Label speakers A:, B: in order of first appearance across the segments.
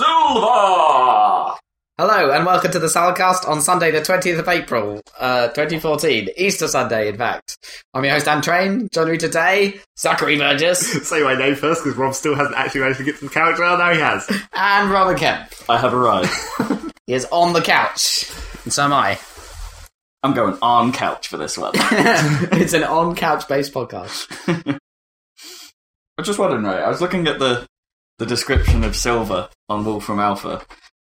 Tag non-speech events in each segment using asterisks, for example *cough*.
A: Ah!
B: Hello and welcome to the Salcast on Sunday, the 20th of April, uh, 2014, Easter Sunday, in fact. I'm your host, Anne Train, joining me today,
A: *laughs*
B: Zachary Burgess
C: Say my name first because Rob still hasn't actually managed to get to the character. Well, now
B: *laughs*
C: he has.
B: and Robin Kemp.
A: I have arrived.
B: He is on the couch, and so
A: *laughs*
B: am I.
A: I'm going on couch for this one. I
B: it's an on couch based podcast.
A: was just wondering, right? I was looking at the the description of silver on Wolfram Alpha,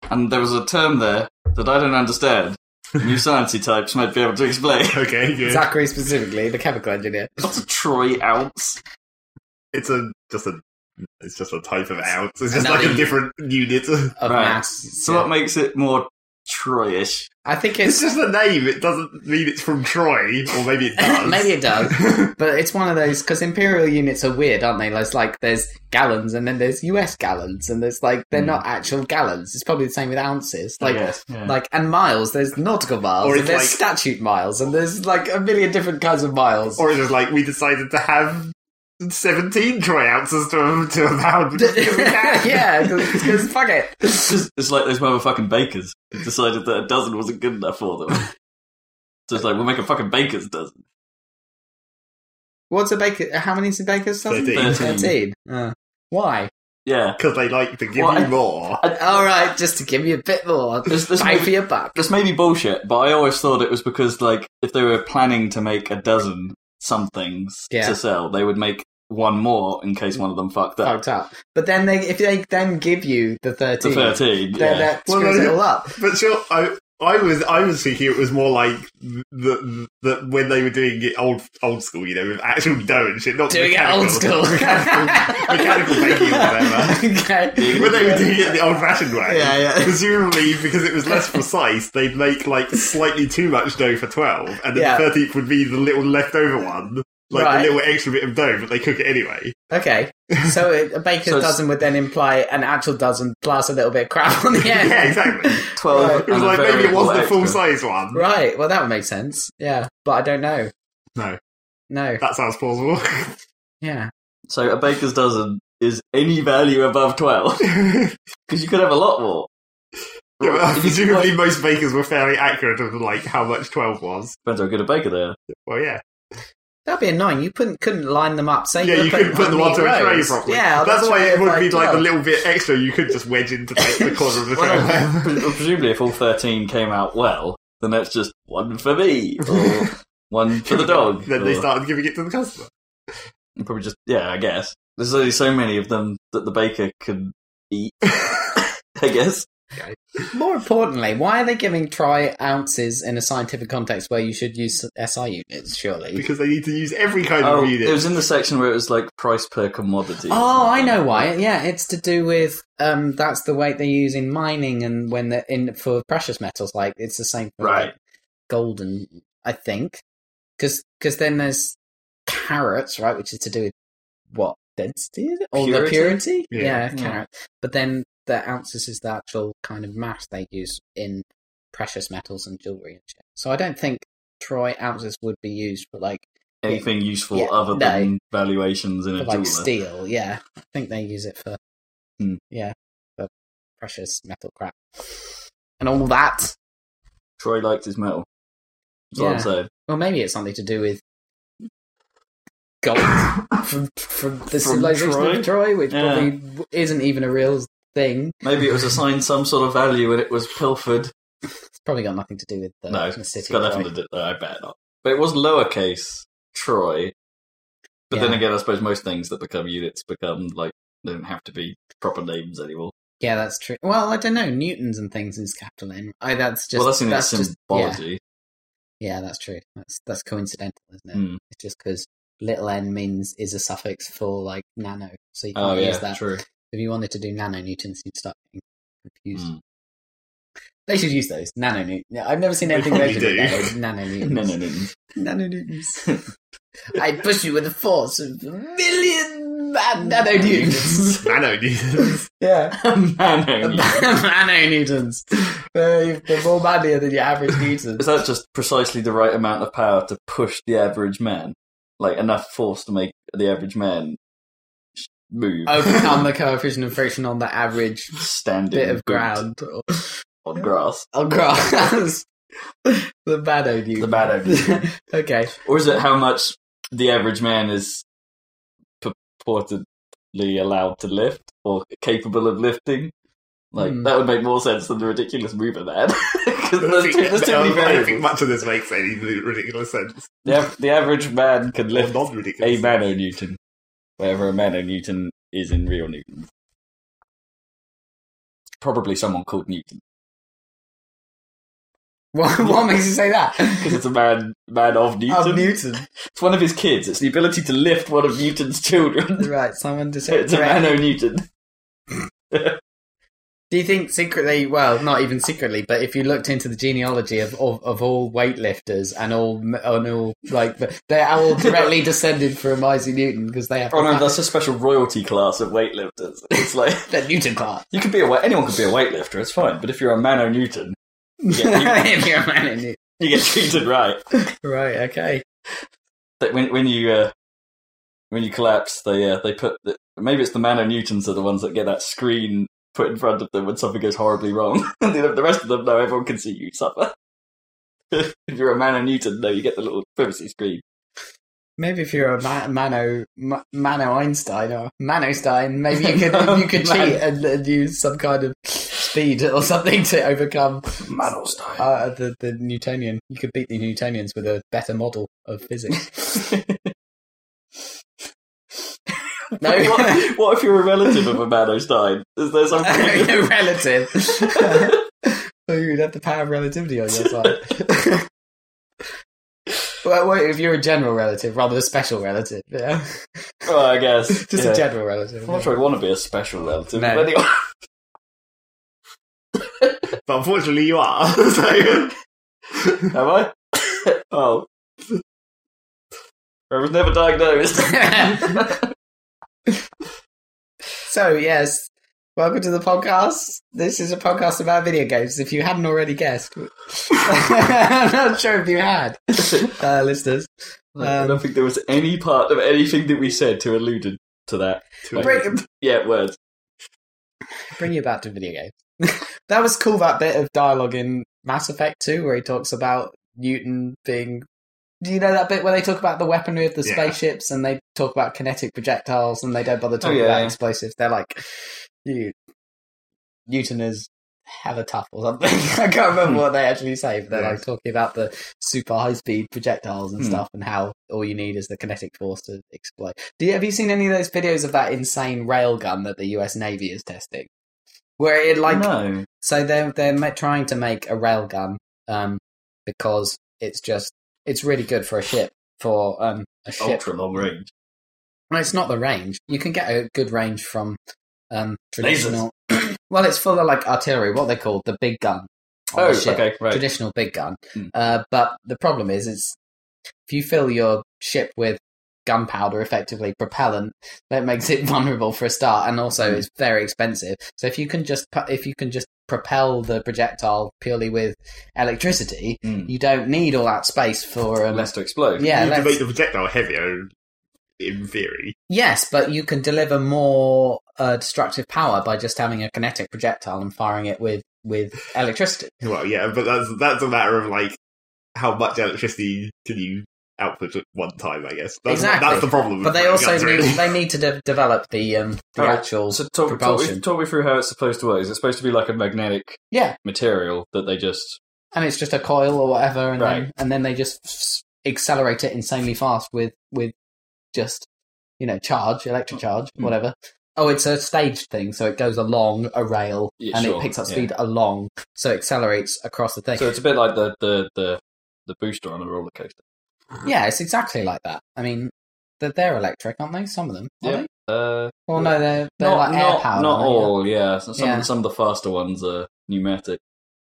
A: and there was a term there that I don't understand. New sciencey types might be able to *laughs* explain.
C: Okay, good.
B: Zachary, specifically, the chemical engineer.
A: What's a troy ounce?
C: It's a just a it's just a type of ounce. It's just
B: Another
C: like a
B: u-
C: different unit. *laughs*
B: Of
A: Right.
B: mass.
A: So what makes it more troyish?
B: I think
C: It's
A: *laughs*
B: it's. *laughs*
C: just the name. It doesn't mean it's from Troy, or maybe it does.
B: Maybe it does, but it's one of those because imperial units are weird, aren't they? There's like there's gallons, and then there's U.S. gallons, and there's like they're
A: Hmm.
B: not actual gallons. It's probably the same with ounces, like
A: yes, yeah.
B: like and miles. There's nautical miles,
C: Or
B: and
C: it's
B: there's
C: like-
B: statute miles, and there's like a million different kinds of miles. *laughs*
C: *laughs* Or it's just like we decided to have seventeen Troy ounces to to
B: *laughs*
C: a pound just because we can. *laughs*
B: yeah, because fuck it.
A: *laughs* it's, just- it's like those motherfucking bakers who decided that a dozen wasn't good enough for them. so it's like we'll make a fucking baker's dozen.
B: What's a baker? How many is a baker's dozen?
C: Thirteen.
A: Thirteen.
B: Thirteen. Uh, why?
A: Yeah.
C: Because they like to give
A: Why?
C: you more.
B: All right, just to give you a bit more.
C: *laughs*
A: This- this
B: Bang
A: movie-
B: for your buck.
A: This may be bullshit, but I always thought it was because, like, if they were planning to make a dozen somethings
B: Yeah.
A: to sell, they would make one more in case one of them fucked
C: Oh,
A: up.
B: Fucked up. But then they, if they then give you the
A: To
B: thirteen,
A: 13.
B: then
A: yeah.
B: that screws
C: Well,
B: it all up.
C: But sure, I, I was I was thinking it was more like the, the when they were doing it old old school, you know, with actual dough and shit, not
B: Doing it old
C: mechanical-
B: school.
C: mechanical, mechanical baking or
B: *laughs*
C: whatever.
B: okay.
C: *laughs* When they were doing it the old fashioned way,
B: Yeah, yeah.
C: presumably because it was less precise, they'd make like slightly too much dough for twelve, and then
B: Yeah.
C: the thirteenth would be the little leftover one, like
B: Right.
C: the little extra bit of dough, but they cook it anyway.
B: Okay. So it, a baker's
A: So it's-
B: dozen would then imply an actual dozen plus a little bit of crap on the end.
C: *laughs* Yeah, exactly.
A: 12.
B: Right.
C: It was
A: and a
C: like maybe it
A: variable
C: wasn't a full
A: extra.
C: size one.
B: Right. Well, that would make sense. Yeah. But I don't know.
C: No,
B: No.
C: that sounds plausible. *laughs*
B: Yeah.
A: So a baker's dozen is any value above *laughs* 12. Because you could have a lot more.
C: Yeah, well,
A: You- *laughs*
C: presumably most bakers were fairly accurate of like how much twelve was.
A: Depends how good a baker they
C: *laughs*
A: are.
C: Well, yeah,
B: That'd be annoying. You couldn't couldn't line them up. Say
C: yeah, you couldn't put them onto a tray
B: rows.
C: properly.
B: Yeah,
C: that's, why it would be like the
B: well,
C: little bit extra you could just wedge into like, the corner of the
A: Well,
C: tray. *laughs*
A: pre- presumably, if all 13 came out well, then that's just one for me,
C: *laughs*
A: or one for the dog.
C: then they
A: or-
C: started giving it to the customer.
A: And probably just yeah, I guess. There's only so many of them that the baker could
B: *laughs*
A: eat. I guess.
B: More importantly, why are they giving try ounces in a scientific context where you should use SI units? Surely.
C: Because they need to use every kind
A: Oh,
C: of unit.
A: it was in the section where it was like price per commodity.
B: Oh, I know why. Yeah, it's to do with um, that's the weight they use in mining and when they're in for precious metals. Like it's the same for
A: Right.
B: like, gold and I think because then there's carrots, right, which is to do with what density is it? or
A: Purity?
B: the purity.
C: Yeah.
B: yeah
A: Yeah.
B: carrot. But then the ounces is the actual kind of mass they use in precious metals and jewelry and shit. So I don't think troy ounces would be used for like
A: Anything useful
B: Yeah,
A: other than valuations in a
B: for
A: jeweler.
B: like steel. Yeah, I think they use it for
A: Hmm.
B: yeah for precious metal crap and all that.
A: Troy liked his metal. That's all
B: Yeah.
A: I'm saying.
B: Well, maybe it's something to do with
A: *laughs*
B: gold from from the
A: From
B: civilization
A: Troy?
B: of Troy, which
A: Yeah.
B: probably w- isn't even a real thing.
A: Maybe it was assigned some sort of value and it was
B: *laughs*
A: pilfered.
B: It's probably got nothing to do with the,
A: No,
B: the
A: it's
B: city.
A: got
B: of
A: nothing
B: Troy.
A: to do. no, I bet not. But it was lowercase Troy. But then
B: Yeah.
A: again, I suppose most things that become units become like they don't have to be proper names anymore.
B: Yeah, that's true. Well, I don't know. Newtons and things is capital N. I, that's just
A: well, that's in its
B: that's just, yeah,
A: symbology.
B: yeah, that's true. That's that's coincidental, isn't it?
A: Hmm.
B: It's just because little n means is a suffix for like nano, so you can't
A: Oh
B: use
A: yeah,
B: that.
A: true.
B: If you wanted to do nanonewtons, you'd start getting confused.
A: Mm.
B: They should use those nanonewtons. I've never seen
C: They
B: anything they
C: probably
B: measured that way. Nanonewtons.
A: *laughs* No, no, no.
B: Nanonewtons. I push you with a force of a million man-
C: *laughs*
B: nanonewtons.
A: *laughs*
C: Nano units.
B: *laughs* yeah.
A: Nano.
B: nanonewtons. They're, they're more manlier than your average newton.
A: Is that just precisely the right amount of power to push the average man? Like enough force to make the average man sh- move,
B: *laughs* Overcome the coefficient of friction on the average
A: standing,
B: Oh, bit of
A: good.
B: ground.
A: on grass.
B: on grass. Oh, *laughs* the bad old you.
A: The
B: *laughs*
A: bad old you.
B: okay.
A: Or is it how much the average man is purportedly allowed to lift or capable of lifting? Like,
B: Hmm.
A: that would make more sense than the ridiculous mover ad. *laughs* 'Cause there's too, there's
C: *laughs*
A: too
C: I
A: many
C: don't think
A: variables.
C: much of this makes any ridiculous sense.
A: The, av- the average man can
C: Or
A: lift
C: non
A: a
C: ridiculous.
A: manonewton, whatever a manonewton is in real newton. Probably someone called Newton *laughs*
B: What, what makes you say
A: *laughs*
B: that?
A: because it's a man man of Newton.
B: Of Newton.
A: it's one of his kids. It's the ability to lift one of Newton's children. *laughs*
B: Right, someone just.
A: so it's a manonewton.
B: Do you think secretly, well, not even secretly, but if you looked into the genealogy of of, of all weightlifters and all and all like they're
A: *laughs*
B: all directly descended from Isaac Newton because they have
A: Oh no, that's a special royalty class of weightlifters. It's like
B: the Newton class.
A: you could be a wa- anyone could be a weightlifter. It's fine, but if you're a manonewton, you get, *laughs*
B: *laughs* if you're a man in Newton.
A: you, you get treated right.
B: Right, okay.
A: that when when you uh, when you collapse, they uh, they put the, maybe it's the Mano Newtons are the ones that get that screen put in front of them when something goes horribly wrong. *laughs* and the, the rest of them know everyone can see you suffer. *laughs* if you're a Mano Newton, no, you get the little privacy screen.
B: Maybe if you're a ma- Mano ma- Mano Einstein or Manostine, maybe you *laughs* could you could
A: Man-
B: cheat and, and use some kind of speed or something to overcome
A: Mano style.
B: uh, the the Newtonian. You could beat the Newtonians with a better model of physics. *laughs* *laughs*
A: *laughs*
B: No.
A: what, what if you're a relative of a Mano Stein? Is there something?
B: Your
A: *laughs*
B: relative. so you'd have the power of relativity on your side. *laughs* well, wait, if you're a general relative rather than a special relative, yeah, *laughs*
A: oh, I guess
B: just
A: yeah.
B: a general relative.
A: I'm not
B: yeah.
A: sure I want to be a special relative.
B: No.
A: but
B: *laughs*
A: anyway.
C: But unfortunately, you are. *laughs* so,
A: Am I? *laughs* oh. I was never
B: *laughs*
A: diagnosed.
B: So yes, welcome to the podcast. This is a podcast about video games. If you hadn't already guessed, *laughs* I'm not sure if you had, uh, listeners.
A: I
B: Um,
A: don't think there was any part of anything that we said to alluded to that.
B: Bring,
A: Yeah, words.
B: bring you back to video games. *laughs* that was cool. That bit of dialogue in Mass Effect 2 where he talks about Newton being. Do you know that bit where they talk about the weaponry of the
C: Yeah.
B: spaceships and they talk about kinetic projectiles and they don't bother talking
A: yeah,
B: about
A: yeah.
B: explosives? They're like, you, Newton is hella tough or something. *laughs* I can't remember what they actually say, but they're
C: Yeah.
B: like talking about the super high speed projectiles and
A: Hmm.
B: stuff and how all you need is the kinetic force to explode. Do you, have you seen any of those videos of that insane railgun that the US Navy is testing? Where it like
A: no.
B: so they're they're ma- trying to make a railgun um because it's just it's really good for a ship for um a ship.
A: Ultra long range.
B: Well, it's not the range. You can get a good range from um traditional. *clears throat* well, it's full of like artillery. What they call the big gun. on
A: Oh,
B: a ship
A: okay, right.
B: traditional big gun.
A: Hmm.
B: Uh, but the problem is, it's if you fill your ship with gunpowder, effectively propellant, that makes it *laughs* vulnerable for a start, and also
A: Hmm.
B: it's very expensive. So if you can just pu- if you can just propel the projectile purely with electricity,
A: Mm.
B: you don't need all that space for um,
A: Less to explode.
B: yeah.
C: you can
B: let's-
C: make the projectile heavier, in theory.
B: Yes, but you can deliver more uh, destructive power by just having a kinetic projectile and firing it with with electricity.
C: Well, yeah, but that's that's a matter of like how much electricity can you output at one time? I guess that's,
B: Exactly.
C: That's the problem.
A: Hmm.
B: But
C: with
B: they
C: my
B: also
C: guns,
B: need
C: really.
B: they need to de- develop the um, the
A: Alright,
B: actual
A: So talk, talk, me,
B: Propulsion.
A: talk me through how it's supposed to work. Is it supposed to be like a magnetic
B: yeah.
A: material that they just
B: and it's just a coil or whatever, and then
A: Right.
B: and then they just s- accelerate it insanely fast with with just you know charge, electric charge,
A: Hmm.
B: whatever. Oh, it's a staged thing, so it goes along a rail
A: Yeah,
B: and
A: sure,
B: it picks up
A: yeah.
B: speed along, so it accelerates across the thing.
A: so it's a bit like the the the, the booster on a roller coaster.
B: yeah, it's exactly like that. I mean, they're, they're electric, aren't they? Some of them, are
A: Yeah.
B: they?
A: Uh,
B: Well, no, they're they're
A: not
B: like air
A: not,
B: powered.
A: not
B: aren't they?
A: all. Yeah. So some
B: Yeah.
A: some of the faster ones are pneumatic.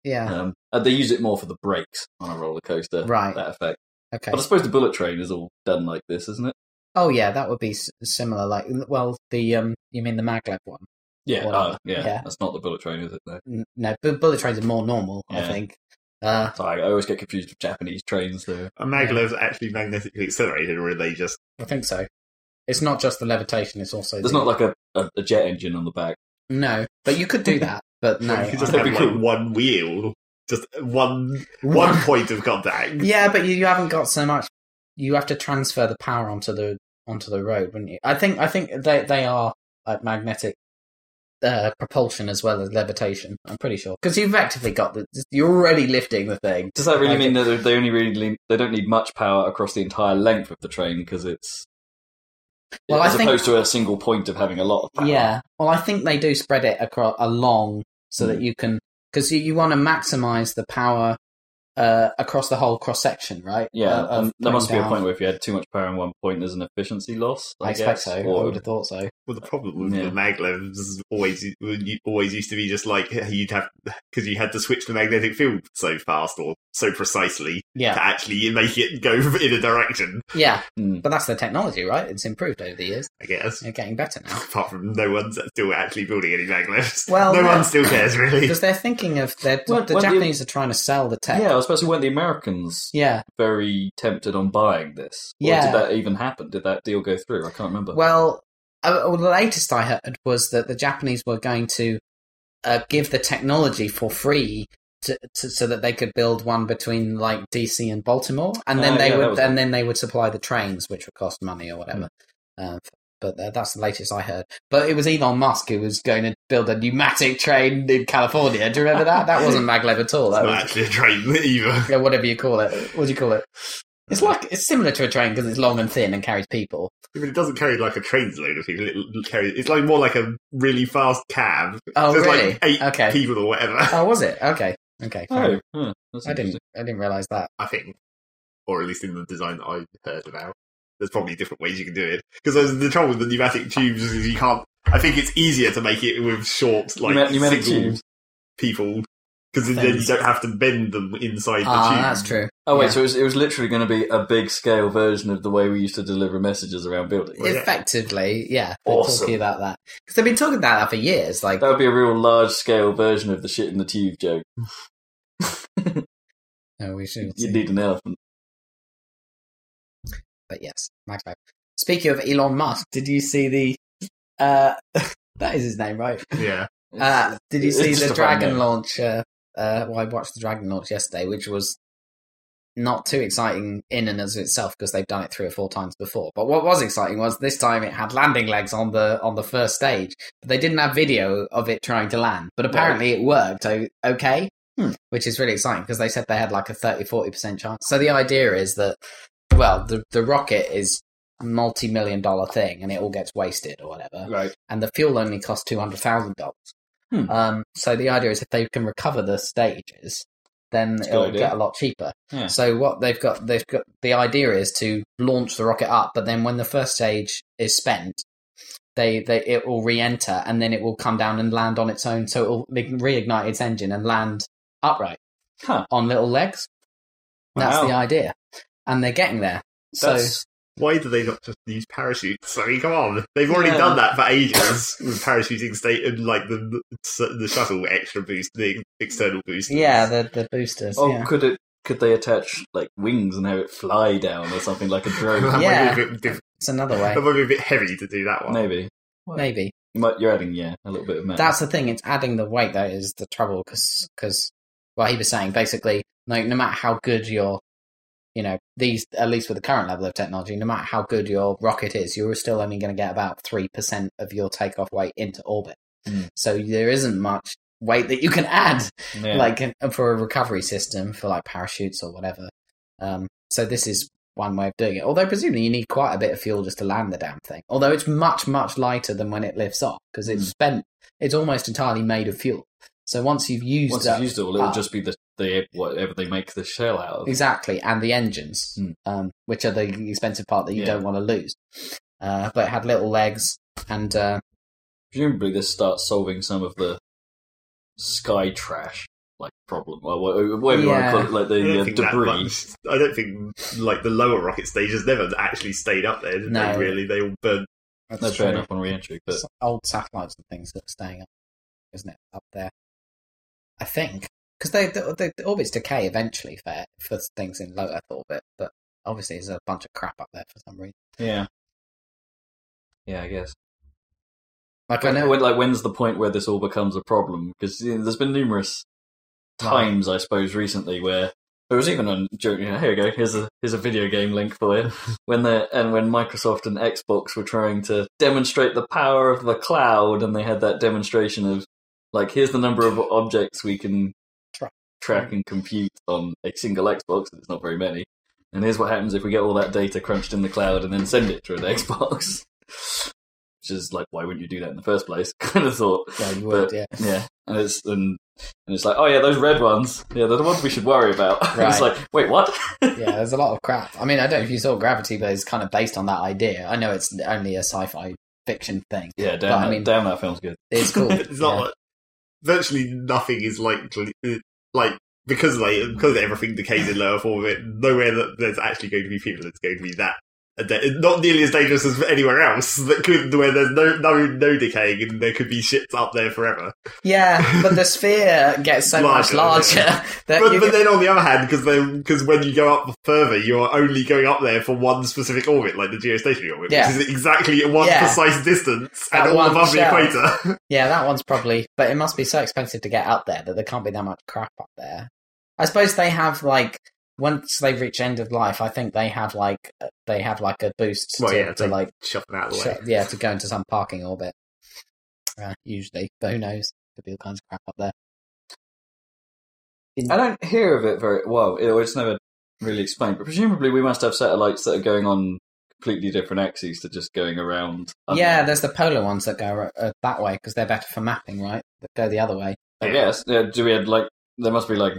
B: Yeah.
A: Um, and they use it more for the brakes on a roller coaster.
B: Right.
A: That effect.
B: Okay.
A: But I suppose the bullet train is all done like this, isn't it?
B: Oh yeah, that would be s- similar. Like, well, the um, you mean the maglev one?
A: Yeah.
B: Well,
A: oh, yeah.
B: yeah.
A: That's not the bullet train, is it? Though.
B: N- No, bu- bullet trains are more normal, I
A: Yeah.
B: think. Uh,
A: Sorry, I always get confused with Japanese trains. Though.
C: Are maglevs actually magnetically accelerated, or are they just?
B: I think so. It's not just the levitation; it's also
A: There's
B: the-
A: not like a, a, a jet engine on the back.
B: No, but you could do that. But no,
C: *laughs* you could just
B: I-
C: have
A: That'd
C: like
A: be cool.
C: one wheel, just one
B: *laughs*
C: one point of contact.
B: yeah, but you, you haven't got so much. You have to transfer the power onto the onto the road, wouldn't you? I think I think they they are like magnetic uh, propulsion as well as levitation. I'm pretty sure because you've effectively got the you're already lifting the thing.
A: Does that really
B: Okay.
A: mean that they- they only really need- they don't need much power across the entire length of the train because it's
B: Well, I
A: as
B: think-
A: opposed to a single point of having a lot of power?
B: Yeah. Well, I think they do spread it across along so
A: Mm.
B: that you can because you, you want to maximize the power uh, across the whole cross section, right?
A: yeah.
B: Uh, of
A: and there must be a
B: down.
A: point where if you had too much power in one point, there's an efficiency loss. I,
B: I expect
A: guess,
B: so. I
A: or-
B: would have thought so.
C: Well, the problem with
A: Yeah.
C: the maglevs always you- always used to be just like you'd have because you had to switch the magnetic field so fast or so precisely to
B: Yeah.
C: actually make it go *laughs* in a direction.
B: Yeah.
A: *laughs* Mm.
B: But that's the technology, right? It's improved over the years.
C: I guess.
B: They're getting better
A: *laughs*
B: now.
C: Apart from no one's still actually building any maglevs.
B: Well,
C: no
B: no.
C: one still cares really.
B: Because they're thinking of they're,
A: Well,
B: the
A: well, you-
B: Japanese are trying to sell the tech.
A: yeah, I suppose weren't the Americans
B: Yeah.
A: very tempted on buying this? Or
B: Yeah.
A: Did that even happen? Did that deal go through? I can't remember.
B: Well, uh, well, the latest I heard was that the Japanese were going to uh, give the technology for free. To, to, so that they could build one between like DC and Baltimore, and then
A: Oh,
B: they
A: yeah, that
B: would,
A: was
B: and
A: it.
B: then they would supply the trains, which would cost money or whatever.
A: Hmm.
B: Uh, but uh, that's the latest I heard. But it was Elon Musk who was going to build a pneumatic train in California. Do you remember that? That
A: *laughs*
B: wasn't maglev at all. That
C: It's
B: was
C: not actually a train either. *laughs*
B: yeah, whatever you call it. What do you call it?
A: Uh,
B: It's like it's similar to a train because it's long and thin and carries people.
C: But it doesn't carry like a train's load of people. It l- carries. It's like more like a really fast cab.
B: Oh,
C: There's
B: really?
C: like eight
B: okay.
C: people or whatever.
B: Oh, was it? Okay. Okay. fair
A: oh,
B: enough.
A: huh, that's
B: I didn't.
A: interesting.
B: I didn't realize that.
C: *laughs* I think, or at least in the design that I heard about. There's probably different ways you can do it because the trouble with the pneumatic tubes is you can't. I think it's easier to make it with short, like
A: Pneuma- pneumatic
C: single
A: tubes.
C: people, because then you
B: Things.
C: don't have to bend them inside the
B: Ah,
C: tube.
B: that's true.
A: Oh wait,
B: Yeah.
A: so it was, it was literally going to be a big scale version of the way we used to deliver messages around buildings.
C: Well, yeah.
B: Effectively, yeah. They're
A: Awesome.
B: talking about that because they've been talking about that for years. Like,
A: That would be a real large scale version of the shit in the tube joke.
B: oh, we should.
A: You'd need an elephant.
B: But yes, maglev. Speaking of Elon Musk, did you see the? uh *laughs* That is his name, right?
C: Yeah,
B: Uh, did you
A: It's
B: see
A: just
B: the
A: a fun
B: dragon
A: name.
B: launch? Uh, uh, well, I watched the dragon launch yesterday, which was not too exciting in and of itself because they've done it three or four times before. But what was exciting was this time it had landing legs on the on the first stage, but they didn't have video of it trying to land. But apparently it worked. o- Okay. hmm, Which is really exciting because they said they had like a 30 40% chance. So the idea is that, well, the, the rocket is a multi million dollar thing and it all gets wasted or whatever
A: right?
B: and the fuel only costs two hundred thousand dollars.
A: Hmm.
B: Um, so the idea is if they can recover the stages,
A: a
B: then
A: good
B: it'll
A: idea.
B: get a lot cheaper.
A: Yeah.
B: So what they've got, they've got the idea is to launch the rocket up, but then when the first stage is spent, they, they it will re-enter and then it will come down and land on its own. So it'll re- reignite its engine and land upright
A: Huh.
B: on little legs. That's
A: Wow.
B: the idea, and they're getting there. so
A: That's
C: why do they not just use parachutes? I mean, come on, they've already
A: Yeah.
C: done that for ages with parachuting state and like the the shuttle extra boost, the external boost.
B: yeah, the the boosters.
A: oh,
B: yeah.
A: could it? Could they attach like wings and have it fly down or something like a *laughs* drone?
C: that
B: Yeah.
C: might be a bit, diff-
B: it's
A: *laughs*
B: another way.
C: that might be a bit heavy to do that one.
A: Maybe.
B: Maybe.
A: You might, you're adding, yeah, a little bit of math.
B: That's the thing. It's adding the weight that is the trouble because well, he was saying basically, no, no matter how good your, you know, these at least with the current level of technology, no matter how good your rocket is, you're still only going to get about three percent of your takeoff weight into orbit.
A: Mm.
B: So there isn't much weight that you can add,
A: Yeah.
B: like in- for a recovery system for like parachutes or whatever. Um, so this is one way of doing it. Although presumably you need quite a bit of fuel just to land the damn thing. Although it's much much lighter than when it lifts off because it's
A: Hmm.
B: spent. It's almost entirely made of fuel. So once you've used
A: once
B: that,
A: you've used it all, it'll
B: up.
A: just be the, the whatever they make the shell out of.
B: exactly, and the engines,
A: Hmm.
B: um, which are the expensive part that you
A: Yeah.
B: don't want to lose. Uh, but it had little legs and uh,
A: Presumably, this starts solving some of the sky trash like problem, or wha- whatever
B: Yeah.
A: you want to call it, like
C: I
A: the
C: don't
A: uh,
C: think that
A: debris.
C: much- I don't think like the lower rocket stages never actually stayed up there. Did
B: No.
C: they really, they all burned.
A: That's fair enough on re-entry, but
B: s- old satellites and things that are staying up, isn't it, up there? I think because they, the, the, the orbits decay eventually for for things in low Earth orbit, but obviously there's a bunch of crap up there for some reason.
A: yeah, yeah, I guess.
B: Like I
A: When,
B: know
A: when, like, when's the point where this all becomes a problem? Because you know, there's been numerous times, I suppose, recently where there was even on. You know, here we go. Here's a here's a video game link for you. *laughs* when they and when Microsoft and Xbox were trying to demonstrate the power of the cloud, and they had that demonstration of like, here's the number of objects we can
B: Track.
A: track and compute on a single Xbox. and It's not very many. And here's what happens if we get all that data crunched in the cloud and then send it to an *laughs* Xbox. Which is like, why wouldn't you do that in the first place? *laughs* kind of thought.
B: yeah, you would,
A: But-
B: yeah.
A: Yeah, and it's and, and it's like, oh yeah, those red ones. Yeah, they're the ones we should worry about. *laughs* And it's
B: Right.
A: like, wait, what?
B: Yeah, there's a lot of crap. I mean, I don't know if you saw Gravity, but it's kind of based on that idea. I know it's only a sci-fi fiction thing.
A: yeah, damn,
B: But, I
A: that,
B: mean-
A: damn, that film's good.
C: *laughs*
B: It's cool.
C: it's not
B: Yeah.
C: like- virtually nothing is likely like because like because everything decays in lower form of it nowhere that there's actually going to be people that's going to be that a da- not nearly as dangerous as anywhere else that could where there's no no no decaying and there could be shits up there forever
B: Yeah, but the sphere gets so much larger *laughs*
C: Larger, yeah.
B: that
C: but,
B: Uh, you
C: but
B: get-
C: then on the other hand because because when you go up further you're only going up there for one specific orbit like the geostationary orbit
B: Yeah.
C: which is exactly at one
B: Yeah.
C: precise distance
B: That
C: and all
B: one
C: above
B: shell.
C: the equator *laughs*
B: yeah, that one's probably. But it must be so expensive to get up there that there can't be that much crap up there. I suppose they have like once they reach end of life, I think they have like uh, they have like a boost
C: Well,
B: to,
C: yeah,
B: to
C: they-
B: like
C: shuffling out of the way
B: shut- yeah to go into some parking orbit. Uh, usually, but who knows? Could be all kinds of crap up there.
A: I don't hear of it very well. it- It's never really explained, but presumably we must have satellites that are going on completely different axes to just going around. Um,
B: yeah, there's the polar ones that go uh, that way because they're better for mapping, right? That go the other way.
A: I guess. Yeah, do we have like there must be like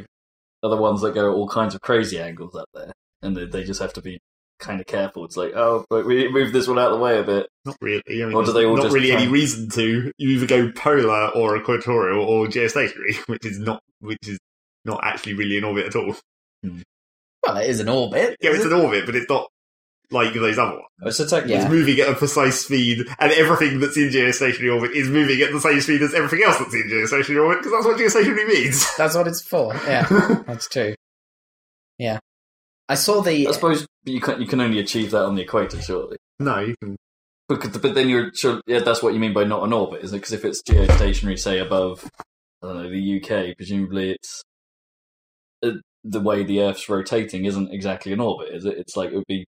A: other ones that go all kinds of crazy angles up there, and they, they just have to be kind of careful. It's like, oh, but we move this one out of the way a bit.
C: Not really. I mean,
A: Or do they all
C: not
A: just
C: really any
A: try-
C: reason to. You either go polar or equatorial or geostationary, *laughs* which is not which is not actually really an orbit at all.
B: Well, it is an orbit.
C: Yeah, it's an orbit, but it's not like those other
A: It's
C: ones.
A: a tech-
B: Yeah.
C: It's moving at a precise speed, and everything that's in geostationary orbit is moving at the same speed as everything else that's in geostationary orbit, because that's what geostationary means.
B: That's what it's for. Yeah, that's true. Yeah, I saw the.
A: I suppose you can you can only achieve that on the equator, surely.
C: *laughs* no, you can.
A: Because, but then you're sure, yeah, that's what you mean by not an orbit, isn't it? Because if it's geostationary, say above, I don't know, the UK, presumably it's uh, the way the Earth's rotating isn't exactly an orbit, is it? It's like it would be.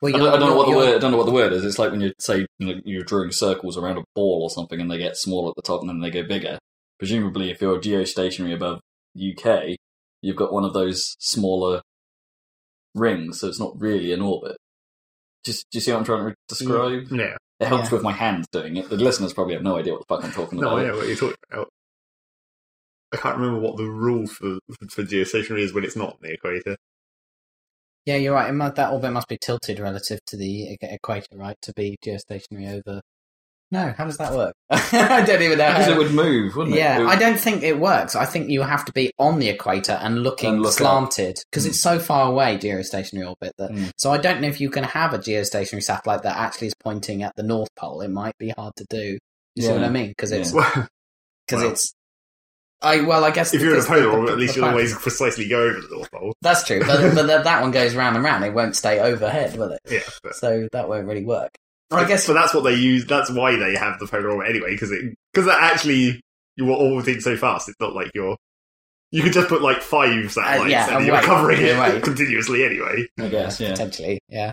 B: well,
A: I
B: you're-
A: don't, I don't know what the
B: you're-
A: word. I don't know what the word is. It's like when you say you know, you're drawing circles around a ball or something, and they get small at the top, and then they go bigger. Presumably, if you're geostationary above UK, you've got one of those smaller rings, so it's not really an orbit. Just, do you see what I'm trying to describe?
C: Yeah,
A: It helps
B: Yeah.
A: with my hands doing it. The listeners probably have no idea what the fuck I'm talking
C: no,
A: about.
C: I know what you're talking about. I can't remember what the rule for for geostationary is when it's not on the equator. *laughs*
B: Yeah, you're right. It must, that orbit must be tilted relative to the e- equator, right? To be geostationary over. No, how does that work? *laughs* I don't even know.
A: Because
B: How...
A: it would move, wouldn't it?
B: yeah,
A: It would-
B: I don't think it works. I think you have to be on the equator and looking
A: And look up.
B: slanted because
A: Mm.
B: it's so far away geostationary orbit that.
A: Mm.
B: So I don't know if you can have a geostationary satellite that actually is pointing at the North Pole. It might be hard to do. You see what
A: Yeah.
B: I mean? Because it's
C: Well,
B: because
C: Well.
B: it's. I well, I guess
C: if you're in a
B: because the-
C: polar
B: the-
C: orbit, at
B: the
C: least you'll
B: plan- *laughs*
C: always precisely go over the North Pole.
B: That's true, but but that- that one goes round and round. It won't stay overhead, will it?
C: Yeah, but
B: So that won't really work. I guess
C: But that's what they use. That's why they have the polar orbit anyway, because it because that actually you were orbiting so fast. It's not like you're you could just put like five satellites
B: Uh, yeah,
C: and
B: and
C: you're
B: wait,
C: covering it
B: and wait.
C: *laughs* continuously anyway.
A: I guess, yeah.
B: potentially, yeah.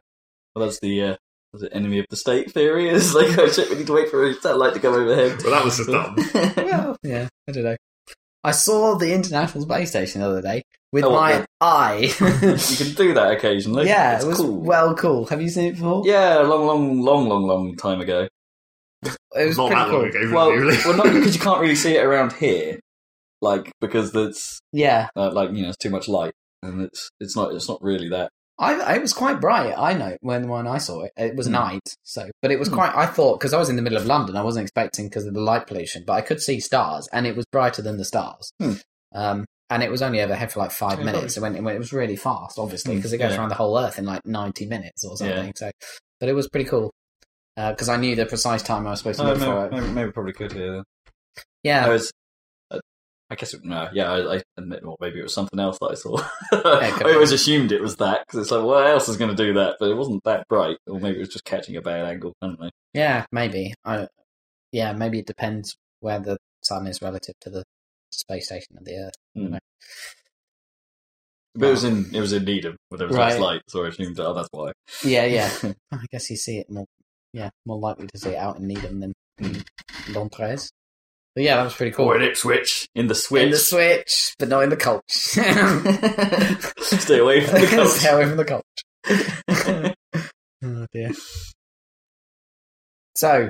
A: Well, that's the, uh, was it enemy of the state theory? Is like, *laughs* oh shit, we need to wait for a satellite to come overhead.
C: Well, that was just dumb.
A: *laughs*
B: Well, *laughs* yeah, I don't know. I saw the International Space Station the other day with
A: Oh,
B: my
A: what
B: *laughs* eye.
A: you can do that occasionally.
B: yeah,
A: it's
B: it was
A: cool.
B: well cool. Have you seen it before?
A: yeah, a long, long, long, long, long time ago. *laughs*
B: it was
C: not
B: pretty
C: that
B: cool.
C: long ago,
A: Well,
C: really.
A: well,
C: *laughs*
A: not because you can't really see it around here, like because that's
B: Yeah,
A: uh, like you know it's too much light, and it's it's not it's not really that.
B: I it was quite bright. I know when when I saw it, it was
A: Hmm.
B: night. So, but it was
A: Hmm.
B: quite. I thought because I was in the middle of London, I wasn't expecting because of the light pollution, but I could see stars, and it was brighter than the stars.
A: Hmm.
B: Um, and it was only overhead for like five
A: Yeah,
B: minutes. It went, it went- it was really fast, obviously,
A: Hmm,
B: because it goes
A: yeah.
B: around the whole Earth in like ninety minutes or
A: Yeah.
B: something. So, but it was pretty cool because I knew the precise time I was supposed to
A: Uh,
B: look for it.
A: maybe, maybe, maybe probably could hear.
B: Yeah,
A: I was. I- uh, I guess it, no, yeah, I, I admit, well, maybe it was something else that I saw. *laughs*
B: could
A: I
B: be.
A: always assumed it was that because it's like, what else is going to do that? But it wasn't that bright, or maybe it was just catching a bad angle. I don't know.
B: yeah, maybe. I yeah, maybe it depends where the sun is relative to the space station of the Earth.
A: But it was in it was in Needham where there was less
B: Right.
A: light, so I assumed oh that's why. *laughs*
B: Yeah, yeah. I guess you see it more. Yeah, more likely to see it out in Needham than in Londres. But yeah, that was pretty cool.
A: Or in Ipswich. In the switch.
B: In the switch, but not in
A: *laughs*
B: the cult. *laughs*
A: Stay away from the coast.
B: Stay away from the cult.
A: *laughs*
B: Oh dear. So,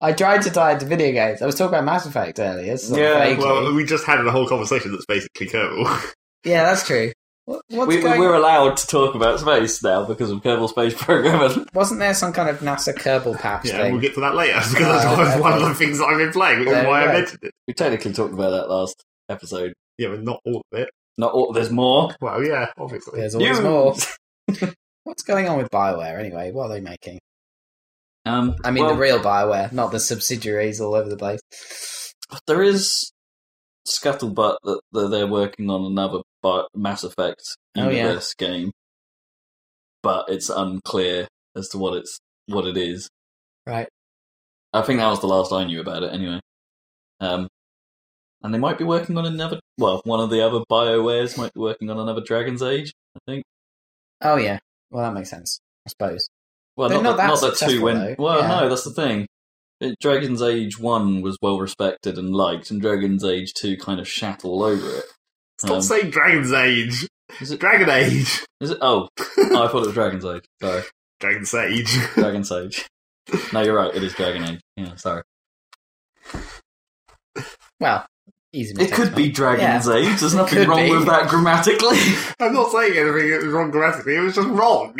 B: I tried to tie it to video games. I was talking about Mass Effect earlier. so
A: Yeah,
B: vaguely.
C: Well, we just had a whole conversation that's basically Kerbal.
B: yeah, that's true. What, what's
A: we,
B: going?
A: we're allowed to talk about space now because of Kerbal Space *laughs* Program.
B: Wasn't there some kind of NASA Kerbal patch
C: *laughs* yeah,
B: thing?
C: we'll get to
B: *laughs*
C: that later because that's
B: Oh,
C: one- one of
B: okay.
C: the things that I've been playing, which is
B: There
C: why
B: we
C: I
B: go.
C: mentioned it.
A: We technically talked about that last episode.
C: Yeah, but not all of it.
A: Not all, there's more.
C: Well, yeah, obviously.
B: There's always
A: You-
B: more. *laughs* what's going on with Bioware anyway? What are they making?
A: Um,
B: I mean,
A: well,
B: the real Bioware, not the subsidiaries all over the place.
A: there is scuttlebutt that, that they're working on another Bi- Mass Effect
B: Oh, yeah.
A: universe game, but it's unclear as to what it's what it is.
B: Right.
A: I think that was the last I knew about it, anyway. Um, and they might be working on another. Well, one of the other Biowares might be working on another Dragon's Age. I think.
B: Oh yeah. Well, that makes sense, I suppose.
A: Well,
B: They're
A: not,
B: not
A: that,
B: that
A: not that two
B: successful,
A: went.
B: though.
A: Well,
B: Yeah.
A: no, that's the thing. It- Dragon's Age One was well respected and liked, and Dragon's Age Two kind of shat all over it.
C: Stop
A: Um,
C: saying Dragon's Age.
A: Is it?
C: Dragon Age.
A: Is it? *laughs* Oh, oh, I thought it was Dragon's Age. Sorry,
C: Dragon Sage. *laughs*
A: Dragon's Age. No, you're right. It is Dragon Age. Yeah, sorry.
B: Well, easy.
A: It
B: mistakes,
A: could be
B: mate.
A: Dragon's Age. There's nothing
B: could
A: wrong
B: be.
A: with that grammatically.
C: I'm not saying anything that was wrong grammatically, it was just wrong. *laughs*
B: *laughs*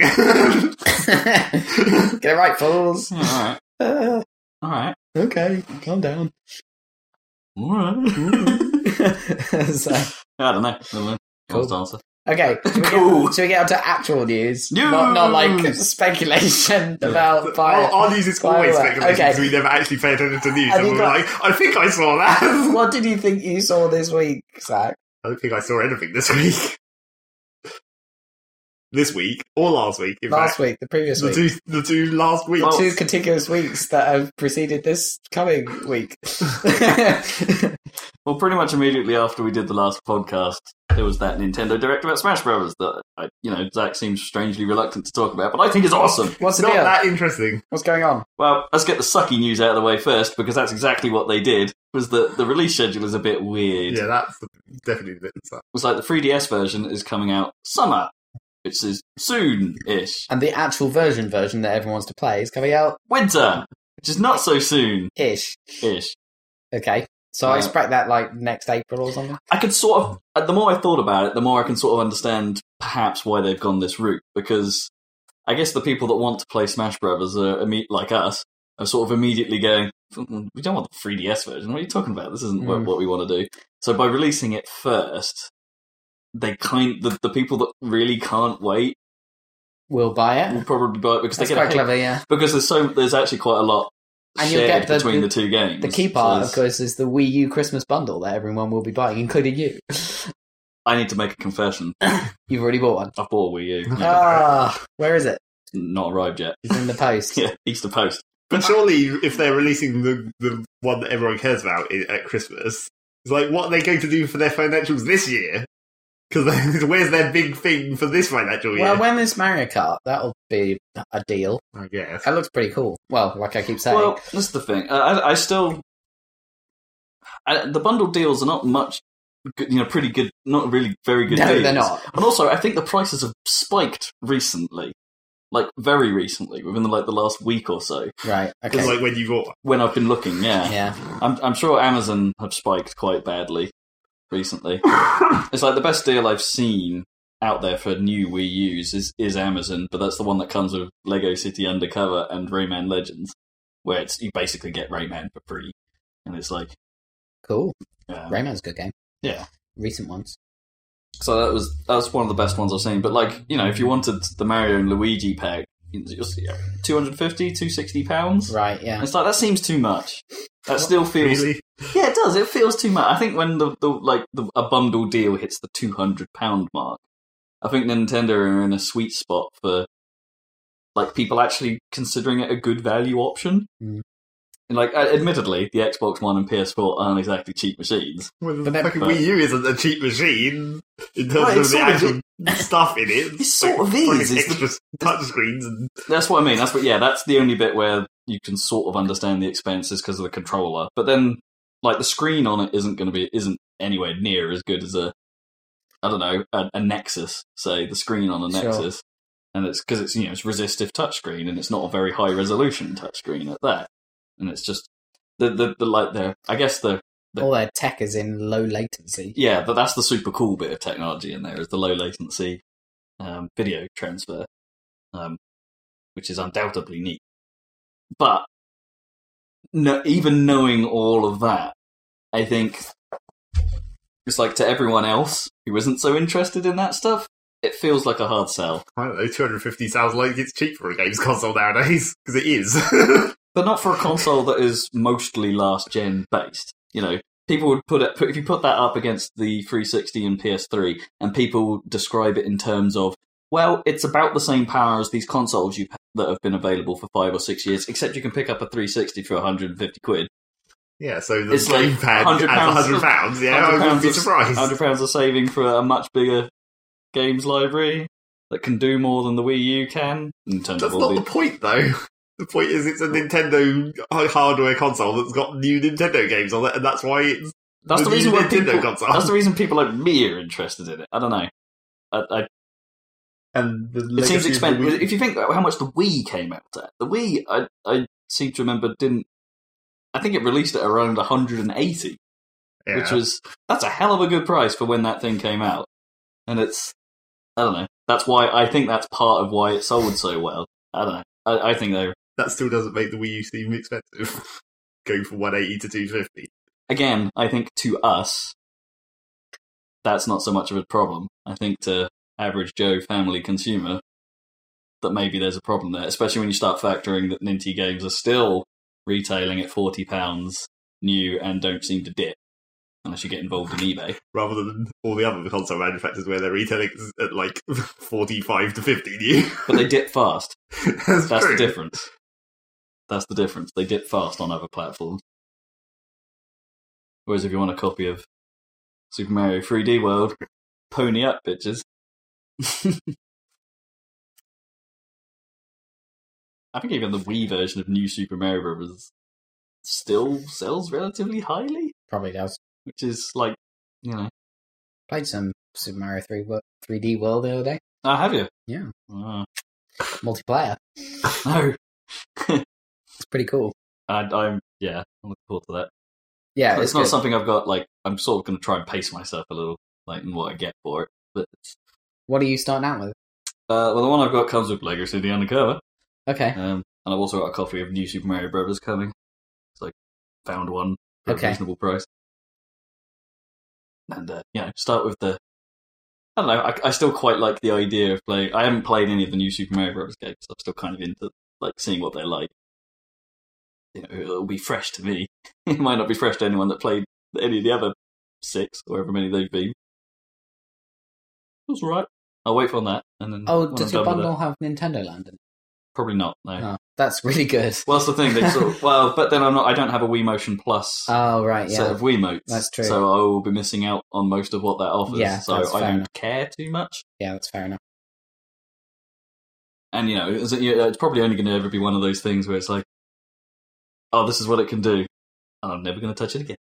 B: Get it right,
A: *laughs*
B: fools.
A: all right,
B: *laughs* Uh,
A: all right,
B: okay, calm down. *laughs*
A: all right.
B: so,
A: I don't know. Never mind.
B: Cool.
A: Honest answer.
B: okay, should we,
A: Cool.
B: get, should we get on to actual news? Not, not like
A: News!
B: *laughs*
A: Oh,
B: speculation
A: *laughs*
B: about fire.
C: Our, our news is always
B: Firework.
C: speculation
B: Okay.
C: because we never actually pay attention to news.
B: Have
C: And
B: you
C: we're
B: got-
C: like, I think I saw that. *laughs*
B: what did you think you saw this week, Zach?
C: I don't think I saw anything this week. *laughs* This week, or last week, in
B: Last
C: fact.
B: week, the previous
C: The
B: week.
C: two, the two last weeks.
A: Well-
B: Two contiguous weeks that have preceded this coming *laughs* week.
A: Well, pretty much immediately after we did the last podcast, there was that Nintendo Direct about Smash Brothers that I, you know Zach seems strangely reluctant to talk about, but I think it's awesome.
B: What's
C: it's
B: the
C: not
B: deal?
C: that interesting.
B: What's going on?
A: Well, let's get the sucky news out of the way first because that's exactly what they did. Was that the release schedule is a bit weird?
C: Yeah, that's definitely the stuff.
A: It's like the 3DS version is coming out summer, which is soon-ish.
B: And the actual version version that everyone wants to play is coming out
A: Winter, which is not so soon-ish.
B: ish. Okay. So I
A: Right.
B: expect that like next April or something.
A: I could sort of, uh, the more I thought about it, the more I can sort of understand perhaps why they've gone this route because I guess the people that want to play Smash Brothers are imme- like us are sort of immediately going, "Mm, we don't want the 3DS version. What are you talking about? This isn't what,
B: Mm.
A: what we want to do. So by releasing it first, they kind the, the people that really can't wait
B: We'll buy
A: will
B: it.
A: probably buy it because
B: That's
A: they get a
B: quite
A: hate-
B: clever, yeah.
A: because there's so there's actually quite a lot
B: And you'll
A: shared
B: get the-
A: between the,
B: the-
A: two games.
B: The key
A: So
B: part, of
A: there's-
B: course, is the Wii U Christmas bundle that everyone will be buying, including you. *laughs*
A: I need to make a confession.
B: You've already bought one.
A: I bought a Wii
B: *laughs*
A: U. Yeah,
B: Ah, where is it?
A: it's not arrived yet.
B: It's in the *laughs*
A: *laughs*
B: post.
A: Yeah, Easter Post.
C: But surely, if they're releasing the, the one that everyone cares about i at Christmas, it's like, what are they going to do for their financials this year? Because *laughs* where's their big thing for this financial year?
B: Well, when is Mario Kart? That'll be a deal.
C: I guess.
B: That looks pretty cool. Well, like I keep saying,
A: Well, that's the thing. Uh, I, I still I, the bundle deals are not much. Good, you know, pretty good. Not really very good.
B: *laughs* no,
A: deals.
B: they're not.
A: And also, I think the prices have spiked recently, like very recently, within the, like the last week or so.
B: Right?
C: Because,
B: Okay.
C: like, when you bought.
A: When I've been looking, yeah,
B: yeah.
A: I'm, I'm sure Amazon have spiked quite badly recently. It's like the best deal I've seen out there for new Wii U's is, is Amazon, but that's the one that comes with Lego City Undercover and Rayman Legends, where it's you basically get Rayman for free, and it's like
B: Cool.
A: um,
B: Rayman's a good game.
A: Yeah.
B: Recent ones.
A: so that was that was one of the best ones I've seen. But like you know, if you wanted the Mario and Luigi pack, you'll see 250, 260 pounds.
B: Right. Yeah.
A: It's like that seems too much. That still feels
C: Really?
A: Yeah, it does. It feels too much. I think when the, the like the, a bundle deal hits the two hundred pound mark, I think Nintendo are in a sweet spot for like people actually considering it a good value option.
B: Mm.
A: like, uh, admittedly, the Xbox One and PS4 aren't exactly cheap machines.
C: Well, the
B: But then-
C: fucking
A: but-
C: Wii U isn't a cheap machine in terms
A: Well, it
C: of the
A: sort of
C: actual stuff in it.
A: It sort of is,
C: fucking
A: it's the-
C: Extra touchscreens and
A: That's what I mean. That's what. Yeah, that's the only bit where you can sort of understand the expenses because of the controller. But then, like, the screen on it isn't going to be isn't anywhere near as good as a, I don't know, a, a Nexus. Say the screen on a
B: Sure.
A: Nexus, and it's because it's you know it's resistive touchscreen and it's not a very high resolution touchscreen at that, and it's just the the, the like the I guess the
B: All their tech is in low latency.
A: yeah, but that's the super cool bit of technology in there is the low latency um, video transfer, um, which is undoubtedly neat. But no, even knowing all of that, I think it's like to everyone else who isn't so interested in that stuff, it feels like a hard sell.
C: I don't know, 250 sounds like it's cheap for a games console nowadays, because it is. *laughs*
A: But not for a console that is mostly last gen based. You know, people would put it put, if you put that up against the 360 and PS3, and people describe it in terms of, well, it's about the same power as these consoles you that have been available for five or six years, except you can pick up a 360 for 150 quid,
C: yeah, so the
A: It's like
C: gamepad like
A: 100 pounds-
C: adds 100 pounds, yeah, I
A: 100
C: wouldn't
A: pounds
C: be
A: of-
C: surprised.
A: 100 pounds of saving for a much bigger games library that can do more than the Wii U can in terms of
C: That's
A: all
C: not the
A: the
C: point, though. *laughs* The point is it's a Nintendo hardware console that's got new Nintendo games on it, and that's why it's
A: That's the
C: new
A: reason why
C: Nintendo
A: people.
C: console.
A: That's the reason people like me are interested in it. I don't know. I, I,
C: and the
A: it
C: legacy of
A: seems
C: the
A: expensive.
C: Wii-
A: If you think about how much the Wii came out at, the Wii, I, I seem to remember didn't. I think it released at around 180,
C: yeah.
A: which was that's a hell of a good price for when that thing came out. And it's, I don't know. That's why I think that's part of why it sold so well. I don't know. I, I think though,
C: that still doesn't make the Wii U seem expensive. *laughs* Going from 180 to 250.
A: again, I think to us, that's not so much of a problem. I think to average Joe family consumer, that maybe there's a problem there, especially when you start factoring that Ninty games are still retailing at forty pounds new and don't seem to dip unless you get involved in eBay.
C: rather than all the other console manufacturers where they're retailing at like *laughs* 45 to 50 new. *laughs*
A: But they dip fast.
C: That's,
A: That's
C: true.
A: the difference. That's the difference. They dip fast on other platforms. Whereas if you want a copy of Super Mario 3D World, pony up, bitches. *laughs* I think even the Wii version of New Super Mario Bros. still sells relatively highly,
B: Probably does.
A: which is like, you know.
B: Played some Super Mario 3 wo- 3D World the other day.
A: Oh, have you?
B: Yeah.
A: Ah, *laughs*
B: Multiplayer.
A: no.
B: It's pretty cool.
A: I, I'm, yeah, I'm looking forward to that.
B: Yeah,
A: it's,
B: it's,
A: not
B: good.
A: something I've got like I'm sort of going to try and pace myself a little like in what I get for it. But it's-
B: What are you starting out with?
A: uh, well, the one I've got comes with Lego City Undercover,
B: Okay.
A: um, and I've also got a copy of New Super Mario Brothers coming. So I found one for
B: Okay.
A: a reasonable price, and uh, you know, start with the. I don't know. I, I still quite like the idea of playing. I haven't played any of the new Super Mario Brothers games. I'm still kind of into like seeing what they're like. You know, it'll be fresh to me. *laughs* it might not be fresh to anyone that played any of the other six, or however many they've been. That's all right. I'll wait on that, and then
B: Oh,
A: when I'm
B: does
A: done
B: your
A: with that-
B: bundle have Nintendo Land in it?
A: probably not. No.
B: No, that's really good.
A: Well, that's the thing. They sort
B: *laughs*
A: of, well, but then I'm not. I don't have a Wii Motion Plus
B: Oh, right, yeah.
A: set of Wiimotes.
B: That's true.
A: So I will be missing out on most of what that offers.
B: Yeah,
A: so
B: that's
A: I
B: fair
A: don't
B: enough.
A: care too much.
B: Yeah, that's fair enough.
A: And you know, it's, yeah, it's probably only going to ever be one of those things where it's like, oh, this is what it can do, and I'm never going to touch it again.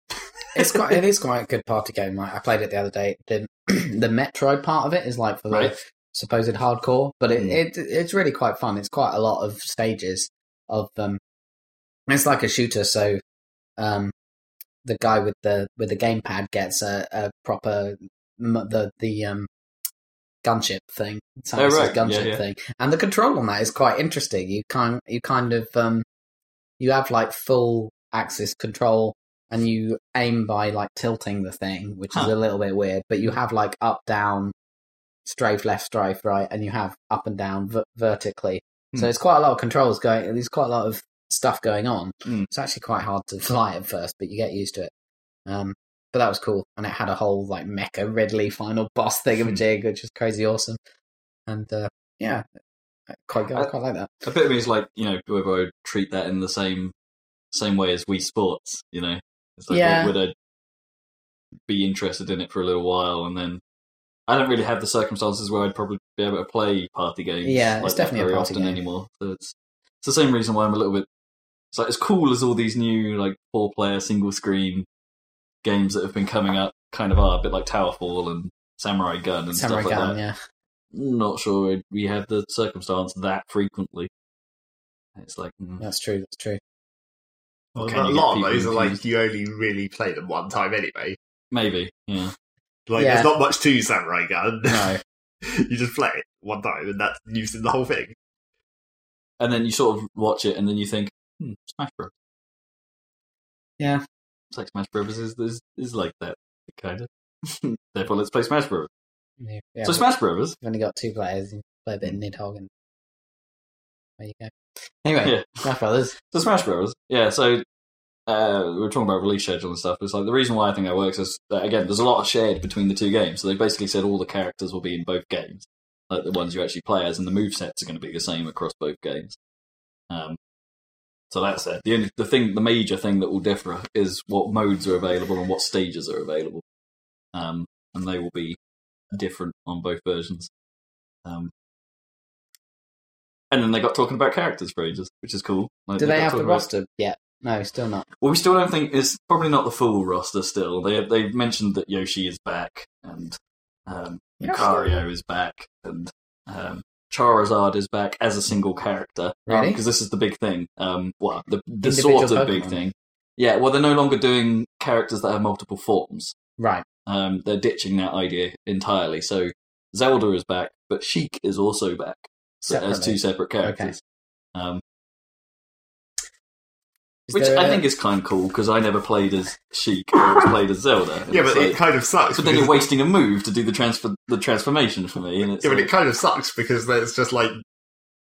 B: It's quite, it is quite a good party game. Like, I played it the other day. The, *clears throat* the Metroid part of it is like for the
A: Right.
B: supposed hardcore, but it,
A: Mm.
B: it it's really quite fun. It's quite a lot of stages of um, it's like a shooter. So, um, the guy with the with the gamepad gets a, a proper m- the the um gunship thing. Samus's
A: Oh, right. Yeah,
B: gunship
A: yeah.
B: thing, and the control on that is quite interesting. You kind you kind of um you have like full axis control and you aim by like tilting the thing, which is
A: Huh.
B: a little bit weird, but you have like up, down, strafe, left, strafe, right, and you have up and down v- vertically. So
A: Hmm.
B: it's quite a lot of controls going, there's quite a lot of stuff going on.
A: Hmm.
B: It's actually quite hard to *laughs* fly at first, but you get used to it. Um, but that was cool. And it had a whole like Mecha Ridley final boss thing of a
A: Hmm.
B: jig, which was crazy awesome. And uh, yeah, quite good. I quite like that.
A: A bit of me is like, you know, whether I would treat that in the same same way as Wii Sports, you know? It's like,
B: Yeah.
A: would, would I be interested in it for a little while and then. I don't really have the circumstances where I'd probably be able to play party games.
B: Yeah, it's
A: like that
B: definitely a
A: very
B: party
A: often
B: game.
A: anymore. So it's, it's the same reason why I'm a little bit. It's like as cool as all these new like four-player single screen games that have been coming up kind of are a bit like Towerfall and Samurai Gun and
B: Samurai
A: stuff like that
B: Gun, yeah.
A: not sure we- we have the circumstance that frequently. It's like, mm,
B: That's true, that's
A: *laughs*
B: true.
A: Well,
C: But
A: can
C: a
A: you get
C: lot of
A: people
C: those are like
A: confused?
C: you only really play them one time anyway.
A: maybe, yeah.
C: Like
B: Yeah.
C: there's not much to Samurai Gun.
B: No.
C: *laughs* you just play it one time, and that's used in the whole thing.
A: And then you sort of watch it, and then you think, hmm, Smash Bros.
B: Yeah.
A: It's like Smash Bros. is is, is like that kind of. *laughs* Therefore, let's play Smash Bros.
B: Yeah, yeah,
A: so Smash Bros.
B: We've only got two players. You play a bit of Nidhogg and there you go. Anyway,
A: Yeah. *laughs*
B: Smash Brothers.
A: So Smash Bros. Yeah. So uh, we were talking about release schedule and stuff. It's like the reason why I think that works is that, again, there's a lot shared between the two games. So they basically said all the characters will be in both games, like the ones you actually play as, and the movesets are going to be the same across both games. Um, so that's it. The only, the thing, the major thing that will differ is what modes are available and what stages are available, um, and they will be different on both versions. Um, and then they got talking about characters for ages, which is cool. Like,
B: Do they
A: got
B: have the
A: talking about-
B: roster yet? No, still not.
A: well, we still don't think it's probably not the full roster. Still, they they've mentioned that Yoshi is back and um, Lucario is back and um, Charizard is back as a single character.
B: Really?
A: Because this is the big thing. Um, well, the the
B: Individual
A: sort of big
B: Pokemon.
A: thing. Yeah. Well, they're no longer doing characters that have multiple forms.
B: Right.
A: Um, they're ditching that idea entirely. So Zelda is back, but Sheik is also back so- as
B: Separately.
A: two separate characters. Um,
B: Is
A: which
B: there
A: I
B: a-
A: think is kind of cool because I never played as Sheik. I always played as Zelda. And
C: Yeah,
A: it's
C: but
A: like-
C: it kind of sucks.
A: but then
C: because-
A: you're wasting a move to do the transfer the transformation for me. And it's
C: yeah, but
A: like-
C: it kind of sucks because it's just like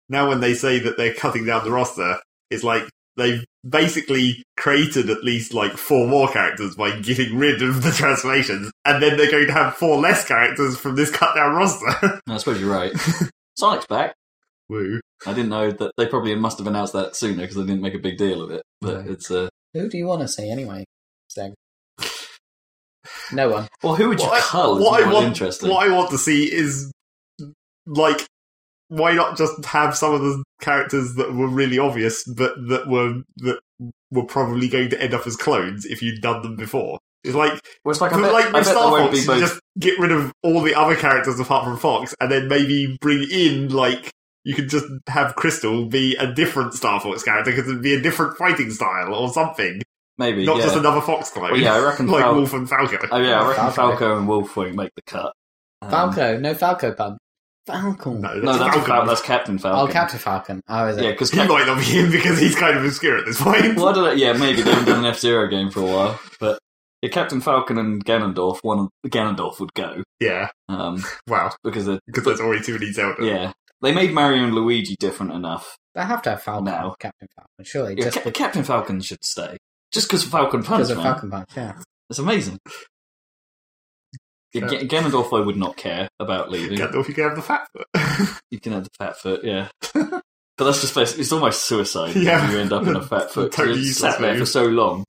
C: now when they say that they're cutting down the roster, it's like they've basically created at least like four more characters by getting rid of the transformations, and then they're going to have four less characters from this cut down roster. *laughs*
A: I suppose you're right. Sonic's back.
C: Woo.
A: I didn't know that they probably must have announced that sooner because they didn't make a big deal of it. But
B: Right.
A: it's uh,
B: Who do you want to see anyway? So.
A: *laughs*
B: No one.
A: well, who would you
C: What I-
A: cull? is
C: what I
A: more
C: want,
A: interesting.
C: what I want to see is like why not just have some of the characters that were really obvious, but that were that were probably going to end up as clones if you'd done them before. It's like,
A: well, it's like I
C: but
A: bet,
C: like
A: I
C: with
A: bet there
C: Star
A: won't
C: Fox,
A: be
C: you
A: both.
C: just get rid of all the other characters apart from Fox, and then maybe bring in like. You could just have Crystal be a different Star Fox character because it'd be a different fighting style or something,
A: maybe
C: not
A: yeah.
C: just another Fox clone.
A: Well, yeah, I reckon
C: *laughs* like
A: Fal-
C: Wolf and Falco.
A: Oh yeah, I reckon
B: Falco.
A: Falco and Wolf won't make the cut. Um,
B: Falco. No Falco pun. Falcon.
C: No,
A: No, that's,
C: Falcon.
A: Fal- that's Captain
B: Oh,
A: Falcon.
B: Captain Falcon. Oh, is it?
A: Yeah, because
C: He might not be him *laughs* because he's kind of obscure at this point.
A: Well, I don't know. Yeah, maybe they haven't done an F Zero game for a while, but yeah, Captain Falcon and Ganondorf. One of Ganondorf would go
C: Yeah,
A: um,
C: wow,
A: because they're,
C: because there's already too many Zelda.
A: yeah, they made Mario and Luigi different enough.
B: They have to have Falcon.
A: No.
B: Captain Falcon. Surely.
A: Yeah,
B: just
A: Ca- Captain Falcon should stay just because Falcon Punch.
B: because of
A: man.
B: Falcon Punch. Yeah.
A: It's amazing. Yeah, Ga- Ganondorf, I would not care about leaving.
C: Can't know if you can have the fat foot. *laughs*
A: You can have the fat foot, yeah. But that's just basically, it's almost suicide
C: Yeah.
A: if you end up
C: *laughs*
A: in a fat foot. 'cause
C: Totally
A: it's sat
C: useless
A: there for
C: move.
A: so long.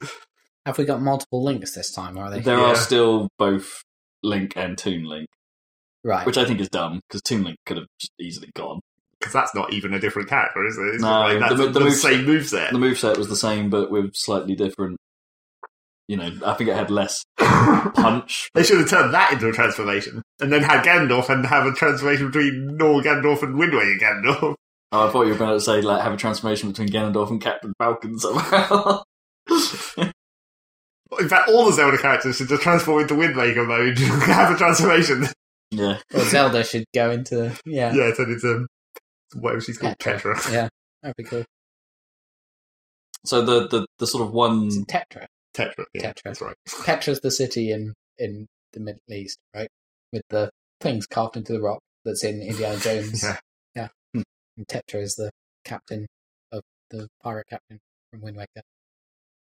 B: Have we got multiple links this time? Are they?
A: There are
C: Yeah.
A: still both Link and Toon Link.
B: right.
A: which I think is dumb because Toon Link could have just easily gone.
C: Because that's not even a different character, is it? It's
A: No,
C: just like, that's
A: the
C: the,
A: mo- the moves-
C: same
A: The
C: moveset.
A: moveset was the same, but with slightly different. You know, I think it had less punch.
C: they should have turned that into a transformation, and then had Gandalf and have a transformation between Nor Gandalf and Wind Waker Gandalf. *laughs*
A: Oh, I thought you were going to say like have a transformation between Ganondorf and Captain Falcon somehow. *laughs*
C: In fact, all the Zelda characters should just transform into Wind Waker mode, *laughs* have a transformation.
A: yeah,
B: Or Zelda should go into. Yeah.
C: Yeah, turn into whatever she's called, Petra.
B: Yeah. That'd be cool.
A: so the the, the sort of one
B: It's Tetra.
C: Tetra. Yeah,
B: Tetra.
C: that's right.
B: Petra's the city in in the Middle East, right? With the things carved into the rock that's in
A: *laughs*
B: Indiana Jones.
C: Yeah.
B: Yeah.
A: Hmm.
B: And Tetra is the captain of the pirate captain from Wind Waker.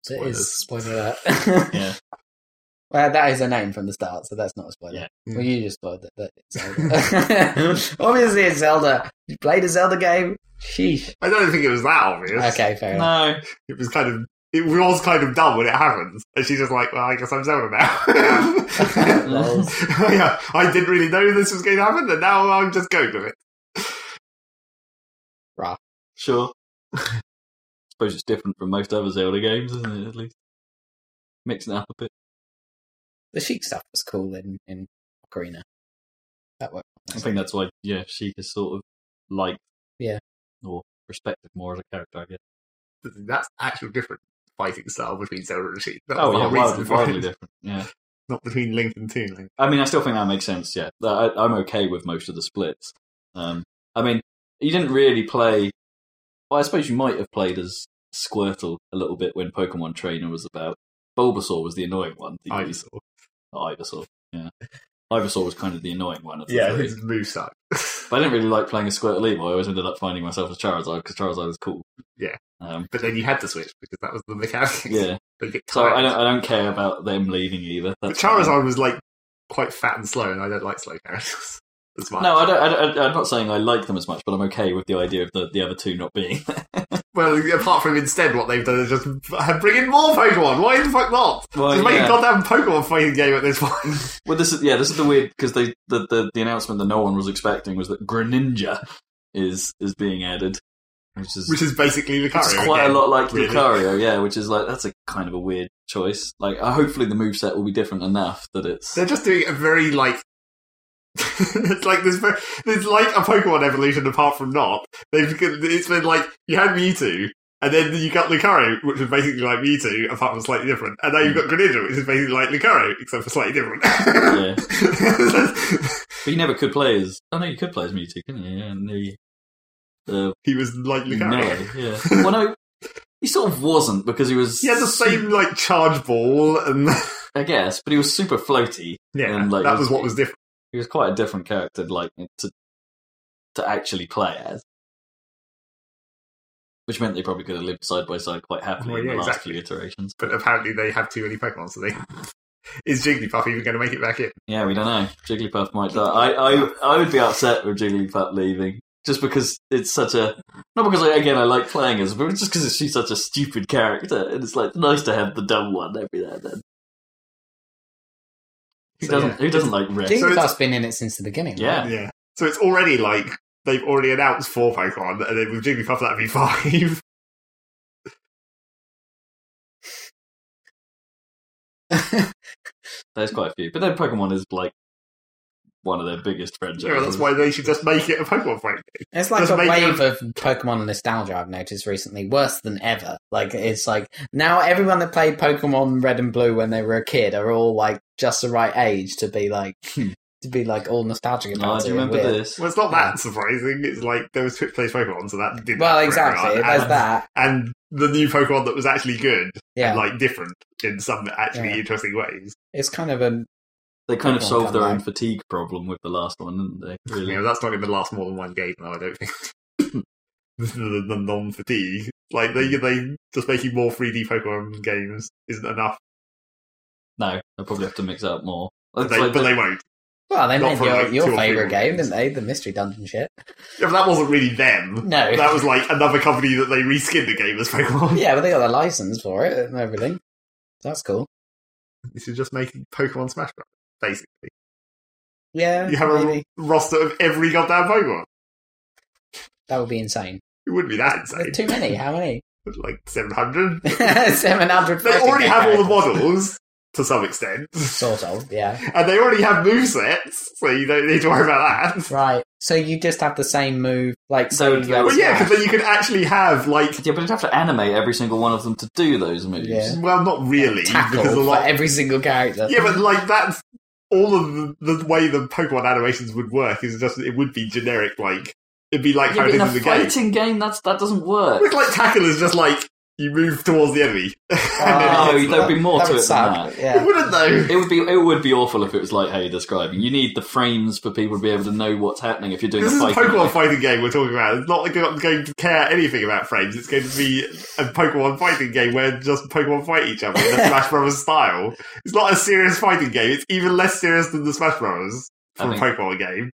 B: So it is spoiler alert. *laughs*
A: Yeah.
B: Well, that is a name from the start, so that's not a spoiler.
A: Yeah.
B: Well, you just spoiled that. that it's Zelda. *laughs* Obviously, it's Zelda. You played a Zelda game. Sheesh.
C: I don't think it was that obvious.
B: Okay, fair enough.
A: no,
C: It was kind of it was kind of dumb when it happens. And she's just like, well, I guess I'm Zelda now.
B: *laughs* Lol.
C: *laughs* yeah, I didn't really know this was going to happen, and now I'm just going with it.
A: Sure. *laughs* Suppose it's different from most other Zelda games, isn't it? At least mixing it up a bit.
B: the chic stuff was cool in in Ocarina. That worked.
A: I think that's why, yeah, she is sort of like,
B: Yeah.
A: or respected more as a character, I guess.
C: That's actual different fighting style between Zelda and Sheik. *laughs* That
A: *laughs*
C: was
A: Oh
C: the
A: yeah,
C: whole reason
A: wildly,
C: for it.
A: wildly different. Yeah,
C: Not between Link and Toon Link.
A: I mean, I still think that makes sense. Yeah, I, I'm okay with most of the splits. Um, I mean, you didn't really play. Well, I suppose you might have played as Squirtle a little bit when Pokemon Trainer was about. Bulbasaur was the annoying one. that you
C: I
A: used-
C: saw.
A: oh, Ivysaur. Yeah, Ivysaur was kind of the annoying one of the
C: Yeah,
A: three.
C: his *laughs* moveset.
A: But I didn't really like playing as Squirtle either. I always ended up finding myself as Charizard because Charizard is cool.
C: Yeah.
A: Um,
C: But then you had to switch because that was the mechanic.
A: yeah.
C: *laughs* They get
A: So I
C: tired.
A: don't, I don't care about them leaving either.
C: But
A: That's fine.
C: Charizard was like quite fat and slow, and I don't like slow characters *laughs* as much.
A: No, I don't, I don't- I'm not saying I like them as much, but I'm okay with the idea of the, the other two not being. *laughs*
C: Well, apart from instead, what they've done is just bring in more Pokemon. Why the fuck not?
A: Well,
C: just make
A: Oh, yeah.
C: a goddamn Pokemon fighting game at this point.
A: well, this is yeah, this is the weird because they the, the the announcement that no one was expecting was that Greninja is is being added, which is
C: *laughs* Which is basically Lucario.
A: it's quite
C: again.
A: a lot like
C: really.
A: Lucario, yeah, which is like that's a kind of a weird choice. Like, uh, hopefully the moveset will be different enough that it's
C: They're just doing a very like. *laughs* it's like this. ver- It's like a Pokemon evolution, apart from not. They've it's been like you had Mewtwo, and then you got Lucario, which was basically like Mewtwo, apart from slightly different. And now you've got Greninja, which is basically like Lucario, except for slightly different.
A: Hmm. yeah. But you never could play as oh no, you could play as Mewtwo, couldn't you? Yeah, and the the
C: *laughs* he was like Lucario.
A: melee, yeah. Well, no, he sort of wasn't because he was
C: He had the same like charge ball, and *laughs*
A: I guess, but he was super floaty.
C: yeah,
A: And, like,
C: that
A: it
C: was
A: was-
C: what was different.
A: He was quite a different character, like to to actually play as. Which meant they probably could have lived side by side quite happily
C: Well,
A: in the
C: yeah,
A: last
C: exactly.
A: few iterations.
C: But apparently they have too many Pokemon, so they. *laughs* Is Jigglypuff even going to make it back in?
A: Yeah, we don't know. Jigglypuff might die. I, I, I would be upset with Jigglypuff leaving. Just because it's such a not because I, again I like playing as, but just because she's such a stupid character, and it's like nice to have the dumb one every now and then. Who
C: So,
A: doesn't?
C: yeah.
A: Who doesn't like Red?
C: So
B: Jigglypuff's
C: it's-
B: been in it since the beginning.
A: Yeah.
C: Yeah. So it's already like they've already announced four Pokemon, and then with Jigglypuff that'd be five. *laughs*
B: right?
A: There's quite a few, but then Pokemon is like one of their biggest franchises. *laughs*
C: yeah, that's why they should just make it a Pokemon fight.
B: It's like
C: Just
B: a
C: make
B: wave of Pokemon nostalgia I've noticed recently, worse than ever. Like it's like now everyone that played Pokemon Red and Blue when they were a kid are all like just the right age to be like
A: Hmm.
B: to be like all nostalgic
A: No,
B: about
A: Ah, do
B: it.
A: you
B: and
A: remember
B: weird.
A: this?
C: Well, it's not that surprising. It's like there was Twitch plays Pokemon, so that did
B: Well, exactly.
C: And,
B: There's that.
C: and the new Pokemon that was actually good,
B: Yeah,
C: like different in some actually
B: Yeah.
C: interesting ways.
B: it's kind of a
A: They kind of
B: Pokemon
A: solved their
B: come
A: own
B: back.
A: fatigue problem with the last one, didn't they? Really?
C: You know, that's not going to last more than one game, though. I don't think. *laughs* the, the, the non-fatigue, like they they just making more 3D Pokemon games isn't enough.
A: No, they'll probably have to mix it up more.
C: They,
A: It's like
C: but
A: the-
C: they won't.
B: well. They
C: Not
B: made
C: for,
B: your,
C: like, two
B: your
C: or three
B: favorite
C: more
B: game,
C: games.
B: didn't they? The mystery dungeon shit.
C: Yeah, but that wasn't really them.
B: No.
C: That was like another company that they reskinned the game as
B: *laughs*
C: Pokemon.
B: yeah, but they got the license for it and everything. That's cool.
C: You should just make Pokemon Smash Bros. Basically,
B: Yeah,
C: you have a
B: maybe.
C: roster of every goddamn Pokemon.
B: that would be insane.
C: It wouldn't be that insane.
B: There's too many. How many? *laughs*
C: like seven hundred.
B: Seven hundred.
C: They already have all the models to some extent,
B: Sort of, yeah.
C: and they already have movesets, so you don't need to worry about that.
B: Right. So you just have the same move, like
A: So
B: so.
C: *laughs*
A: that
B: you
A: was-
C: Well, yeah, because then you can actually have like
A: yeah, but you'd have to animate every single one of them to do those moves.
B: Yeah.
C: well, not really
B: tackle
C: because a
B: for
C: lot.
B: every single character.
C: Yeah, but like that's all of the, the way the Pokemon animations would work is just it would be generic. Like it'd be like
A: Yeah,
C: how
A: but
C: it
A: in
C: is
A: a
C: in the game.
A: fighting game, that's that doesn't work.
C: Look like tackle is just like you move towards the enemy. *laughs* and then
B: *laughs* Oh,
C: he *laughs*
A: no,
C: hits
A: there'd
C: them.
A: be more
B: That
A: to
B: would
A: it
B: suck,
A: than that.
C: It
B: Yeah.
C: wouldn't though.
A: It would be it would be awful if it was like how you're describing. You need the frames for people to be able to know what's happening if you're doing
C: This
A: a
C: is a
A: fighting.
C: Pokemon
A: game.
C: fighting game we're talking about. It's not like they're not going to care anything about frames. It's going to be a Pokemon fighting game where just Pokemon fight each other
A: *laughs*
C: in a Smash Brothers style. It's not a serious fighting game. It's even less serious than the Smash Brothers
A: I
C: from
A: think-
C: Pokemon game.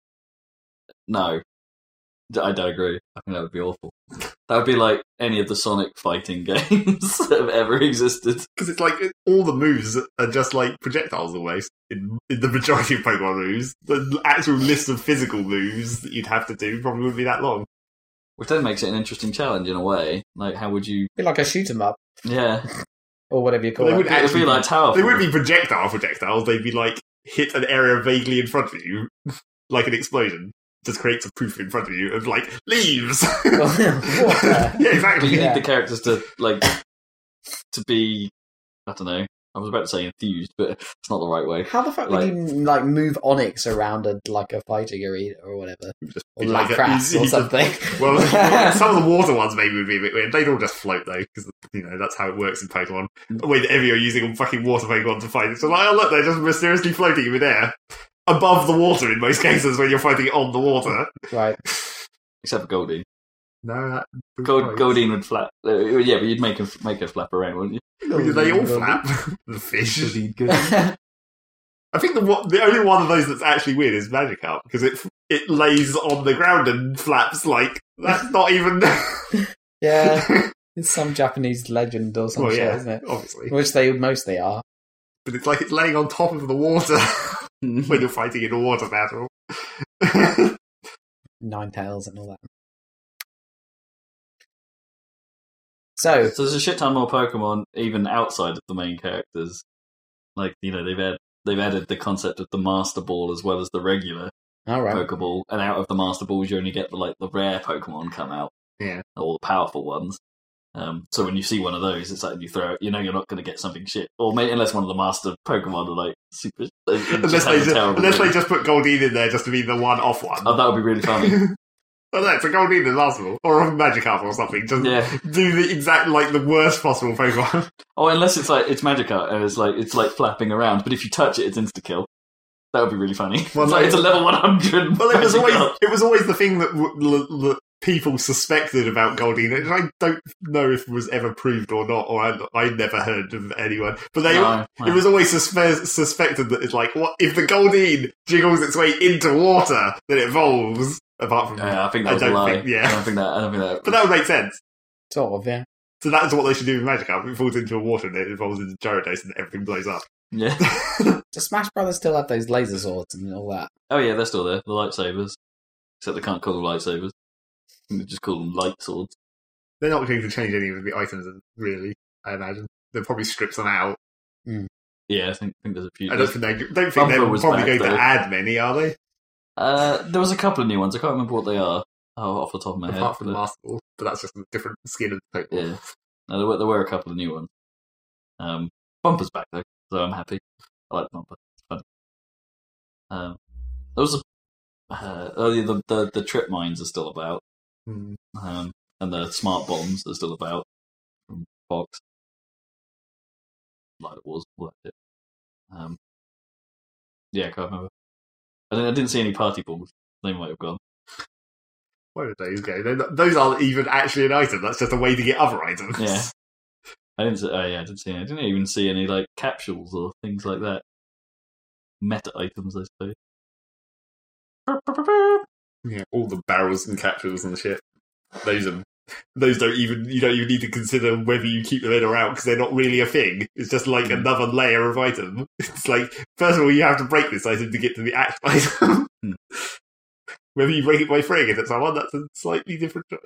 A: No, D- I don't agree. I think that would be awful. That would be like any of the Sonic fighting *laughs* games that have ever existed.
C: because it's like all the moves are just like projectiles almost in, in the majority of Pokemon moves. The actual list of physical moves that you'd have to do probably wouldn't be that long.
A: Which then makes it an interesting challenge in a way. Like, how would you?
B: Be like a shoot 'em up
A: Yeah,
B: or whatever you call
C: They
B: it.
C: would
A: it would
C: actually
A: be like Tower.
C: They wouldn't be projectile projectiles. They'd be like hit an area vaguely in front of you, *laughs* like an explosion. Just creates a proof in front of you of like leaves.
B: *laughs*
C: *laughs*
B: Water.
C: yeah,
A: But you
C: exactly.
B: Yeah.
A: need the characters to like to be. I don't know. I was about to say enthused, but it's not the right way.
B: How the fuck would
A: Like-
B: you like move Onyx around a like a fighting arena or whatever, or
C: be like a-
B: Lapras
C: you
B: or
C: just-
B: something?
C: *laughs*
B: *laughs*
C: Well, some of the water ones maybe would be a bit weird. They'd all just float though, because you know that's how it works in Pokemon. Whenever you're using a fucking water Pokemon to fight, it's like, oh look, they're just mysteriously floating in air above the water in most cases when you're fighting on the water.
B: right.
A: Except for Goldie.
C: No, that, Oh,
A: Gold, Goldine would flap. uh, yeah, but you'd make her make her flap around, wouldn't you?
B: *laughs*
C: they all flap. *laughs* the fish.
B: flap.
C: I think the one, the only one of those that's actually weird is Magikarp because it it lays on the ground and flaps like that's not even *laughs*
B: yeah, it's some Japanese legend or some
C: well
B: shit,
C: yeah
B: isn't it?
C: obviously
B: Which they mostly are.
C: but it's like it's laying on top of the water *laughs* when you're fighting in a water battle.
B: Nine tails and all that. So
A: So there's a shit ton more Pokemon even outside of the main characters. Like you know they've added they've added the concept of the Master Ball as well as the regular
B: all right,
A: Pokeball, and out of the Master Balls you only get the like the rare Pokemon come out.
C: Yeah.
A: or the powerful ones. Um, so when you see one of those, it's like you throw it. You know you're not going to get something shit, or maybe, unless one of the Master Pokemon are like super. they- they
C: *laughs* *laughs*
A: have
C: unless they
A: a
C: just,
A: terrible
C: unless they
A: game.
C: just put Goldeen in there just to be the one off one.
A: Oh, that would be really
C: *laughs*
A: funny.
C: Oh no, it's a Goldeen and Arsenal or a Magikarp or something. Just
A: yeah.
C: do the exact like the worst possible Pokemon.
A: Oh, unless it's like it's Magikarp and it's like it's like flapping around, but if you touch it, it's insta kill. That would be really funny.
C: Well,
A: it's, like,
C: no.
A: it's a level one hundred.
C: Well, it was always it was always the thing that w- l- l- people suspected about Goldeen, which I don't know if it was ever proved or not, or I, I never heard of anyone. But they, it was always suspe- suspected that it's like, what if the Goldeen jiggles its way into water, then it evolves. Apart from,
A: Yeah, I think
C: I
A: that was a
C: don't
A: lie.
C: think- yeah.
A: I don't think that. I don't think that.
C: but that would make sense.
B: sort of yeah.
C: So that's what they should do with Magikarp. It falls into water and it evolves into Gyarados, and everything blows up. *laughs*
A: yeah.
B: Does Smash Brothers still have those laser swords and all that?
A: Oh yeah, they're still there. The lightsabers, except they can't call them lightsabers. They just call them light swords.
C: They're not going to change any of the items, really. I imagine they'll probably strip them out
A: Yeah, I think, think there's a few.
C: I don't think they don't think
A: Bumper
C: they're probably
A: was back,
C: going
A: though.
C: to add many, are they?
A: Uh, there was a couple of new ones. I can't remember what they are. Oh, off the top of my head.
C: Apart from the
A: but-
C: last ball, but that's just a different skin of the Pokemon.
A: Yeah. No, there were, there were a couple of new ones. Um, Bumper's back though, so I'm happy. I like Bumper. It's fun. Um, there was a uh, oh, yeah, the, the the trip mines are still about,
C: Hmm.
A: um, and the smart bombs are still about from Fox. Light Wars, all that shit. Um, yeah, I can't remember. I didn't, I didn't see any party bombs. They might have gone.
C: Where did those go? They're not- those aren't even actually an item. That's just a way to get other items.
A: Yeah. I didn't. See, oh yeah, I didn't see. Any, I didn't even see any like capsules or things like that. Meta items, I suppose.
C: Yeah, all the barrels and capsules and shit. Those are those don't even you don't even need to consider whether you keep them in or out because they're not really a thing. It's just like
A: Mm.
C: another layer of item. *laughs* It's like first of all you have to break this item to get to the actual *laughs* item.
A: Mm.
C: whether you break it by throwing it at someone, that's a slightly different choice.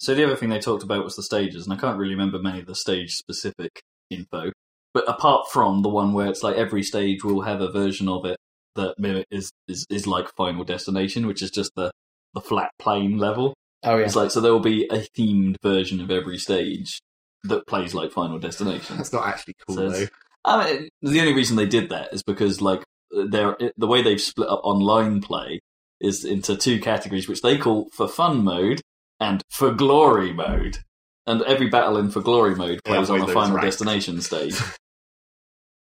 A: So the other thing they talked about was the stages, and I can't really remember many of the stage-specific info. But apart from the one where it's like every stage will have a version of it that mimic- is is is like Final Destination, which is just the the flat plane level.
B: Oh yeah,
A: It's like so there will be a themed version of every stage that plays like Final Destination.
C: That's not actually cool
A: Says-
C: though.
A: I mean, the only reason they did that is because like they're, the way they've split up online play is into two categories, which they call for fun mode and for glory mode. And every battle in for glory mode
C: Yeah,
A: plays
C: with
A: on a
C: those
A: final
C: ranks.
A: destination
C: *laughs*
A: stage,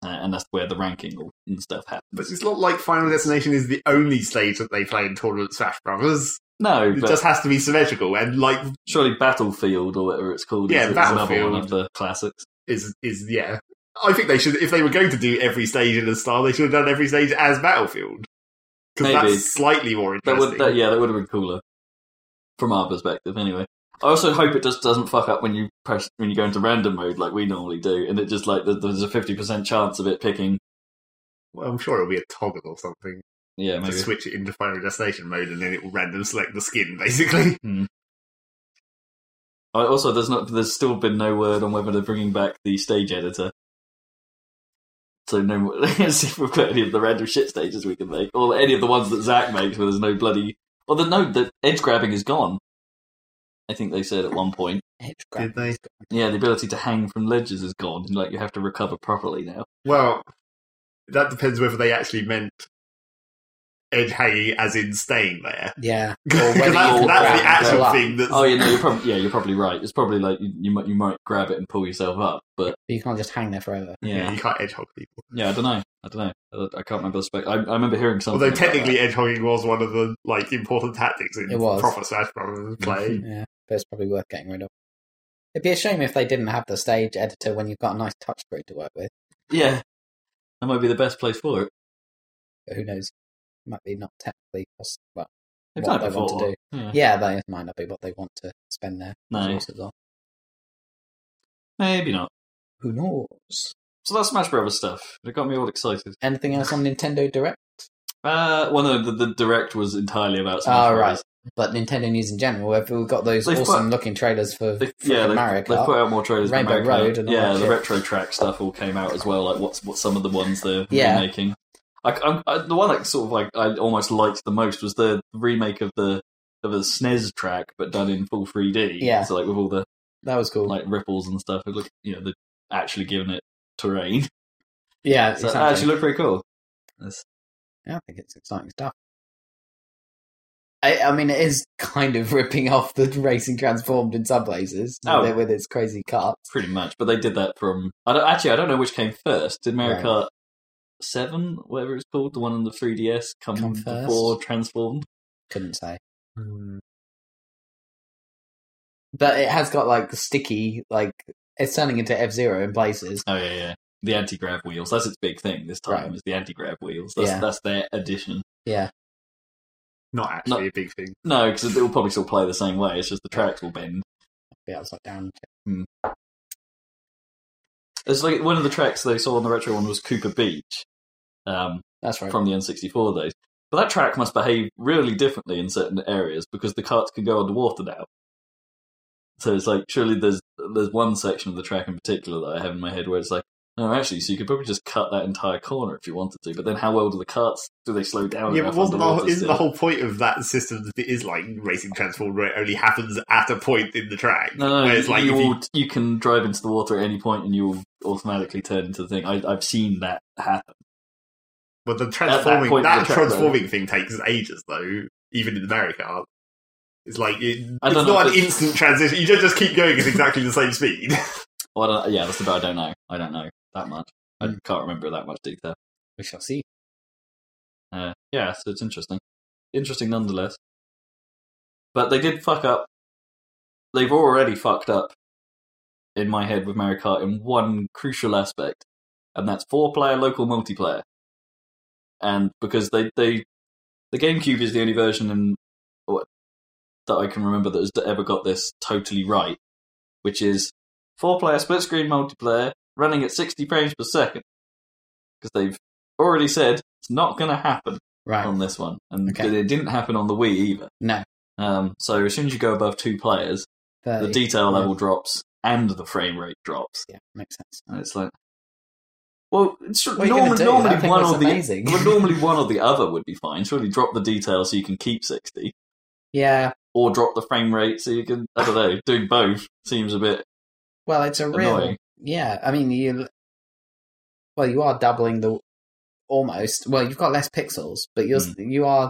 A: uh, and that's where the ranking all- and stuff
C: But
A: happens.
C: it's not like Final Destination is the only stage that they play in Tournament Smash Brothers.
A: No,
C: It
A: but
C: just has to be symmetrical and like
A: surely Battlefield or whatever it's called
C: Yeah,
A: is, is another one
C: Battlefield.
A: of the classics.
C: is is yeah. I think they should if they were going to do every stage in a style, they should have done every stage as Battlefield. Because
A: Maybe.
C: that's slightly
A: That
C: more
A: uh,
C: interesting.
A: would, that, yeah, that would have been cooler. from our perspective, anyway. I also hope it just doesn't fuck up when you press when you go into random mode like we normally do, and it just like there- there's a fifty percent chance of it picking.
C: Well, I'm sure it'll be a toggle or something
A: Yeah,
C: to
A: maybe.
C: switch it into final destination mode, and then it will random select the skin, basically.
A: I- Also, there's not there's still been no word on whether they're bringing back the stage editor. So no, more- *laughs* let's see if we've got any of the random shit stages we can make, or any of the ones that Zach makes where there's no bloody. Well, the no, the edge grabbing is gone. I think they said at one point.
B: Edge grab.
C: *laughs* Did they?
A: Yeah, the ability to hang from ledges is gone, and like you have to recover properly
B: *laughs*
A: now.
C: Well, that depends whether they actually meant edge hanging as in staying there.
B: Yeah.
C: *laughs* 'Cause
B: Or whether
C: that's,
B: you
C: that's the
B: grab and pull
C: actual
B: up.
C: thing. That's,
A: Oh, yeah, no, you're probably yeah, you're probably right. It's probably like you, you might you might grab it and pull yourself up, but
B: But you can't just hang there forever.
C: yeah,
A: yeah,
C: you can't edge hog people.
A: yeah, I don't know, I don't know, I, I can't remember the spec. I, I remember hearing something.
C: Although
A: about
C: technically, edge hogging was one of the like important tactics in
B: It was.
C: proper Smash Bros.
A: Mm-hmm.
C: play.
B: Yeah. But it's probably worth getting rid of. It'd be a shame if they didn't have the stage editor when you've got a nice touchscreen to work with.
A: that. yeah, that might be the best place for it.
B: But who knows? Might be not technically possible. Well,
A: They've
B: what
A: done it
B: they want to
A: before.
B: do.
A: Yeah.
B: Yeah, that might not be what they want to spend their
A: No.
B: resources on.
A: maybe not.
B: Who knows?
A: So that's Smash Brothers stuff. It got me all excited.
B: Anything else on Nintendo Direct?
A: Uh, well, no, the, the direct was entirely about Smash
B: Oh, right.
A: Brothers.
B: But Nintendo news in general, where we've got those
A: They've put-
B: awesome looking trailers for,
A: They,
B: for
A: yeah,
B: Mario
A: they've, they've
B: Kart.
A: put out more trailers. than Mario
B: Rainbow
A: Kart.
B: Road and all
A: yeah,
B: that
A: the
B: shit.
A: retro track stuff all came out as well. Like what's what some of the ones they're
B: Yeah.
A: remaking. Like I, I, the one that sort of like I almost liked the most was the remake of the of the SNES E track, but done in full 3D.
B: Yeah.
A: so like with all the
B: That was cool.
A: like ripples and stuff. It looked, you know, they're actually giving it terrain. So
B: yeah,
A: it
B: exactly.
A: actually looked pretty cool. That's-
B: Yeah, I think it's exciting stuff. I, I mean, it is kind of *laughs* ripping off the Racing Transformed in some places
A: Oh.
B: with, it- with its crazy carts.
A: pretty much. But they did that from. I don't, actually, I don't know which came first. Did Mario
B: Right.
A: Kart Seven, whatever it's called, the one on the 3DS, come,
B: Come first?
A: before Transformed?
B: Couldn't say.
A: Mm.
B: But it has got like sticky, like it's turning into F Zero in places.
A: Oh yeah, yeah. The anti grav wheels. That's its big thing this time.
B: Right.
A: Is the anti grav wheels. That's
B: Yeah.
A: that's their addition.
B: Yeah,
C: Not actually
A: Not-
C: a big thing.
A: No, because it will probably still play the same way. It's just the tracks will bend.
B: be upside down.
A: It's like one of the tracks they saw on the retro one was Cooper Beach. Um,
B: That's right.
A: from the N64 days. But that track must behave really differently in certain areas because the carts can go underwater now. So it's like surely there's there's one section of the track in particular that I have in my head where it's like, no, actually, so you could probably just cut that entire corner if you wanted to. But then how well do the carts do they slow down?
C: Yeah,
A: enough
C: but wasn't the,
A: underwater
C: whole- isn't
A: still?
C: the whole point of that system that it is like racing transformed where it only happens at a point in the track?
A: no, no,
C: where
A: you,
C: it's like
A: you,
C: if you-
A: will- you can drive into the water at any point and you will automatically turn into the thing. I, I've seen that happen.
C: But the
A: that
C: transforming
A: point
C: that,
A: of the track,
C: transforming thing takes ages though, even in America. It's like it, it's
A: I don't know
C: not
A: if
C: an
A: it's-
C: instant transition. You don't just keep going at exactly the same speed.
A: Well, I don't, yeah, that's about. I don't know. I don't know that much. I
C: Hmm.
B: Mm.
A: can't remember that much detail.
B: We shall see.
A: Uh, yeah, so it's interesting. Interesting nonetheless. But they did fuck up. They've already fucked up in my head with Mario Kart in one crucial aspect, and that's four player local multiplayer. And because they, they the GameCube is the only version in, or- that I can remember that has ever got this totally right, which is four player split screen multiplayer running at 60 frames per second. Because they've already said it's not going to happen
B: Right.
A: on this one, and
B: Okay.
A: it didn't happen on the Wii either.
B: no.
A: Um, so as soon as you go above two players, the
B: 30.
A: detail level drops and the frame rate drops,
B: yeah, makes sense.
A: and it's like, well, it's sure-
B: What are you gonna
A: normally,
B: do?
A: normally
B: That thing
A: one
B: looks
A: or the
B: amazing.
A: well, normally one or the other would be fine. Surely drop the detail so you can keep sixty,
B: *laughs* Yeah.
A: or drop the frame rate so you can. I don't know. Doing both seems a bit
B: Well, it's a real.
A: Annoying.
B: Yeah, I mean, you. Well, you are doubling the almost. Well, you've got less pixels, but you're
A: Hmm.
B: you are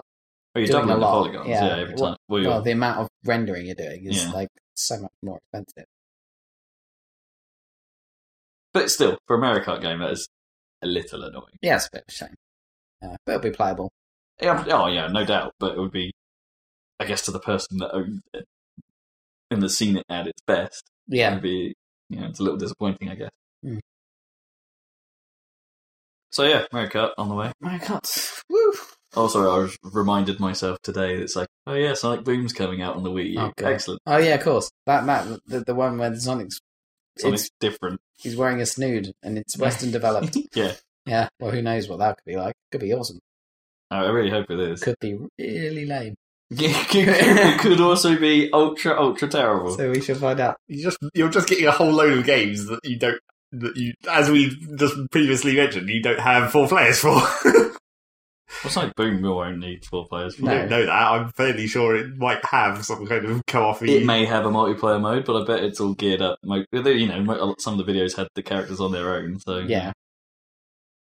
A: oh, you're
B: Doing
A: doubling
B: a
A: the
B: lot,
A: polygons, yeah,
B: yeah.
A: every
B: Well-
A: time. Well, you're-
B: well. The amount of rendering you're doing is
A: Yeah.
B: like so much more expensive.
A: but still, for a Mario Kart game, that is a little annoying.
B: Yeah, it's a bit of a shame, uh, but it'll be playable.
A: Yeah, oh yeah, no doubt. But it would be, I guess, to the person that uh, owned it and has seen it at its best. It
B: Yeah,
A: would be, you know, it's a little disappointing, I guess.
B: Hmm.
A: So yeah, Mario Kart on the way.
B: my God, woo!
A: Also, I was- reminded myself today that it's like, oh yeah, Sonic Boom's coming out on the Wii U.
B: Oh, God.
A: Excellent.
B: Oh yeah, of course. That that the, the one where Sonic's
A: Sonic's different. *laughs*
B: he's wearing a snood and it's Western developed.
A: yeah,
B: Yeah. Well, who knows what that could be like? Could be awesome.
A: I I really hope it is.
B: Could be really lame.
A: *laughs* it could also be ultra, ultra terrible.
B: So we should find out.
C: You just you're just getting a whole load of games that you don't that you as we just previously mentioned you don't have four players for. *laughs*
A: well, Sonic Boom will won't need four players.
C: I
B: No.
C: don't know that. I'm fairly sure it might have some kind of co-op.
A: It may have a multiplayer mode, but I bet it's all geared up. Mo- You know, mo- some of the videos had the characters on their own, so
B: Yeah.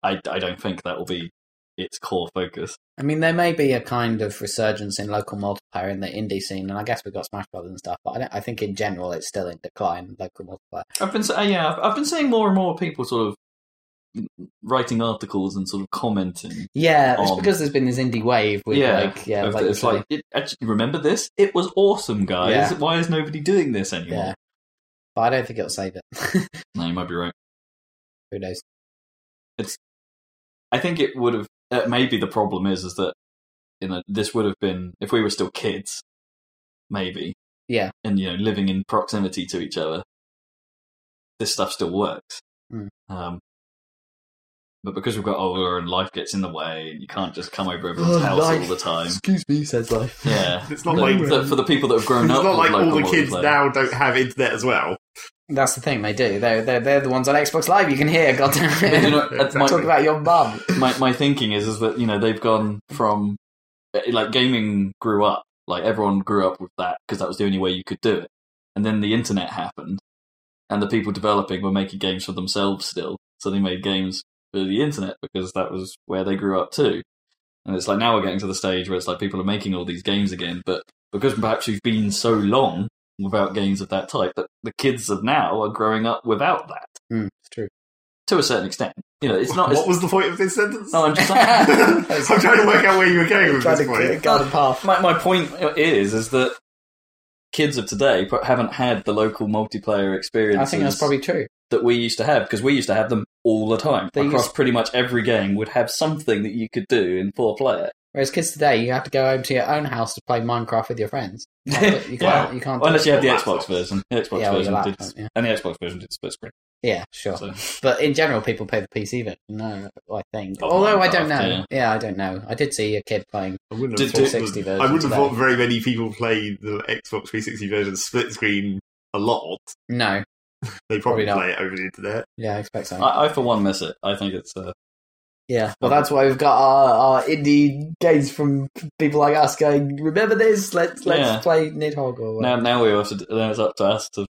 A: I, I don't think that will be its core focus.
B: I mean, there may be a kind of resurgence in local multiplayer in the indie scene, and I guess we've got Smash Brothers and stuff. But I, don't, I think in general, it's still in decline. Local multiplayer.
A: I've been sa- yeah, I've, I've been seeing more and more people sort of writing articles and sort of commenting.
B: Yeah, it's
A: Um,
B: because there's been this indie wave with
A: yeah,
B: like yeah,
A: Of
B: like
A: the-
B: you
A: it's
B: say.
A: like it, actually, remember this? It was awesome, guys.
B: Yeah.
A: Why is nobody doing this anymore?
B: yeah. But I don't think it'll save it. *laughs*
A: No, you might be right.
B: Who knows?
A: I think it would have. Uh, maybe the problem is is that you know this would have been if we were still kids, maybe.
B: Yeah.
A: And you know, living in proximity to each other, this stuff still works.
B: Mm.
A: Um, but because we've got older and life gets in the way, and you can't just come over
B: Oh,
A: everyone's house all
B: life.
A: the time.
B: Excuse me, says life.
A: Yeah.
C: *laughs* It's not
A: The-
C: like
A: the- for the people that have grown
C: it's
A: up.
C: not
A: with
C: like all the
A: local
C: kids
A: multiplayer.
C: now don't have internet as well.
B: That's the thing they do. They're they're, they're the ones on Xbox Live. You can hear. *laughs* God damn
A: But, you
B: it.
C: *laughs*
A: know, that's my-
B: Talk about your mum.
A: my my thinking is is that you know they've gone from like gaming grew up like everyone grew up with that because that was the only way you could do it and then the internet happened and the people developing were making games for themselves still so they made games for the internet because that was where they grew up too and it's like now we're getting to the stage where it's like people are making all these games again but because perhaps we've been so long without games of that type that the kids of now are growing up without that
B: Mm, it's
A: *laughs*
B: true.
A: to a certain extent you know it's not
C: what
A: it's, Oh.
C: was the point of this sentence?
A: no, I'm just saying,
C: *laughs* I'm trying to work out where you were going with
B: Trying
C: this
B: to
C: point.
B: get
A: *laughs*
B: garden path.
A: my, my point is is that kids of today pro- haven't had the local multiplayer
B: I
A: experiences
B: think that's probably true.
A: that we used to have because we used to have them all the time
B: They
A: across
B: used-
A: pretty much every game would have something that you could do in four player
B: Whereas kids today, you have to go home to your own house to play Minecraft with
A: *laughs*
B: your friends. You can't. You
A: Yeah.
B: can't. You can't do
A: well, unless
B: it.
A: you had the
C: Or
A: Xbox
C: laptops.
A: version the Xbox
B: Yeah, or your
A: version did
B: laptop, yeah. Oh,
A: and the Xbox version did split screen
B: yeah, sure.
A: so
B: But in general, people play the PC version. No, I think.
A: Oh,
B: Although I don't
A: Minecraft,
B: know.
A: yeah.
B: Yeah. I don't know. I did see a kid playing
C: I wouldn't
A: Did-
C: have
A: did-
C: thought
B: 360
C: that-
B: version.
C: I wouldn't have
B: today.
C: thought very many people play the Xbox 360 version split screen a lot.
B: No.
C: They
B: Probably
C: probably,
B: not.
C: play it over the internet.
B: Yeah, I expect so.
A: I, I for one miss it I think it's uh,
B: yeah. Well, that's why we've got our, our indie games from people like us going. Remember this? Let's let's
A: Yeah.
B: play Nidhogg or
A: now
B: whatever.
A: now we have to do- now it's up to us to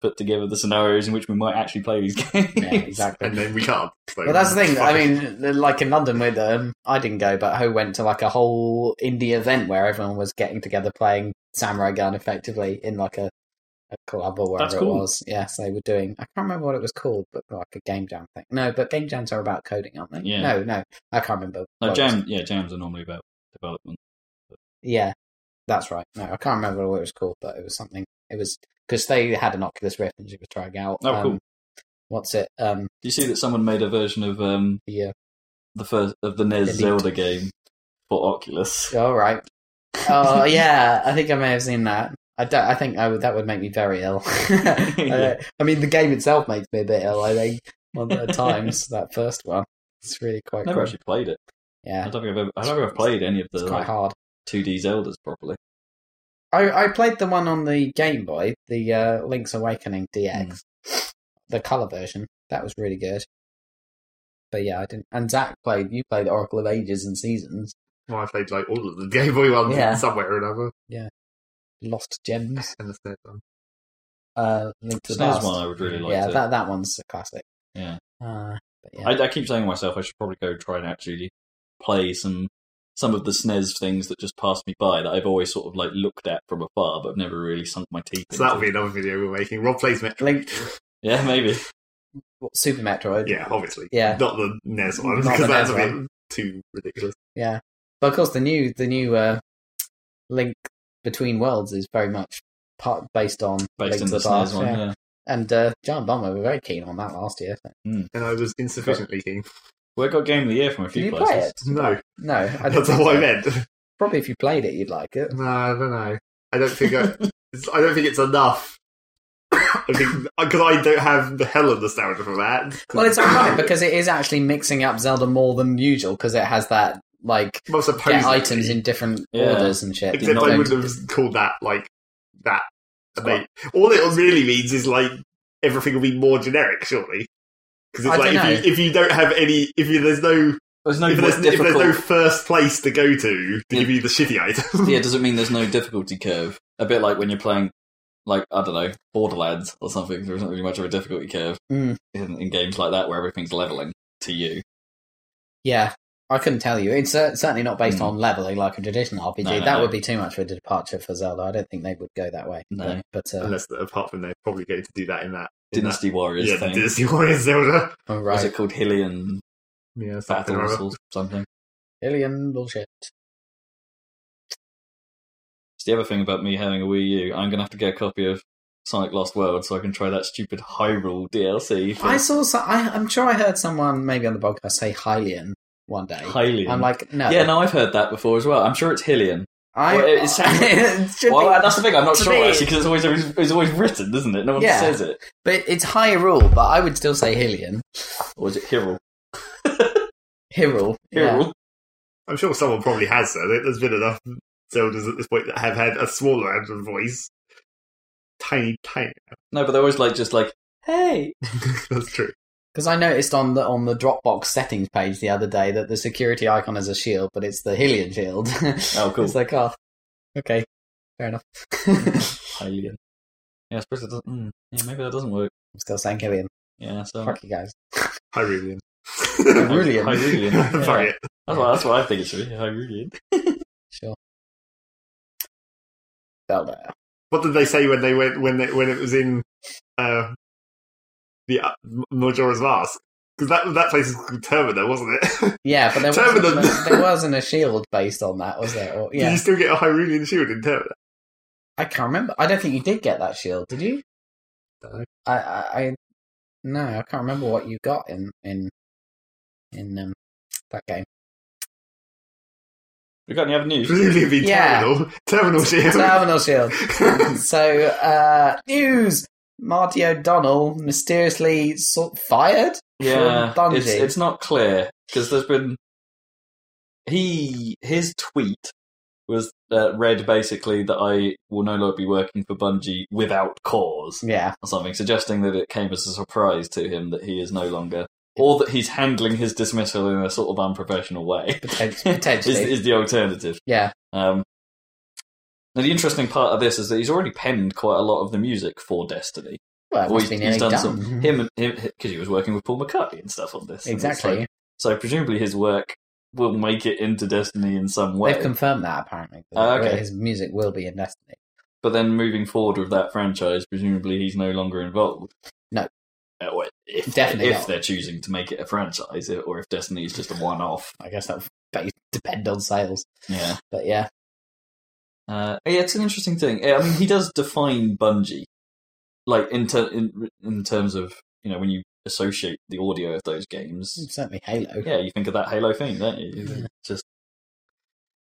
A: put together the scenarios in which we might actually play these *laughs* games
B: Yeah, exactly.
C: And then we can't. So
B: Well, that's the thing. I
C: fuck it.
B: mean, like in London, with um, I didn't go, but Ho went to like a whole indie event where everyone was getting together playing Samurai Gun effectively in like a, a club or wherever
A: That's cool.
B: it was. Yes, they were doing. I can't remember what it was called, but like a game jam thing. No, but game jams are about coding, aren't they?
A: Yeah.
B: No, no, I can't remember.
A: no,
B: what it was.
A: jam, yeah jams are normally about development
B: Yeah, that's right. No, I can't remember what it was called, but it was something. It was because they had an Oculus Rift and she was trying out.
A: Oh,
B: um,
A: cool.
B: What's it? Um,
A: do you see that someone made a version of um,
B: the uh,
A: the first of the NES
B: Elite.
A: Zelda game for Oculus.
B: uh, All right.
A: *laughs*
B: Oh yeah, I think I may have seen that. I don't. I think I would, that would make me very ill. *laughs*
A: *laughs* Yeah.
B: I, I mean, the game itself makes me a bit ill. I think one at times that first one. It's really quite.
A: Never
B: cool.
A: actually played it. I
B: Yeah,
A: don't think I've ever. I don't think I've played any of the
B: it's quite
A: like,
B: hard.
A: 2D Zeldas properly.
B: I, I played the one on the Game Boy, the uh, Link's Awakening DX,
A: Hmm.
B: the color version. That was really good. But yeah, I didn't. And Zach played. You played Oracle of Ages and Seasons,
C: Well, I played like all of *laughs* the Game Boy ones
B: Yeah.
C: somewhere or another.
B: Lost Gems,
C: And the third one.
B: uh, Link to
A: The
B: the
A: NES
B: Past.
A: one I would really like
B: yeah,
A: to.
B: that that one's a classic.
A: Yeah.
B: Uh, but yeah.
A: I, I keep saying to myself I should probably go try and actually play some some of the SNES things that just passed me by that I've always sort of like looked at from afar but never really sunk my teeth
C: So
A: into.
C: that'll be another video we're making. Rob plays Met.
B: Link
A: yeah, maybe.
B: what, Super Metroid.
C: Yeah, obviously.
B: Yeah.
C: Not the NES one,
B: Not the E
C: because that's a
B: NES
C: bit too ridiculous.
B: Yeah. But of course, the new the new uh, Link Between Worlds is very much part based on
A: Based
B: Link
A: on
B: to
A: the
B: the Past.
A: SNES one.
B: yeah.
A: yeah.
B: And uh, John Bomber were very keen on that last year. *laughs*
C: And I was insufficiently keen.
A: Well, it got game of the year from a
B: Did
A: few
B: you
A: places.
B: play it?
C: No,
B: No,
C: *laughs*
B: I didn't
C: that's
B: think
C: all I
B: so.
C: meant.
B: Probably if you played it, you'd like it.
C: No, I don't know. I don't think I, it's- I don't think it's enough. *coughs* I think because I don't have the hell of nostalgia for that.
B: Well, it's
C: *coughs*
B: ironic because it is actually mixing up Zelda more than usual because it has that like
C: well,
B: get
C: supposedly,
B: items in different
A: Yeah.
B: orders and shit. You're
C: Except
B: not
C: I
B: going
C: wouldn't
B: to-
C: have called that like that.
A: It's
C: Mate, all it really means is like everything will be more generic, surely. Because it's
B: I
C: like
B: dunno.
C: if you, if you don't have any, if you there's no,
A: There's no
C: if, there's, if there's
A: difficult.
C: no first place to go to to
A: Yeah.
C: give you the shitty item,
A: yeah, does it mean there's no difficulty curve? A bit like when you're playing, like I don't know, Borderlands or something. There isn't really much of a difficulty curve
B: Mm,
A: in, in games like that where everything's leveling to you.
B: yeah, I couldn't tell you. It's cer- certainly not based
A: Mm.
B: on leveling like a traditional RPG.
A: No, no,
B: that
A: no.
B: would be too much of a departure for Zelda. I don't think they would go that way.
A: No.
B: But uh,
C: *laughs* unless apart from they're probably going to do that in that in that-
A: Dynasty Warriors
C: yeah,
A: thing.
C: the Disney Warriors Zelda,
B: oh,
A: Was
B: right,
A: it called Hillian
C: yeah, something or
A: Battles
C: other.
A: or something?
B: alien bullshit.
A: It's the other thing about me having a Wii U. I'm gonna have to get a copy of Sonic Lost World so I can try that stupid Hyrule DLC. For
B: I saw. Some, I, I'm sure I heard someone maybe on the podcast say Hylian one day.
A: Hylian.
B: I'm like, no,
A: yeah, no, I've heard that before as well. I'm sure it's Hillian.
B: I.
A: Well, it sounds-
B: *laughs* it should
A: Well,
B: be-
A: that's the thing. I'm not
B: to
A: sure
B: me-
A: actually because it's always it's always written, isn't it? No one
B: Yeah.
A: says it.
B: But it's Hyrule, but I would still say Hylian.
A: Or is it Hyrule?
B: Hyrule. yeah.
A: Hyrule.
C: I'm sure someone probably has said it. There's been enough Zeldas at this point that have had a smaller amount of voice. Tiny, tiny. *laughs*
A: No, but they're always like just like hey.
C: That's true.
B: Because I noticed on the on the Dropbox settings page the other day that the security icon is a shield, but it's the Hylian shield.
A: Oh, cool.
B: *laughs* it's like, oh, okay,
A: *laughs*
B: fair enough.
A: Hylian. Yeah, I suppose it doesn't. mm, yeah, maybe that doesn't work.
B: I'm still saying Hylian.
A: Yeah, so *coughs*
B: Fuck you guys.
C: Hyrulean.
B: *laughs* Hyrulean.
C: *laughs*
A: Hyrulean. Yeah.
C: Fuck it.
A: That's, what, that's what I think it should be. Hyrulean.
B: Sure. Zelda.
C: What did they say when they went when they, when it was in uh, the uh, Majora's Mask? Because that that place is called Termina, wasn't it? *laughs*
B: Yeah, but there
C: Terminal.
A: *laughs*
B: wasn't, there wasn't a shield based on that, was there? Or,
C: Did
B: yeah,
C: you still get a Hyrulean shield in Termina?
B: I can't remember. I don't think you did get that shield, did you?
C: No.
B: I, I, I no, I can't remember what you got in in in um, that game.
A: We got any other news?
C: Presumably it'd be
B: Yeah.
C: Terminal. Terminal shield.
A: *laughs*
B: Terminal shield.
C: *laughs*
B: so, uh, news: Marty O'Donnell mysteriously sort fired.
A: Yeah,
B: from Bungie.
A: it's it's not clear because there's been he his tweet was uh, read basically that I will no longer be working for Bungie without cause
B: Yeah,
A: or something, suggesting that it came as a surprise to him that he is no longer or that he's handling his dismissal in a sort of unprofessional way. *laughs*
B: potent-
A: Is,
B: potentially.
A: is the alternative.
B: yeah,
A: Um, now the interesting part of this is that he's already penned quite a lot of the music for Destiny.
B: well, it
A: Or
B: must
A: he's,
B: be
A: he's
B: nearly
A: done,
B: done.
A: some *laughs*
B: *laughs*
A: him because he was working with Paul McCartney and stuff on this. And it's
B: exactly.
A: like- so presumably his work will make it into Destiny in some way.
B: They've confirmed that apparently.
A: Oh, okay.
B: His music will be in Destiny.
A: but then moving forward with that franchise, presumably he's no longer involved.
B: No.
A: Uh, well, if
B: Definitely
A: if
B: not.
A: they're choosing to make it a franchise, or if Destiny is just a one-off.
B: I guess that'll be- depend on sales,
A: Yeah.
B: but yeah,
A: Uh, yeah, it's an interesting thing. Yeah, I mean, he does define Bungie, like in ter- in in terms of you know when you associate the audio of those games.
B: certainly Halo.
A: Yeah, you think of that Halo theme, don't you?
B: Yeah.
A: Just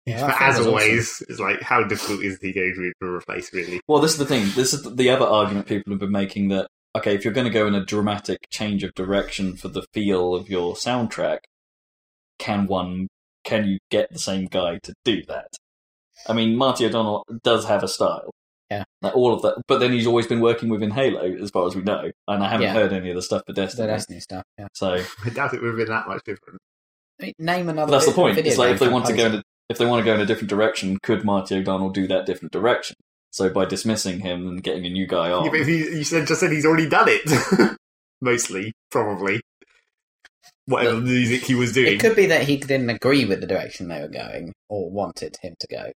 B: Yeah,
C: But
B: that
C: as
B: was awesome.
C: always, it's like how difficult is the game to to replace? Really, *laughs*
A: well, this is the thing. This is the other argument people have been making that okay, if you're going to go in a dramatic change of direction for the feel of your soundtrack, can one can you get the same guy to do that? I mean, Marty O'Donnell does have a style.
B: Yeah.
A: Like, all of that, but then he's always been working within Halo, as far as we know, and I haven't
B: Yeah. uh,
A: heard any of the stuff for
B: The
A: Destiny.
B: Destiny stuff. Yeah,
A: So
C: I doubt it would have been that much different.
B: I mean, name
A: But
B: another.
A: that's the
B: vi-
A: point.
B: video
A: It's like
B: game
A: if they want to go
B: composer.
A: in a, if they want to go in a different direction, could Marty O'Donnell do that different direction? So by dismissing him and getting a new guy on,
B: Oh.
C: Yeah, but if you, you said just said he's already done it, *laughs* mostly probably whatever music he was doing.
B: It could be that he didn't agree with the direction they were going or wanted him to go.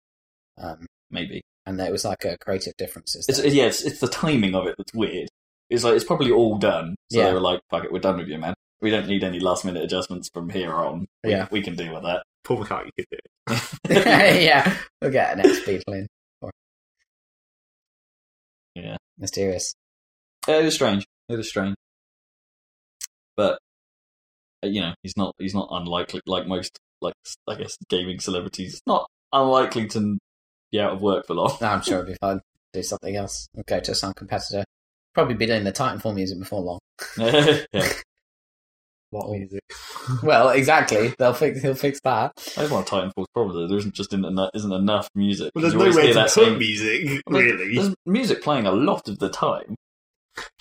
B: Um,
A: maybe
B: and there was like a creative differences.
A: it's,
B: there.
A: *laughs* yeah, it's, it's the timing of it that's weird. It's like it's probably all done. So
B: Yeah.
A: they were like, "Fuck it, we're done with you, man. We don't need any last minute adjustments from here on. We,
B: Yeah.
A: we can deal with
B: *laughs*
A: that." *laughs*
C: Paul McCartney could do it.
B: yeah, we'll get an ex beetle in. for it.
A: Yeah.
B: mysterious.
A: Yeah, it is strange. It is strange. But uh, you know, he's not he's not unlikely like most like I guess gaming celebrities. He's not unlikely to n- be out of work for long. *laughs*
B: No, I'm sure it'll be fine. Do something else. Go to some competitor. Probably be doing the Titanfall music before long.
A: yeah.
C: What music?
B: *laughs* Well, exactly. They'll fix. He'll fix that.
A: That's one of Titanfall's problems. though. There isn't just enough, isn't enough music.
C: Well, there's
A: You always
C: nowhere
A: hear
C: to
A: that
C: put
A: same- *laughs*
C: music,
A: I mean,
C: really.
A: There's music playing a lot of the time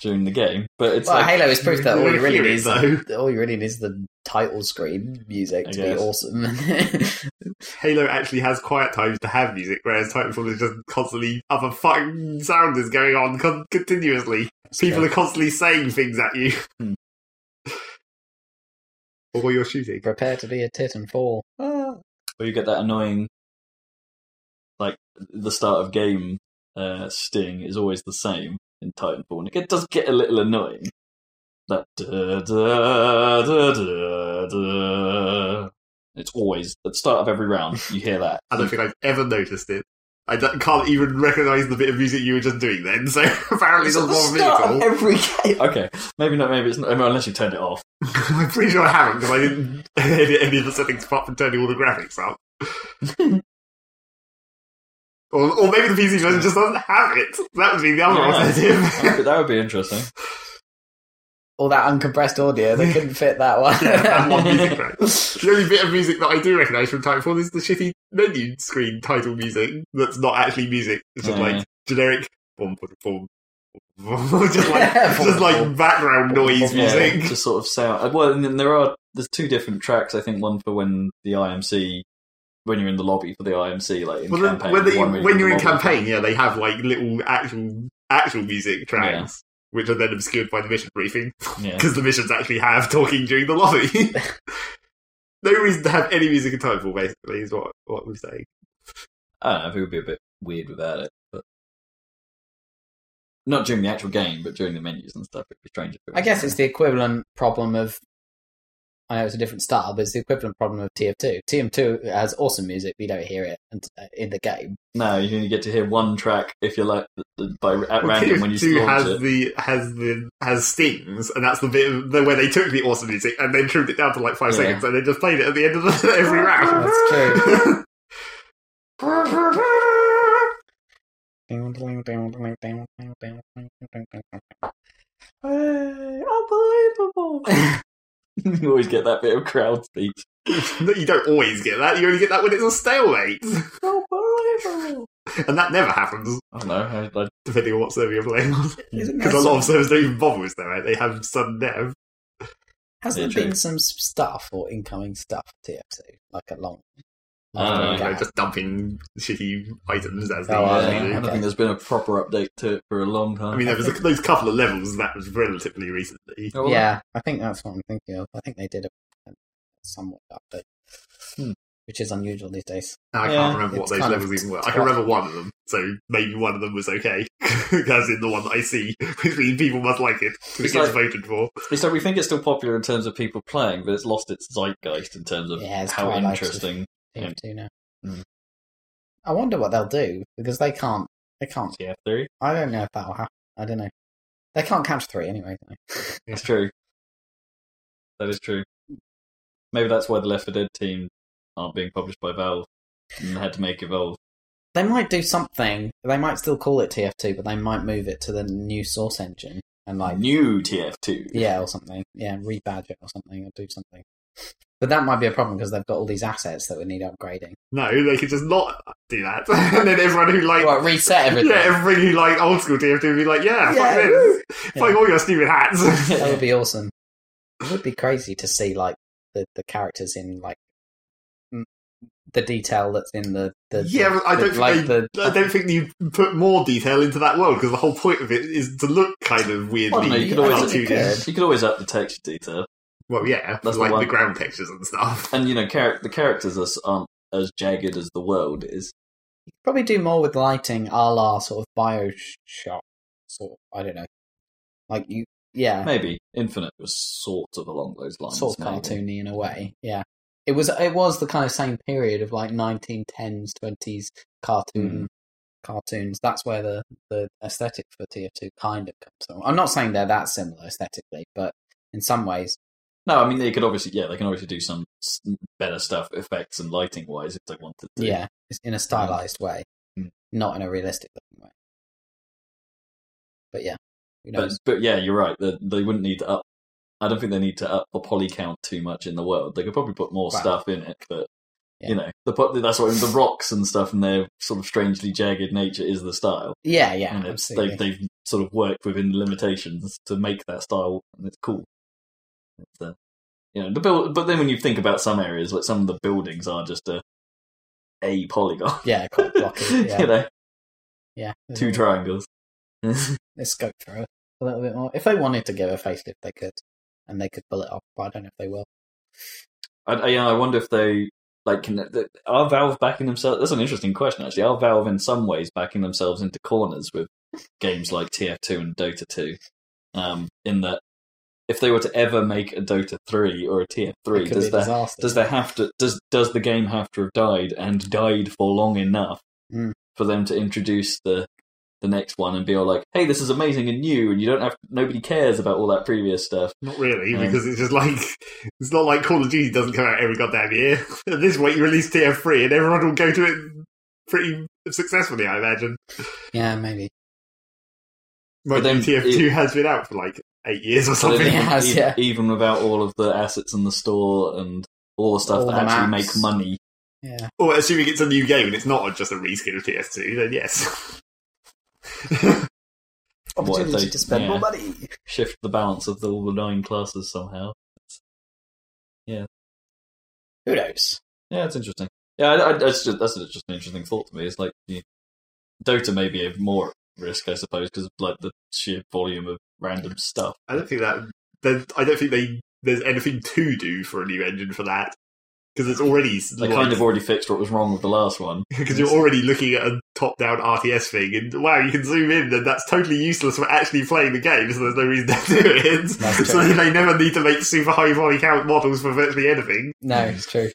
A: during the game, but it's
B: well,
A: like
B: Halo is proof that all you really
C: Hear it,
B: need is
C: though.
B: all you really need is the title screen music
A: I
B: to
A: guess.
B: be awesome. *laughs*
C: Halo actually has quiet times to have music, whereas Titanfall is just constantly other fucking sound is going on con- continuously. People are constantly saying things at you. *laughs*
A: Hmm.
C: or while you're shooting.
B: Prepare to be a tit and fall. Ah.
A: where you get that annoying, like the start of game uh, sting is always the same in Titanfall, and it does get a little annoying. That da, da, da, da, da. it's always at the start of every round you hear that.
C: *laughs* I don't think I've ever noticed it. I don't- can't even recognise the bit of music you were just doing then, so *laughs* apparently it
A: It's at
C: doesn't
A: the
C: bother me
A: start
C: at all.
A: of
B: *laughs*
A: every game. Okay, maybe not. Maybe it's not, unless you turned it off.
C: *laughs* I'm pretty sure I haven't, because I didn't edit *laughs* any of the settings apart from turning all the
A: *laughs*
C: graphics up. or, or maybe the PC version just doesn't have it. That would be the other
A: Yeah. *laughs*
C: alternative. *laughs*
A: that would be interesting.
B: All that uncompressed audio,
C: *laughs*
B: they couldn't fit that one.
C: Yeah, that one music track. The only bit of music that I do recognise from Titanfall is the shitty menu screen title music that's not actually music. It's just
A: Yeah.
C: like generic *laughs* boom,
A: *laughs*
C: boom, boom, boom, just like just like background noise
B: Yeah.
A: *laughs*
C: music.
A: just sort of sound. Well, and then there are there's two different tracks. I think one for when the IMC, when you're in the lobby for the IMC, like in
C: Well, then,
A: campaign.
C: when, they,
A: one
C: when you're in
A: the lobby.
C: campaign, yeah, they have like little actual actual music tracks, which are then obscured by the mission briefing
A: yeah.
C: because the missions actually have talking during the lobby. *laughs* no reason to have any music at Titanfall, basically, is what what we're saying.
A: I don't know. I think It would be a bit weird without it, but not during the actual game, but during the menus and stuff. It'd be strange. If it
B: *laughs* I
A: was-
B: guess it's the equivalent problem of. I know it's a different style, but it's the equivalent problem of TF2. TM2 has awesome music, but you don't hear it and- in the game.
A: no. You only get to hear one track if you're like by at
C: Well,
A: random when
C: TF2
A: you launch
C: has
A: it.
C: the has the has stings, and that's the bit of, the, where they took the awesome music and then trimmed it down to like five
A: Yeah.
C: seconds, and then just played it at the end of the, *laughs* every round.
B: That's true.
C: *laughs*
B: *laughs*
A: unbelievable! *laughs* you always get that bit of crowd speech.
C: *laughs* No, you don't always get that. You only get that when it's a stalemate,
A: Unbelievable!
C: *laughs* and that never happens
A: I don't know. I, I
C: depending on what server you're playing on.
B: *laughs* Isn't there
C: Because a lot
B: some-
C: of servers don't even bother with stalemate; they have sudden dev.
B: Has
A: Yeah,
B: there
A: true.
B: been some stuff or incoming stuff for TF2? Like a long.
A: Uh,
B: long
C: You know,
B: gap?
C: just dumping shitty items as they
B: Oh,
C: usually
A: Yeah,
B: okay.
C: do.
A: I don't think there's been a proper update to it for a long time.
C: I mean, there was a, those couple of levels that was relatively recently.
A: Oh, well,
B: yeah, I think that's what I'm thinking of. I think they did a somewhat update,
A: Hmm.
B: which is unusual these days.
C: I
A: Yeah,
C: can't remember what
B: it's
C: those
B: kind of
C: levels even were. I can remember one of them, so maybe one of them was okay, *laughs* as in the one that I see, *laughs* which means people must like it because it
A: It's
C: gets
A: like-
C: voted for.
A: So we think it's still popular in terms of people playing, but it's lost its zeitgeist in terms of
B: Yeah, it's
A: how
B: twilight
A: interesting. Yeah.
B: TF2 now.
A: Hmm.
B: I wonder what they'll do because they can't. They can't.
A: TF3.
B: I don't know if that'll happen. I don't know. They can't catch three anyway. can they?
A: That's true. That is true. Maybe that's why the Left 4 Dead team aren't being published by Valve and they had to make Evolve.
B: They might do something. They might still call it TF2, but they might move it to the new source engine and like
A: New TF2.
B: Yeah, or something. Yeah, rebadge it or something, or do something. But that might be a problem because they've got all these assets that would need upgrading.
C: No, they could just not do that, *laughs* and then everyone who like.
B: Well,
A: *laughs*
B: reset everything.
C: Yeah, everyone who like old school TF2 would be like, yeah,
B: Yeah,
C: fuck
B: woo.
C: this. Fuck all your stupid hats.
B: That would be awesome. It would be crazy to see like the, the characters in like m- the detail that's in the the
C: Yeah, but I
B: the-
C: don't think
B: like
C: they-
B: the
C: *laughs* I don't think you put more detail into that world because the whole point of it is to look kind of
A: I
C: weirdly
A: don't know, you could
B: Yeah,
A: always
B: you
C: cartoonish.
B: could.
A: you could always up the texture detail.
C: Well, yeah,
A: That's the
C: like the,
A: one.
C: ground textures and stuff.
A: And you know, char- the characters are, aren't as jagged as the world is.
B: probably do more with lighting, a la sort of Bioshock, sort. Of, I don't know, like you, yeah,
A: Maybe Infinite was sort of along those lines.
B: sort of
A: maybe.
B: cartoony in a way. Yeah, it was it was the kind of same period of like 1910s, 20s
A: Mm.
B: cartoon cartoons. That's where the the aesthetic for TF2 kind of comes from. I'm not saying they're that similar aesthetically, but in some ways,
A: No, I mean they could obviously, yeah, they can obviously do some s- better stuff, effects and lighting wise, if they wanted to.
B: Yeah, it's in a stylized way,
A: Mm.
B: not in a realistic looking way. But yeah, who
A: but,
B: knows?
A: but yeah, you're right. They, they wouldn't need to up. I don't think they need to up the poly count too much in the world. They could probably put more
B: Wow.
A: stuff in it, but
B: Yeah.
A: you know, the po- that's what the rocks and stuff and their sort of strangely jagged nature is the style.
B: yeah, yeah,
A: and it's,
B: absolutely.
A: they've they've sort of worked within the limitations to make that style, and it's cool. It's, uh, you know, the build, but then when you think about some areas, like some of the buildings are just a a polygon,
B: yeah,
A: *laughs*
B: quite blocky. Yeah,
A: you know,
B: yeah.
A: two triangles. *laughs*
B: There's scope for it a little bit more. If they wanted to give a facelift, they could, and they could pull it off. But I don't know if they will.
A: I, I, yeah, I wonder if they like can th- are Valve backing themselves. That's an interesting question, actually. Are Valve in some ways backing themselves into corners with games like TF2 and Dota 2? Um, in that, if they were to ever make a Dota 3 or a
B: It
A: TF3,
B: could be
A: does
B: a
A: that
B: disaster.
A: does there have to does does the game have to have died and died for long enough
B: Mm.
A: for them to introduce the the next one and be all like, hey, this is amazing and new, and you don't have nobody cares about all that previous stuff.
C: Not really,
A: Um,
C: because it's just like it's not like Call of Duty doesn't come out every goddamn year. *laughs* At this point, you release TF3, and everyone will go to it pretty successfully, I imagine.
B: yeah, maybe.
C: Mind
A: then
C: you, TF2 has been out for like eight years or
A: But
C: something.
B: it
A: even,
B: has,
A: even,
B: yeah.
A: e-, even without all of the assets in the store and all the stuff
B: All
A: that
B: the
A: actually
B: maps.
A: make money.
B: Yeah,
C: Or assuming it's a new game and it's not just a reskin of TF2, then yes. *laughs*
A: What if
B: opportunity
A: they-
B: to spend
A: yeah.
B: more money.
A: Shift the balance of the, all the nine classes somehow.
B: Who knows?
A: Yeah, it's interesting. Yeah, I, I, that's just that's just an interesting thought to me. It's like the, Dota may be a more at risk, I suppose, because of like the sheer volume of random stuff.
C: I don't think that. there- I don't think they. There's anything to do for a new engine for that because it's already
A: They kind
C: *laughs*
A: of already fixed what was wrong with the last one.
C: because you're already looking at a top-down RTS thing, and wow, you can zoom in, and that's totally useless for actually playing the game. So there's no reason to do it. *laughs*
A: *laughs*
B: That's
C: so
B: true.
C: they never need to make super high poly count models for virtually anything.
B: No, it's true.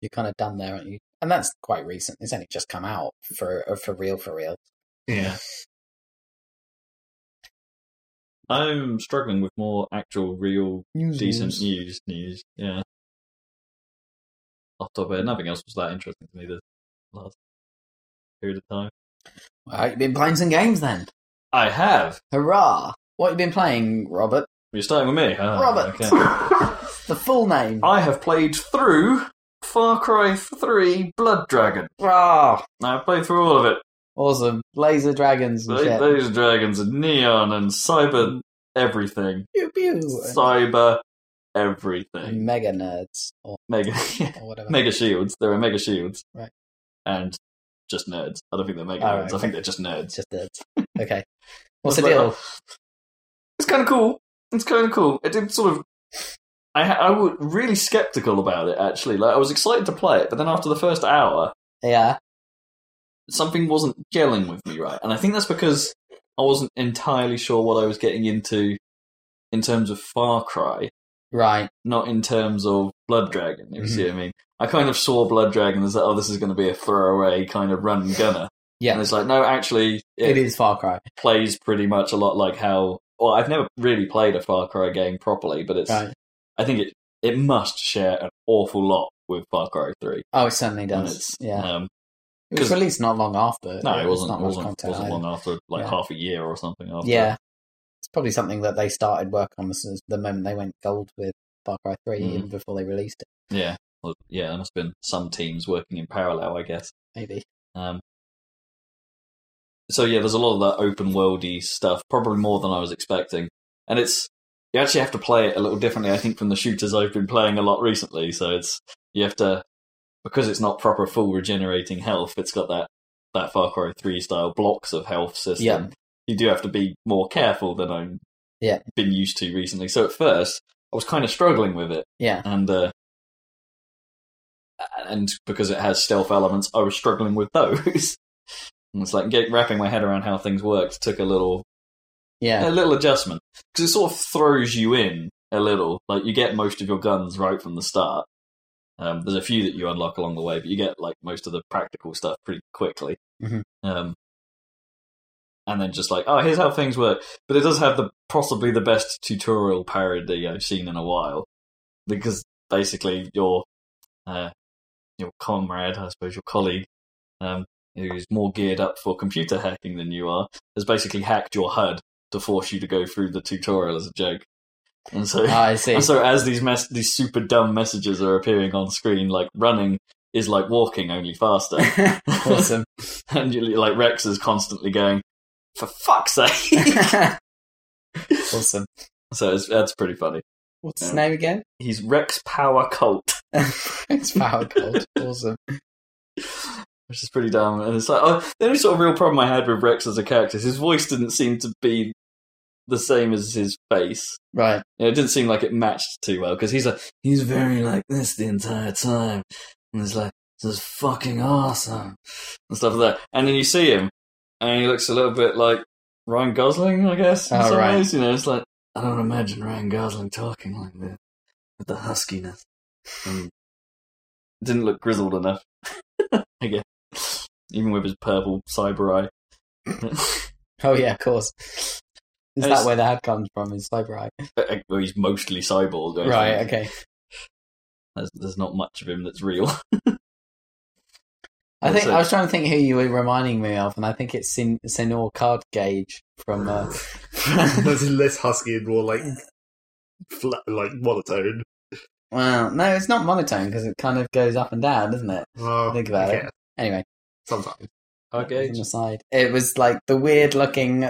B: You're kind of done there, aren't you? And that's quite recent. It's only just come out for uh, for real, for real.
C: Yeah,
A: I'm struggling with more actual, real,
B: News,
A: decent news. News, yeah. Off the top of my head, nothing else was that interesting to me the last period of time.
B: Well, you've been playing some games then.
A: I have.
B: Hurrah! What have you been playing, Robert?
A: You're starting with me, Ah,
B: Robert.
A: okay.
B: The full name.
A: I have played through Far Cry Three: Blood Dragon.
B: Ah,
A: I've played through all of it.
B: awesome. Laser dragons and
A: They,
B: shit.
A: those dragons and neon and cyber everything.
B: Pew, pew.
A: Cyber everything.
B: And mega nerds or,
A: Mega *laughs*
B: or whatever.
A: mega shields. There are mega shields.
B: Right.
A: And just nerds. I don't think they're mega
B: Oh,
A: nerds. I
B: right, okay.
A: think they're just nerds.
B: It's just nerds.
A: *laughs*
B: Okay. What's the
A: It's like,
B: deal?
A: oh, It's kind of cool. It's kind of cool. It did sort of. I ha- I was really skeptical about it actually. Like I was excited to play it, but then after the first hour,
B: Yeah.
A: something wasn't gelling with me right, and I think that's because I wasn't entirely sure what I was getting into in terms of Far Cry,
B: Right.
A: not in terms of Blood Dragon. If you
B: Mm-hmm.
A: see what I mean, I kind of saw Blood Dragon as oh, this is going to be a throwaway kind of run and gunner, and
B: Yeah.
A: it's like no, actually, it-
B: It is Far Cry.
A: plays pretty much a lot like how. Well, I've never really played a Far Cry game properly, but it's.
B: Right.
A: I think it it must share an awful lot with Far Cry Three.
B: Oh, it certainly
A: And
B: does.
A: it's,
B: Yeah.
A: Um,
B: It was
A: 'cause-
B: released not long after.
A: no,
B: There's
A: it wasn't.
B: Not
A: It
B: much
A: wasn't,
B: content.
A: wasn't
B: either.
A: long after like
B: Yeah.
A: half a year or something. After.
B: Yeah. It's probably something that they started work on this is the moment they went gold with Far Cry 3,
A: Mhm.
B: even before they released it,
A: Yeah. Well, yeah. There must have been some teams working in parallel, I guess.
B: maybe.
A: Um, so yeah, there's a lot of that open worldy stuff, probably more than I was expecting, and it's you actually have to play it a little differently, I think, from the shooters I've been playing a lot recently. So it's you have to because it's not proper full regenerating health. It's got that that Far Cry Three style blocks of health system.
B: Yeah.
A: You do have to be more careful than I've
B: Yeah.
A: been used to recently. So at first, I was kind of struggling with it
B: Yeah.
A: and uh, and because it has stealth elements, I was struggling with those. *laughs* and it's like get, wrapping my head around how things worked took a little
B: Yeah.
A: a little adjustment because it sort of throws you in a little. Like you get most of your guns right from the start. Um, there's a few that you unlock along the way, but you get like most of the practical stuff pretty quickly.
B: Mhm.
A: Um, and then just like, oh, here's how things work. But it does have the possibly the best tutorial parody I've seen in a while, because basically your uh, your comrade, I suppose your colleague, um, who's more geared up for computer hacking than you are, has basically hacked your HUD to force you to go through the tutorial as a joke. And so,
B: *laughs* Ah, I see.
A: and so as these mes- these super dumb messages are appearing on screen, like running is like walking only faster,
B: *laughs* awesome.
A: *laughs* and you, like Rex is constantly going, for fuck's
B: *laughs*
A: sake.
B: awesome.
A: so it's, that's pretty funny.
B: What's his name again? *laughs*
A: He's Rex Power Colt.
B: it's
A: *laughs*
B: Power Cold. Awesome.
A: which is pretty dumb. And it's like, oh, the only sort of real problem I had with Rex as a character is his voice didn't seem to be the same as his face.
B: Right.
A: You know, it didn't seem like it matched too well because he's like, he's very like this the entire time, and it's like this is fucking awesome and stuff like that. And then you see him, and he looks a little bit like Ryan Gosling, I guess. In
B: Oh,
A: some
B: right.
A: ways, you know, it's like I don't imagine Ryan Gosling talking like this with the huskiness. And it Hmm. didn't look grizzled enough. *laughs* I guess, even with his purple cyber *laughs* eye.
B: Oh yeah, of course. Is
A: And
B: that
A: it's-
B: where the head comes from? Is cyber eye?
A: uh, well, he's mostly cyborg. I think.
B: Right.
C: um,
B: Okay.
A: There's, there's not much of him that's real.
B: I think
A: That's
B: I
A: it.
B: was trying to think who you were reminding me of, and I think it's Sin- Senor Card Gauge from.
C: *laughs*
B: Uh,
C: That's less husky and more like flat, like monotone.
B: well, no, it's not monotone because it kind of goes up and down, doesn't it?
C: Oh,
B: Think about it.
C: yeah,
B: Anyway,
C: Sometimes.
B: on the side, it was like the weird looking.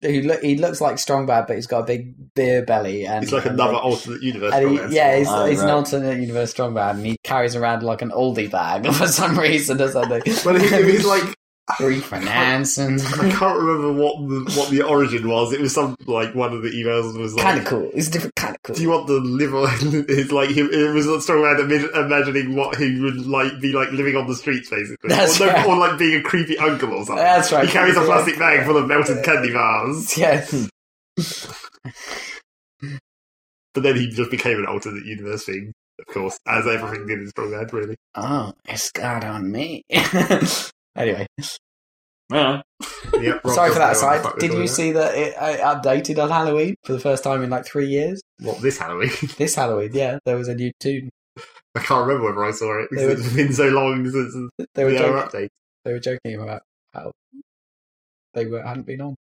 B: He, look, he looks like Strong Bad, but he's got a big beer belly, and
C: It's like
B: and
C: another alternate universe.
B: And he-
C: romance
B: yeah, he's,
C: novel.
A: Oh,
B: he's an
A: right.
B: alternate universe strong man, and he carries around like an oldie bag *laughs* for some reason or something.
C: Well, he,
B: *laughs*
C: he's like
B: refinance
C: *laughs* I
B: and
C: can't remember what the, what the origin was. It was some like one of the emails was like,
B: kind of cool. It's different kind of
C: "Do
B: cool.
C: you want to live on?" *laughs* It's like he, it was a strong man imag- imagining what he would like be like living on the streets, basically,
B: That's
C: or, no-
B: right.
C: or like being a creepy uncle or something.
B: That's right.
C: He carries a
B: Yeah.
C: plastic bag full of melted candy
B: *laughs*
C: bars,
B: Yeah,
C: but then he just became an alternate universe thing, of course, as everything did in Strong Man,
B: *laughs*
C: really.
B: oh, it's got on me. *laughs* anyway,
A: Yeah.
B: sorry
C: Yep, Rob
B: for
C: doesn't know
B: that
C: what the
B: aside.
C: fuck we're
B: Did
C: talking
B: you see that it, it updated on Halloween for the first time in like three years?
C: about. what this Halloween? *laughs*
B: This Halloween, yeah, there was a new tune.
C: I can't remember whether I saw it.
B: They were-
C: *laughs* It's been so long since
B: *laughs* They
C: the
B: were
C: other
B: joking.
C: update.
B: They were joking about how they were hadn't been on.
C: *laughs*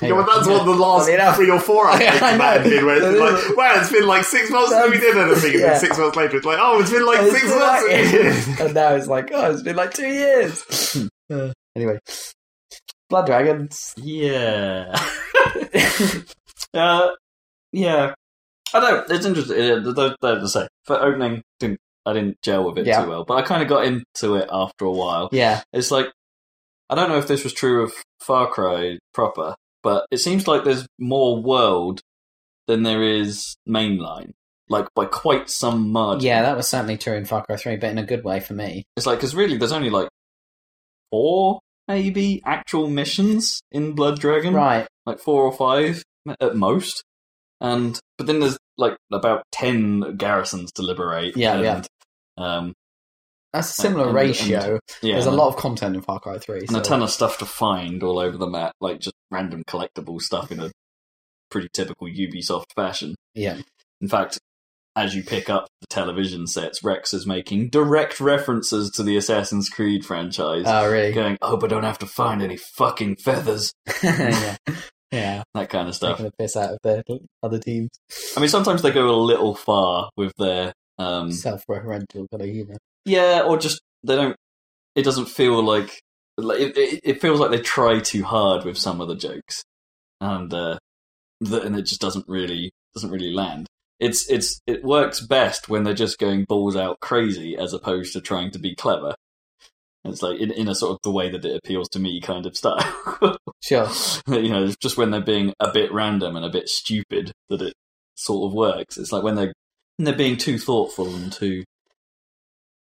C: Yeah, well, that's
B: Anyway.
C: what the last
B: Funny enough.
C: three
B: *laughs*
C: or four updates
B: Yeah, I
C: of that
B: know.
C: have been, where it's
B: That
C: been
B: is *laughs*
C: like, wow, it's been like six months since we did anything, and
B: Yeah.
C: then six months later it's like, oh, it's been like
B: It's
C: six
B: been
C: months.
B: like-
C: since we did it.
B: and now it's like, oh, it's been like two
C: *laughs*
B: years. Uh, anyway, Blood Dragons.
A: Yeah. *laughs* uh, yeah. I don't. It's interesting. Yeah, th- th- th- to say for opening, didn't I didn't gel with it
B: Yeah.
A: too well, but I kind of got into it after a while.
B: Yeah,
A: It's like I don't know if this was true of Far Cry proper, but it seems like there's more world than there is mainline, like by quite some margin.
B: yeah, that was certainly true in Far Cry Three, but in a good way for me.
A: It's like because really, there's only like four, maybe actual missions in Blood Dragon,
C: Mm.
B: Right.
A: like four or five at most. And but then there's like about ten garrisons to liberate.
B: Yeah,
A: and,
B: yeah.
A: Um,
B: That's a similar
A: And- and-
B: ratio.
A: yeah,
B: There's a
A: and-
B: lot of content in Far Cry 3.
A: and a
B: so-
A: ton of stuff to find all over the map, like just random collectible stuff in a pretty typical Ubisoft fashion.
B: Yeah.
A: In fact, as you pick up the television sets, Rex is making direct references to the Assassin's Creed franchise.
B: Oh, really?
A: going, I hope I don't have to find any fucking feathers,
B: *laughs* yeah. Yeah.
A: that kind of stuff.
B: Taking the piss out of the other teams.
A: I mean, sometimes they go a little far with their, um,
B: Self referential kind of humour.
A: yeah, or just they don't. It doesn't feel like, like it, it, it feels like they try too hard with some of the jokes, and uh, the, and it just doesn't really doesn't really land. It's it's it works best when they're just going balls out crazy as opposed to trying to be clever. It's like in, in a sort of the way that it appeals to me kind of style. *laughs*
B: Sure.
A: you know, it's just when they're being a bit random and a bit stupid that it sort of works. It's like when they're when they're being too thoughtful and too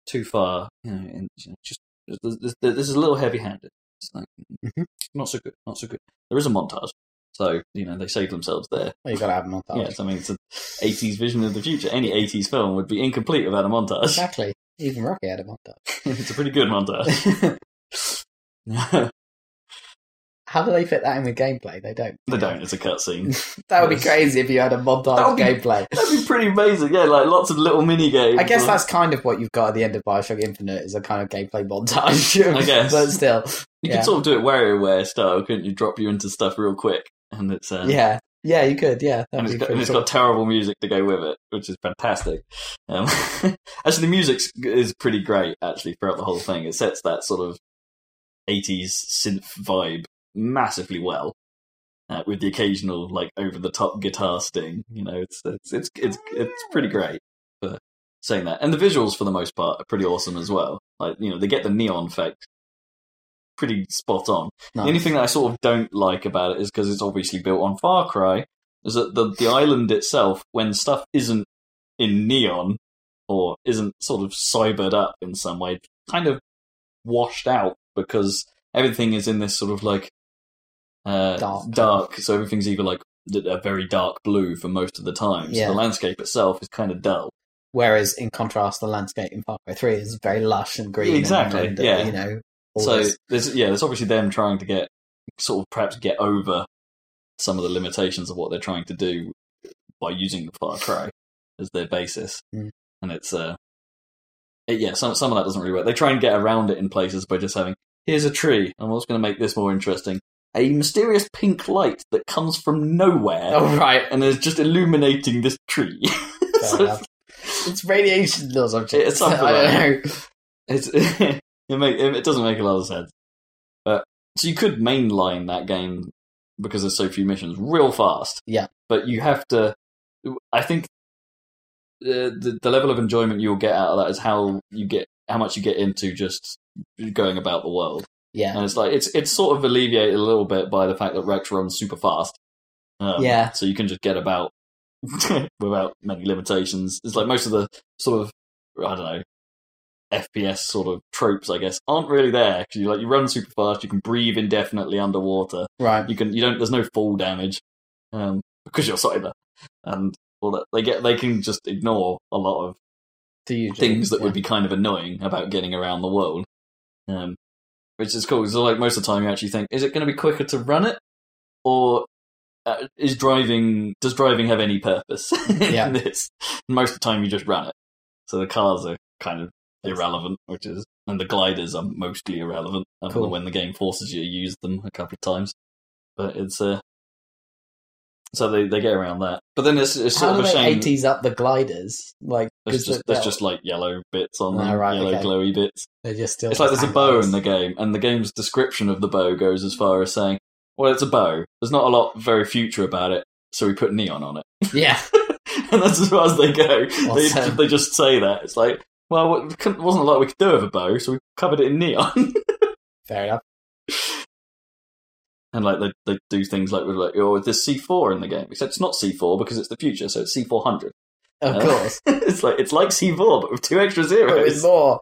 A: too far. You know, and, you know just this- this this is a little heavy-handed. It's like
B: Mhm.
A: not so good, not so good. There is a montage, so you know they save themselves there.
B: Well, you got to have them on that.
A: Yes, I mean it's an '80s vision of the future. Any '80s film would be incomplete without a montage.
B: Exactly. Even
A: *laughs*
B: Rocky had a montage. *laughs*
A: it's a pretty good montage.
B: How do they fit that in with gameplay? They don't.
A: They don't. It's a cutscene.
B: That would be
A: Yes.
B: crazy if you had a montage
A: That
B: of
A: would be-
B: gameplay.
A: *laughs* That'd be pretty amazing. Yeah, like lots of little mini games.
B: I guess
A: or-
B: that's kind of what you've got at the end of Bioshock Infinite is a kind of gameplay montage.
A: I guess.
B: *laughs* but still,
A: you
B: yeah.
A: could sort of do it WarioWare style, couldn't you? Drop you into stuff real quick, and it's uh,
B: yeah, yeah, you could, yeah.
A: and
B: That'd
A: it's
B: be
A: got, and
B: pretty
A: it's
B: cool.
A: got terrible music to go with it, which is fantastic. Um, *laughs* actually, the music is pretty great. Actually, throughout the whole thing, it sets that sort of '80s synth vibe massively well, uh, with the occasional like over-the-top guitar sting. You know, it's it's it's it's, it's pretty great for saying that. And the visuals, for the most part, are pretty awesome as well. Like you know, they get the neon effect pretty spot on.
B: Nice.
A: The only thing that I sort of don't like about it is because it's obviously built on Far Cry, is that the, the island itself, when stuff isn't in neon or isn't sort of cybered up in some way, kind of washed out because everything is in this sort of like uh,
B: Dark.
A: dark. So everything's either like th- a very dark blue for most of the time.
B: Yeah.
A: So the landscape itself is kind of dull.
B: Whereas, in contrast, the landscape in Far Cry Three is very lush and green. and-
A: Exactly,
B: and,
A: yeah.
B: You know, all
A: so
B: this-
A: there's yeah, there's obviously them trying to get sort of perhaps get over some of the limitations of what they're trying to do by using the Far Cry as their basis,
B: Mm.
A: and it's uh, it- yeah, some some of that doesn't really work. They try and get around it in places by just having here's a tree, and what's going to make this more interesting? A mysterious pink light that comes from nowhere
B: oh right,
A: *laughs* and is just illuminating this tree.
B: fair
A: So
B: enough. it's radiation or something.
A: It's something
B: *laughs* I don't know.
A: like It's, *laughs* it make, it doesn't make a lot of sense. But so you could mainline that game because there's so few missions real fast.
B: Yeah.
A: But you have to. I think uh, the the level of enjoyment you'll get out of that is how you get how much you get into just going about the world.
B: Yeah,
A: And it's like it's it's sort of alleviated a little bit by the fact that Rex runs super fast. Um,
B: Yeah.
A: So you can just get about *laughs* without many limitations. It's like most of the sort of I don't know FPS sort of tropes, I guess, aren't really there. 'Cause you like you run super fast, you can breathe indefinitely underwater.
B: right.
A: You can you don't there's no fall damage um, because you're cyber and all that. They get they can just ignore a lot of
B: Do you
A: things that would be kind of annoying about getting around the world. Um, which is cool. Because like most of the time, you actually think, is it going to be quicker to run it, or uh, is driving does driving have any purpose *laughs*
B: Yeah.
A: in this? Most of the time, you just run it. So the cars are kind of irrelevant, which is and the gliders are mostly irrelevant. Other
B: Cool.
A: than when the game forces you to use them a couple of times, but it's uh, so they, they get around that. But then it's, it's sort
B: How
A: of
B: do
A: a
B: they
A: shame.
B: eighties up the gliders? Like,
A: There's
B: 'cause
A: just
B: they're-
A: there's just like yellow bits on
B: Ah,
A: them,
B: right,
A: yellow
B: okay.
A: glowy bits.
B: they're just still.
A: It's like there's a
B: just
A: bow in
B: hangers.
A: the game, and the game's description of the bow goes as far as saying, "Well, it's a bow. There's not a lot very future about it, so we put neon on it." *laughs*
B: *laughs* Yeah,
A: and that's as far as they go. They,
B: Awesome.
A: they just say that. It's like, well, what- couldn't- wasn't a lot we could do with a bow, so we covered it in neon. *laughs*
B: fair enough.
A: and like they, they do things like with like, oh, there's C4 in the game, except it's not C4 because it's the future, so it's C400.
B: Of
A: Uh,
B: course,
A: *laughs* it's like it's like C4 but with two extra zeros.
B: but with more.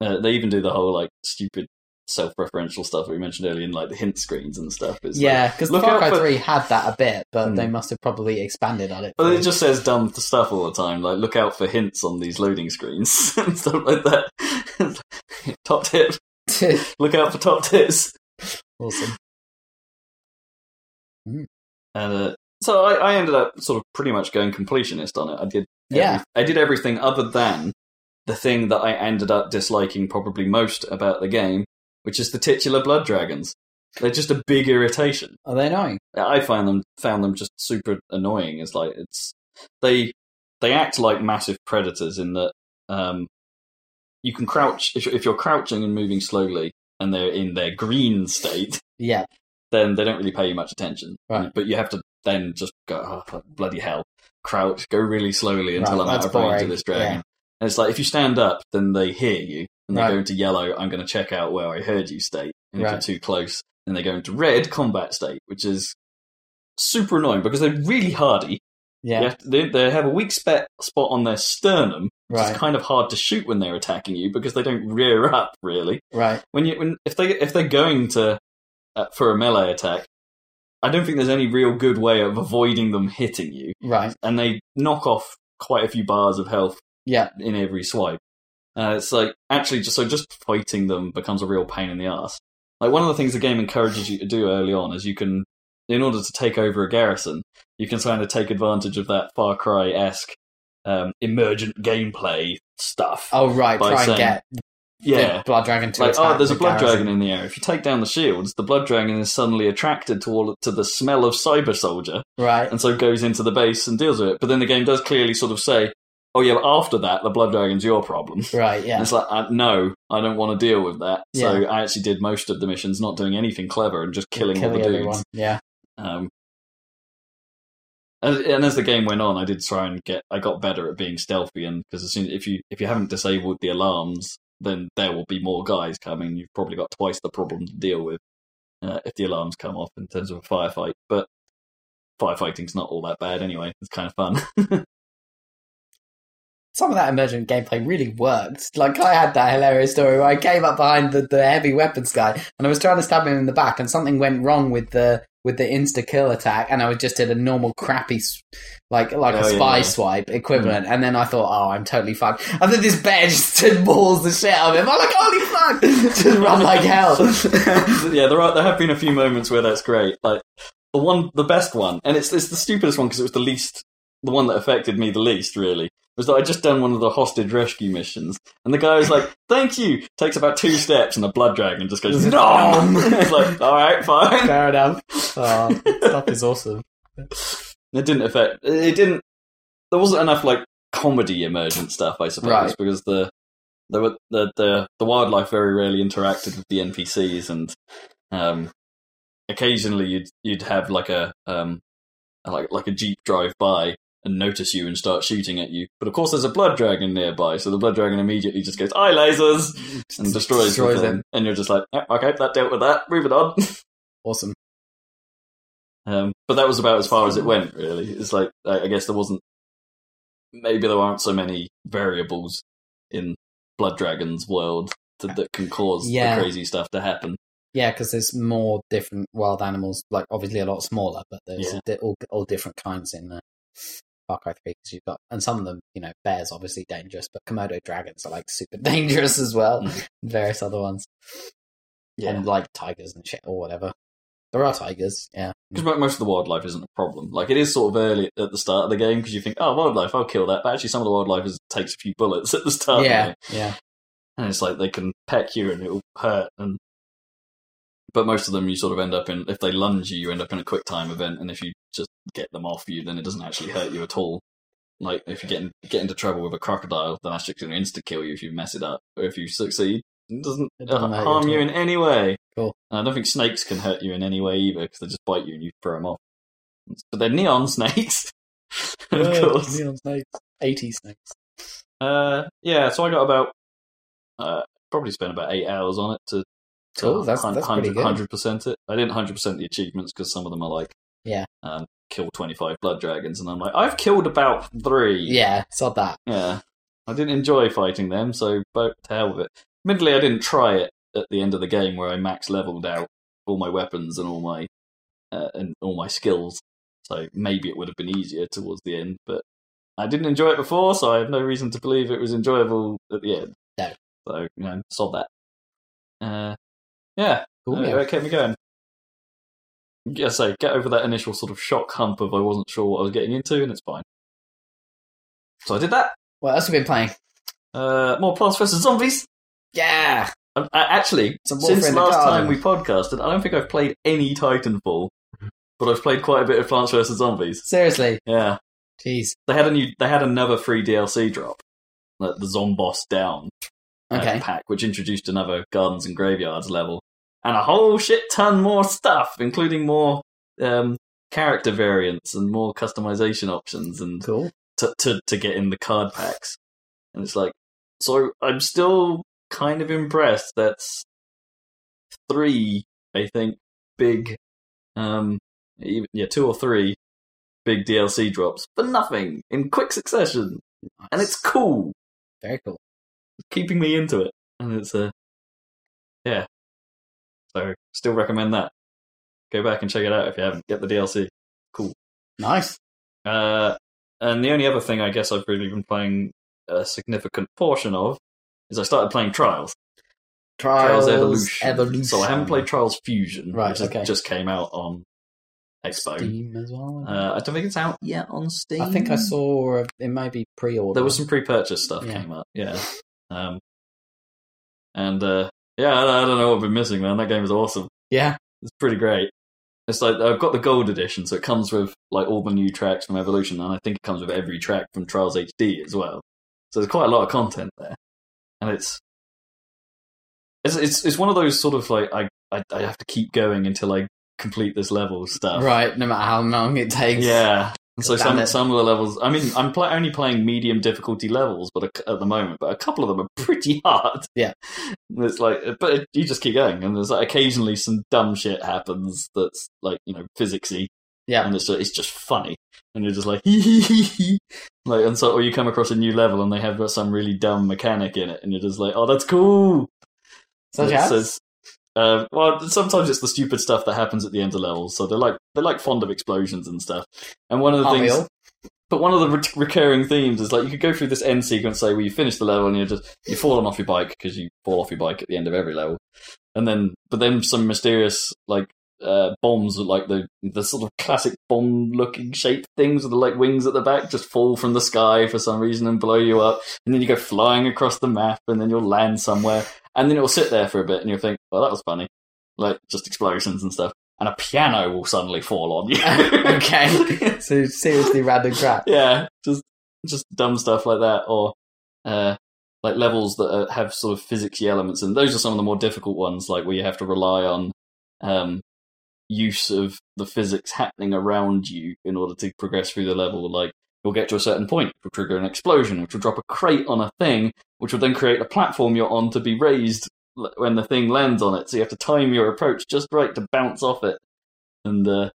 A: Uh, they even do the whole like stupid self-referential stuff that we mentioned earlier in like the hint screens and stuff. It's like-
B: Yeah, because
A: look
B: Far
A: out
B: Cry
A: for-
B: Three had that a bit, but
A: Hmm.
B: they must have probably expanded on it.
A: but
B: for-
A: it just says dumb stuff all the time. Like look out for hints on these loading screens *laughs* and stuff like that. *laughs* top tip. Look out for top tips.
B: *laughs* awesome.
A: And uh, so I, I ended up sort of pretty much going completionist on it. I did every-
B: Yeah.
A: I did everything other than the thing that I ended up disliking probably most about the game, which is the titular blood dragons. They're just a big irritation.
B: Are they annoying?
A: I find them found them just super annoying. It's like it's they they act like massive predators in that um, you can crouch if, if you're crouching and moving slowly, and they're in their green state.
B: Yeah,
A: Then they don't really pay you much attention,
B: Right.
A: but you have to then just go oh, bloody hell, crouch, go really slowly until
B: Right,
A: I'm out
B: that's
A: of range
B: boring.
A: of this dragon. And it's like if you stand up, then they hear you, and they
B: Right.
A: go into yellow. I'm going to check out where I heard you state, and
B: Right.
A: if you're too close, then they go into red combat state, which is super annoying because they're really hardy.
B: yeah,
A: You have to- they, they have a weak spe- spot on their sternum, which
B: right,
A: is kind of hard to shoot when they're attacking you because they don't rear up really.
B: right.
A: When you when, if they if they're going to uh, for a melee attack, I don't think there's any real good way of avoiding them hitting you,
B: Right.
A: and they knock off quite a few bars of health
B: Yeah.
A: in every swipe. Uh, it's like actually just so just fighting them becomes a real pain in the ass. like one of the things the game encourages you to do early on is you can, in order to take over a garrison, you can kind of take advantage of that Far Cry esque um, emergent gameplay stuff.
B: Oh right,
A: By
B: try and
A: saying-
B: get the
A: yeah,
B: blood dragon to
A: like
B: attack
A: oh, there's a
B: the
A: blood
B: garrison.
A: dragon in the air. If you take down the shields, the blood dragon is suddenly attracted to all to the smell of cyber soldier,
B: Right.
A: and so goes into the base and deals with it. But then the game does clearly sort of say, oh yeah, but after that, the blood dragon's your problem.
B: Right,
A: And
B: yeah.
A: it's like, uh, no, I don't want to deal with that. So I actually did most of the missions, not doing anything clever and just killing all
B: Killing
A: the dudes.
B: everyone. Yeah.
A: Um, and, and as the game went on, I did try and get. I got better at being stealthy, and because as soon if you if you haven't disabled the alarms, then there will be more guys coming. You've probably got twice the problem to deal with uh, if the alarms come off in terms of a firefight. But firefighting's not all that bad anyway. It's kind of fun.
B: Some of that emergent gameplay really worked. Like I had that hilarious story where I came up behind the, the heavy weapons guy and I was trying to stab him in the back and something went wrong with the with the insta kill attack and I was just did a normal crappy s- like like a
A: Oh, yeah,
B: spy
A: yeah. Hmm.
B: swipe equivalent and then I thought oh I'm totally fucked and then this bear *laughs* just balls the shit out of him I'm like holy fuck *laughs* just run like hell
A: *laughs* yeah, there are there have been a few moments where that's great. Like the one, the best one, and it's it's the stupidest one because it was the least, the one that affected me the least. Really was that I just done one of the hostage rescue missions, and the guy was like, "Thank you." Takes about two steps, and the blood dragon just goes, "No!" *laughs* it's like, "All right, fine."
B: fair *laughs* enough oh, stuff is awesome
A: It didn't affect. It didn't. There wasn't enough like comedy emergent stuff, I suppose,
B: Right.
A: because the there were the, the the wildlife very rarely interacted with the NPCs, and um, occasionally you'd you'd have like a um like like a jeep drive by and notice you and start shooting at you. But of course, there's a blood dragon nearby, so the blood dragon immediately just goes eye lasers and destroys, the
B: Destroys
A: thing.
B: them.
A: and you're just like, "Yep, okay, that dealt with that. Moving on.
B: awesome
A: Um, but that was about as far as it went, really. It's like I I guess there wasn't, maybe there aren't so many variables in Blood Dragon's world to, that can cause
B: Yeah.
A: the crazy stuff to happen.
B: Yeah, because there's more different wild animals. Like obviously a lot smaller, but there's
A: Yeah.
B: di- all all different kinds in uh, Far Cry Three. Because you've got and some of them, you know, bears obviously dangerous, but Komodo dragons are like super *laughs* dangerous as well.
A: Mhm.
B: and various other ones, and like tigers and shit or whatever. There are tigers, yeah.
A: because most of the wildlife isn't a problem. Like it is sort of early at the start of the game because you think, oh, wildlife, I'll kill that. But actually, some of the wildlife is, takes a few bullets at the start. *laughs* of the
B: yeah,
A: game.
B: yeah.
A: and it's like they can peck you and it'll hurt and but most of them you sort of end up in if they lunge you you end up in a quick time event and if you just get them off you then it doesn't actually hurt you at all like if you get in, get into trouble with a crocodile then that's just going to insta kill you if you mess it up or if you succeed it doesn't,
B: It doesn't
A: uh,
B: hurt you
A: harm
B: at
A: you
B: all.
A: in any way
B: Cool.
A: and i don't think snakes can hurt you in any way either because they just bite you and you throw them off but they're neon *laughs* snakes of course
B: neon snakes, eighty snakes.
A: uh, yeah, so I got about uh, probably spent about eight hours on it to
B: Cool, that's- that's pretty good.
A: hundred percent it. I didn't hundred percent the achievements because some of them are like
B: Yeah.
A: um, kill twenty five blood dragons, and I'm like I've killed about three.
B: Yeah, sod that.
A: yeah. I didn't enjoy fighting them, so but to hell with it. Admittedly, I didn't try it at the end of the game where I max leveled out all my weapons and all my uh, and all my skills. So maybe it would have been easier towards the end, but I didn't enjoy it before, so I have no reason to believe it was enjoyable at the end.
B: No.
A: So you know, sod that. Uh, yeah,
B: Cool.
A: uh, it kept me going. Yeah, so get over that initial sort of shock hump of I wasn't sure what I was getting into, and it's fine. So I did that.
B: What else have you been playing?
A: Uh, more Plants vs Zombies.
B: Yeah,
A: I, I, actually,
B: Some Warfare
A: since
B: in the
A: last time
B: Garden.
A: we podcasted, I don't think I've played any Titanfall, but I've played quite a bit of Plants vs Zombies.
B: seriously.
A: Yeah,
B: Jeez.
A: they had a new, they had another free DLC drop, like the Zomboss Down uh,
B: Okay.
A: pack, which introduced another Gardens and Graveyards level and a whole shit ton more stuff, including more um, character variants and more customization options and
B: Cool.
A: to, to, to get in the card packs. And it's like, so I'm still kind of impressed. That's three, I think, big, um, even, yeah, two or three big DLC drops for nothing in quick succession. And it's cool,
B: very cool.
A: keeping me into it. And it's a, yeah. So still recommend that. Go back and check it out if you haven't. Get the DLC.
B: *laughs* Nice.
A: Uh, and the only other thing I guess I've really been playing a significant portion of is I started playing Trials.
B: Trials,
A: Evolution.
B: Evolution.
A: So I haven't played Trials Fusion,
B: Right,
A: which has-
B: okay.
A: just came out on Xbox.
B: Steam as well.
A: Uh, I don't think it's out yet on Steam.
B: I think I saw uh, it may be pre-order.
A: there was some pre-purchase stuff
B: Yeah.
A: came up. Yeah, um, and uh, yeah, I, don't- I don't know what I've been missing, man. That game is awesome.
B: yeah,
A: It's pretty great. It's like I've got the gold edition, so it comes with like all the new tracks from Evolution, and I think it comes with every track from Trials HD as well. So there's quite a lot of content there, and it's it's it's, it's one of those sort of like I, I I have to keep going until I complete this level stuff.
B: right. No matter how long it takes.
A: Yeah. And so
B: Damn
A: some
B: it.
A: some of the levels. I mean, I'm pl- only playing medium difficulty levels, but a, at the moment, but a couple of them are *laughs* pretty hard.
B: Yeah.
A: And it's like, uh, but it, you just keep going, and there's like occasionally some dumb shit happens that's like you know physicsy,
B: Yeah.
A: and it's just, it's just funny, and you're just like *laughs* hee hee hee hee, like and so or you come across a new level and they have some really dumb mechanic in it, and you're just like, oh, that's cool.
B: Such
A: It
B: as?
A: says- uh, well, sometimes it's the stupid stuff that happens at the end of levels. So they're like they're like fond of explosions and stuff. And one of the
B: Aren't we
A: things,
B: all?
A: but one of the re- recurring themes is like you could go through this end sequence, say, where you finish the level and you're just you're falling off your bike because you fall off your bike at the end of every level, and then but then some mysterious like uh, bombs with like the the sort of classic bomb looking shaped things with the like wings at the back just fall from the sky for some reason and blow you up, and then you go flying across the map, and then you'll land somewhere, and then it'll sit there for a bit, and you'll think, well, that was funny, like just explosions and stuff. And a piano will suddenly fall on
B: *laughs*
A: you. *laughs*
B: Okay. So seriously random crap.
A: yeah, just just dumb stuff like that, or uh, like levels that are, have sort of physicsy elements, and those are some of the more difficult ones, like where you have to rely on um, use of the physics happening around you in order to progress through the level. Like you'll get to a certain point, which will trigger an explosion, which will drop a crate on a thing, which will then create a platform you're on to be raised l- when the thing lands on it. So you have to time your approach just right to bounce off it, and uh,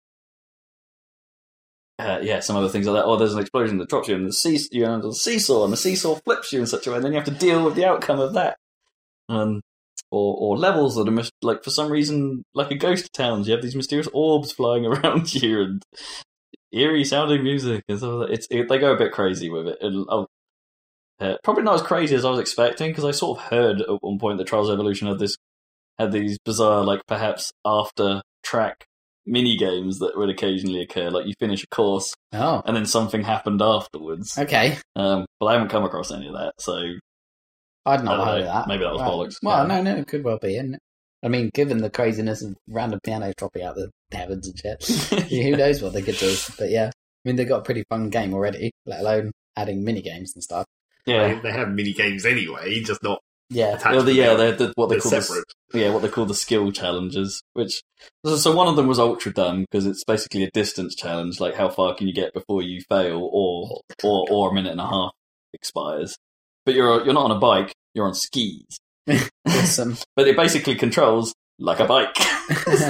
A: uh, yeah, some other things like that. Or there's an explosion that drops you, and the seas- you're under the seesaw, and the seesaw flips you in such a way, and then you have to deal with the outcome of that. Um, or or levels that are mis- like for some reason like a ghost towns. You have these mysterious orbs flying *laughs* around you and eerie sounding music and stuff. Like that. It's it, they go a bit crazy with it. And I'll- uh, probably not as crazy as I was expecting because I sort of heard at one point that Trials Evolution had this had these bizarre like perhaps after track mini games that would occasionally occur. Like you finish a course
B: Oh.
A: and then something happened afterwards.
B: Okay.
A: Um, but I haven't come across any of that, so
B: I'd
A: I
B: not
A: don't
B: heard of
A: know.
B: that.
A: Maybe that was
B: Right.
A: bollocks.
B: Well,
A: Yeah.
B: no, no, it could well be. Isn't it? I mean, given the craziness of random pianos dropping out the heavens and shit,
A: *laughs*
B: *laughs* who knows what they could do? But yeah, I mean, they got a pretty fun game already. Let alone adding mini games and stuff.
A: yeah.
C: They, they have mini games anyway, just not
A: *laughs*
B: Yeah,
C: attached.
A: Oh, the-
C: to
A: yeah,
C: them.
A: they're, the- what they
C: They're
A: call
C: separate.
A: The, yeah, what they call the skill challenges. Which so- so one of them was ultra dumb because it's basically a distance challenge, like how far can you get before you fail, or or or a minute and a half expires. But you're you're not on a bike, you're on skis. *laughs*
B: awesome.
A: But it basically controls like a bike.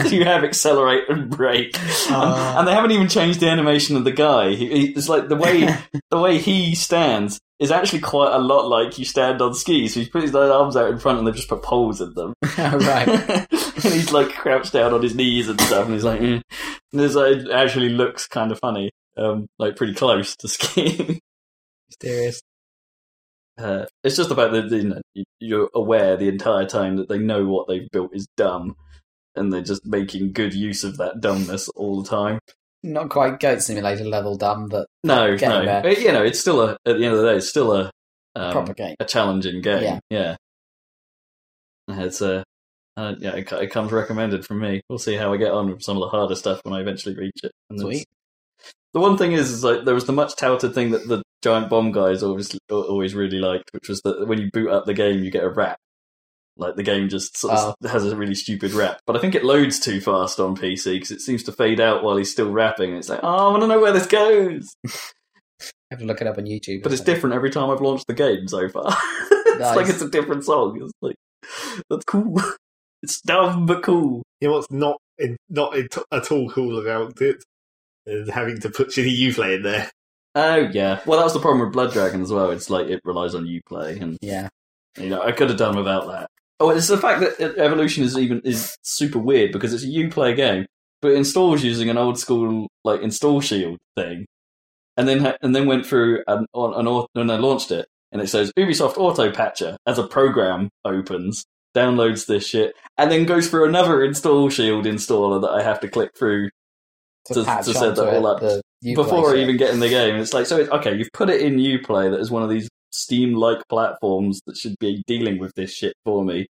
A: *laughs* you have accelerate and brake,
B: Ah.
A: and, and they haven't even changed the animation of the guy. He, he, it's like the way
B: *laughs*
A: *laughs* the way he stands is actually quite a lot like you stand on skis. So he puts his arms out in front and they've just put poles in them. *laughs*
B: right.
A: and he's like crouched down on his knees and stuff and he's like, mm. and it's like, it actually looks kind of funny. Um, like pretty close to *laughs* skiing.
B: Mysterious.
A: Uh, it's just about the, the you know, you- you're aware the entire time that they know what they've built is dumb, and they're just making good use of that dumbness all the time.
B: Not quite Goat Simulator level dumb, but
A: No,
B: Getting
A: no,
B: there.
A: But, you know, it's still a at the end of the day, it's still a um,
B: proper game.
A: a challenging game.
B: Yeah.
A: Yeah, it's a uh, yeah, it, co- it comes recommended from me. We'll see how I get on with some of the harder stuff when I eventually reach it. And it's-
B: Sweet.
A: The one thing is, is like there was the much touted thing that the giant bomb guys always always really liked, which was that when you boot up the game, you get a rap. Like the game just sort of has a really stupid rap, but I think it loads too fast on PC because it seems to fade out while he's still rapping. It's like, oh, I want to know where this goes,
B: Have to look it up on YouTube.
A: but it's different every time I've launched the game so far. *laughs* it's like
B: Nice.
A: it's a different song. It's like that's cool. *laughs* It's dumb but cool.
C: You know what's not in, not in t- at all cool about it is having to put shitty Uplay in there.
A: Oh yeah. Well, that was the problem with Blood Dragon as well. It's like it relies on you play and
B: Yeah.
A: You know, I could have done without that. Oh, it's the fact that E- Evolution is even is super weird because it's a you play game, but it installs using an old school like install shield thing, and then ha- and then went through an on an auth- and I launched it, and it says Ubisoft Auto Patcher as a program opens, downloads this shit, and then goes through another install shield installer that I have to click through To-
B: patch
A: to set
B: onto
A: that all
B: it,
A: up
B: the Uplay
A: before I
B: shit.
A: even get in the game. It's like, so it's, okay, you've put it in Uplay that is one of these Steam like platforms that should be dealing with this shit for me,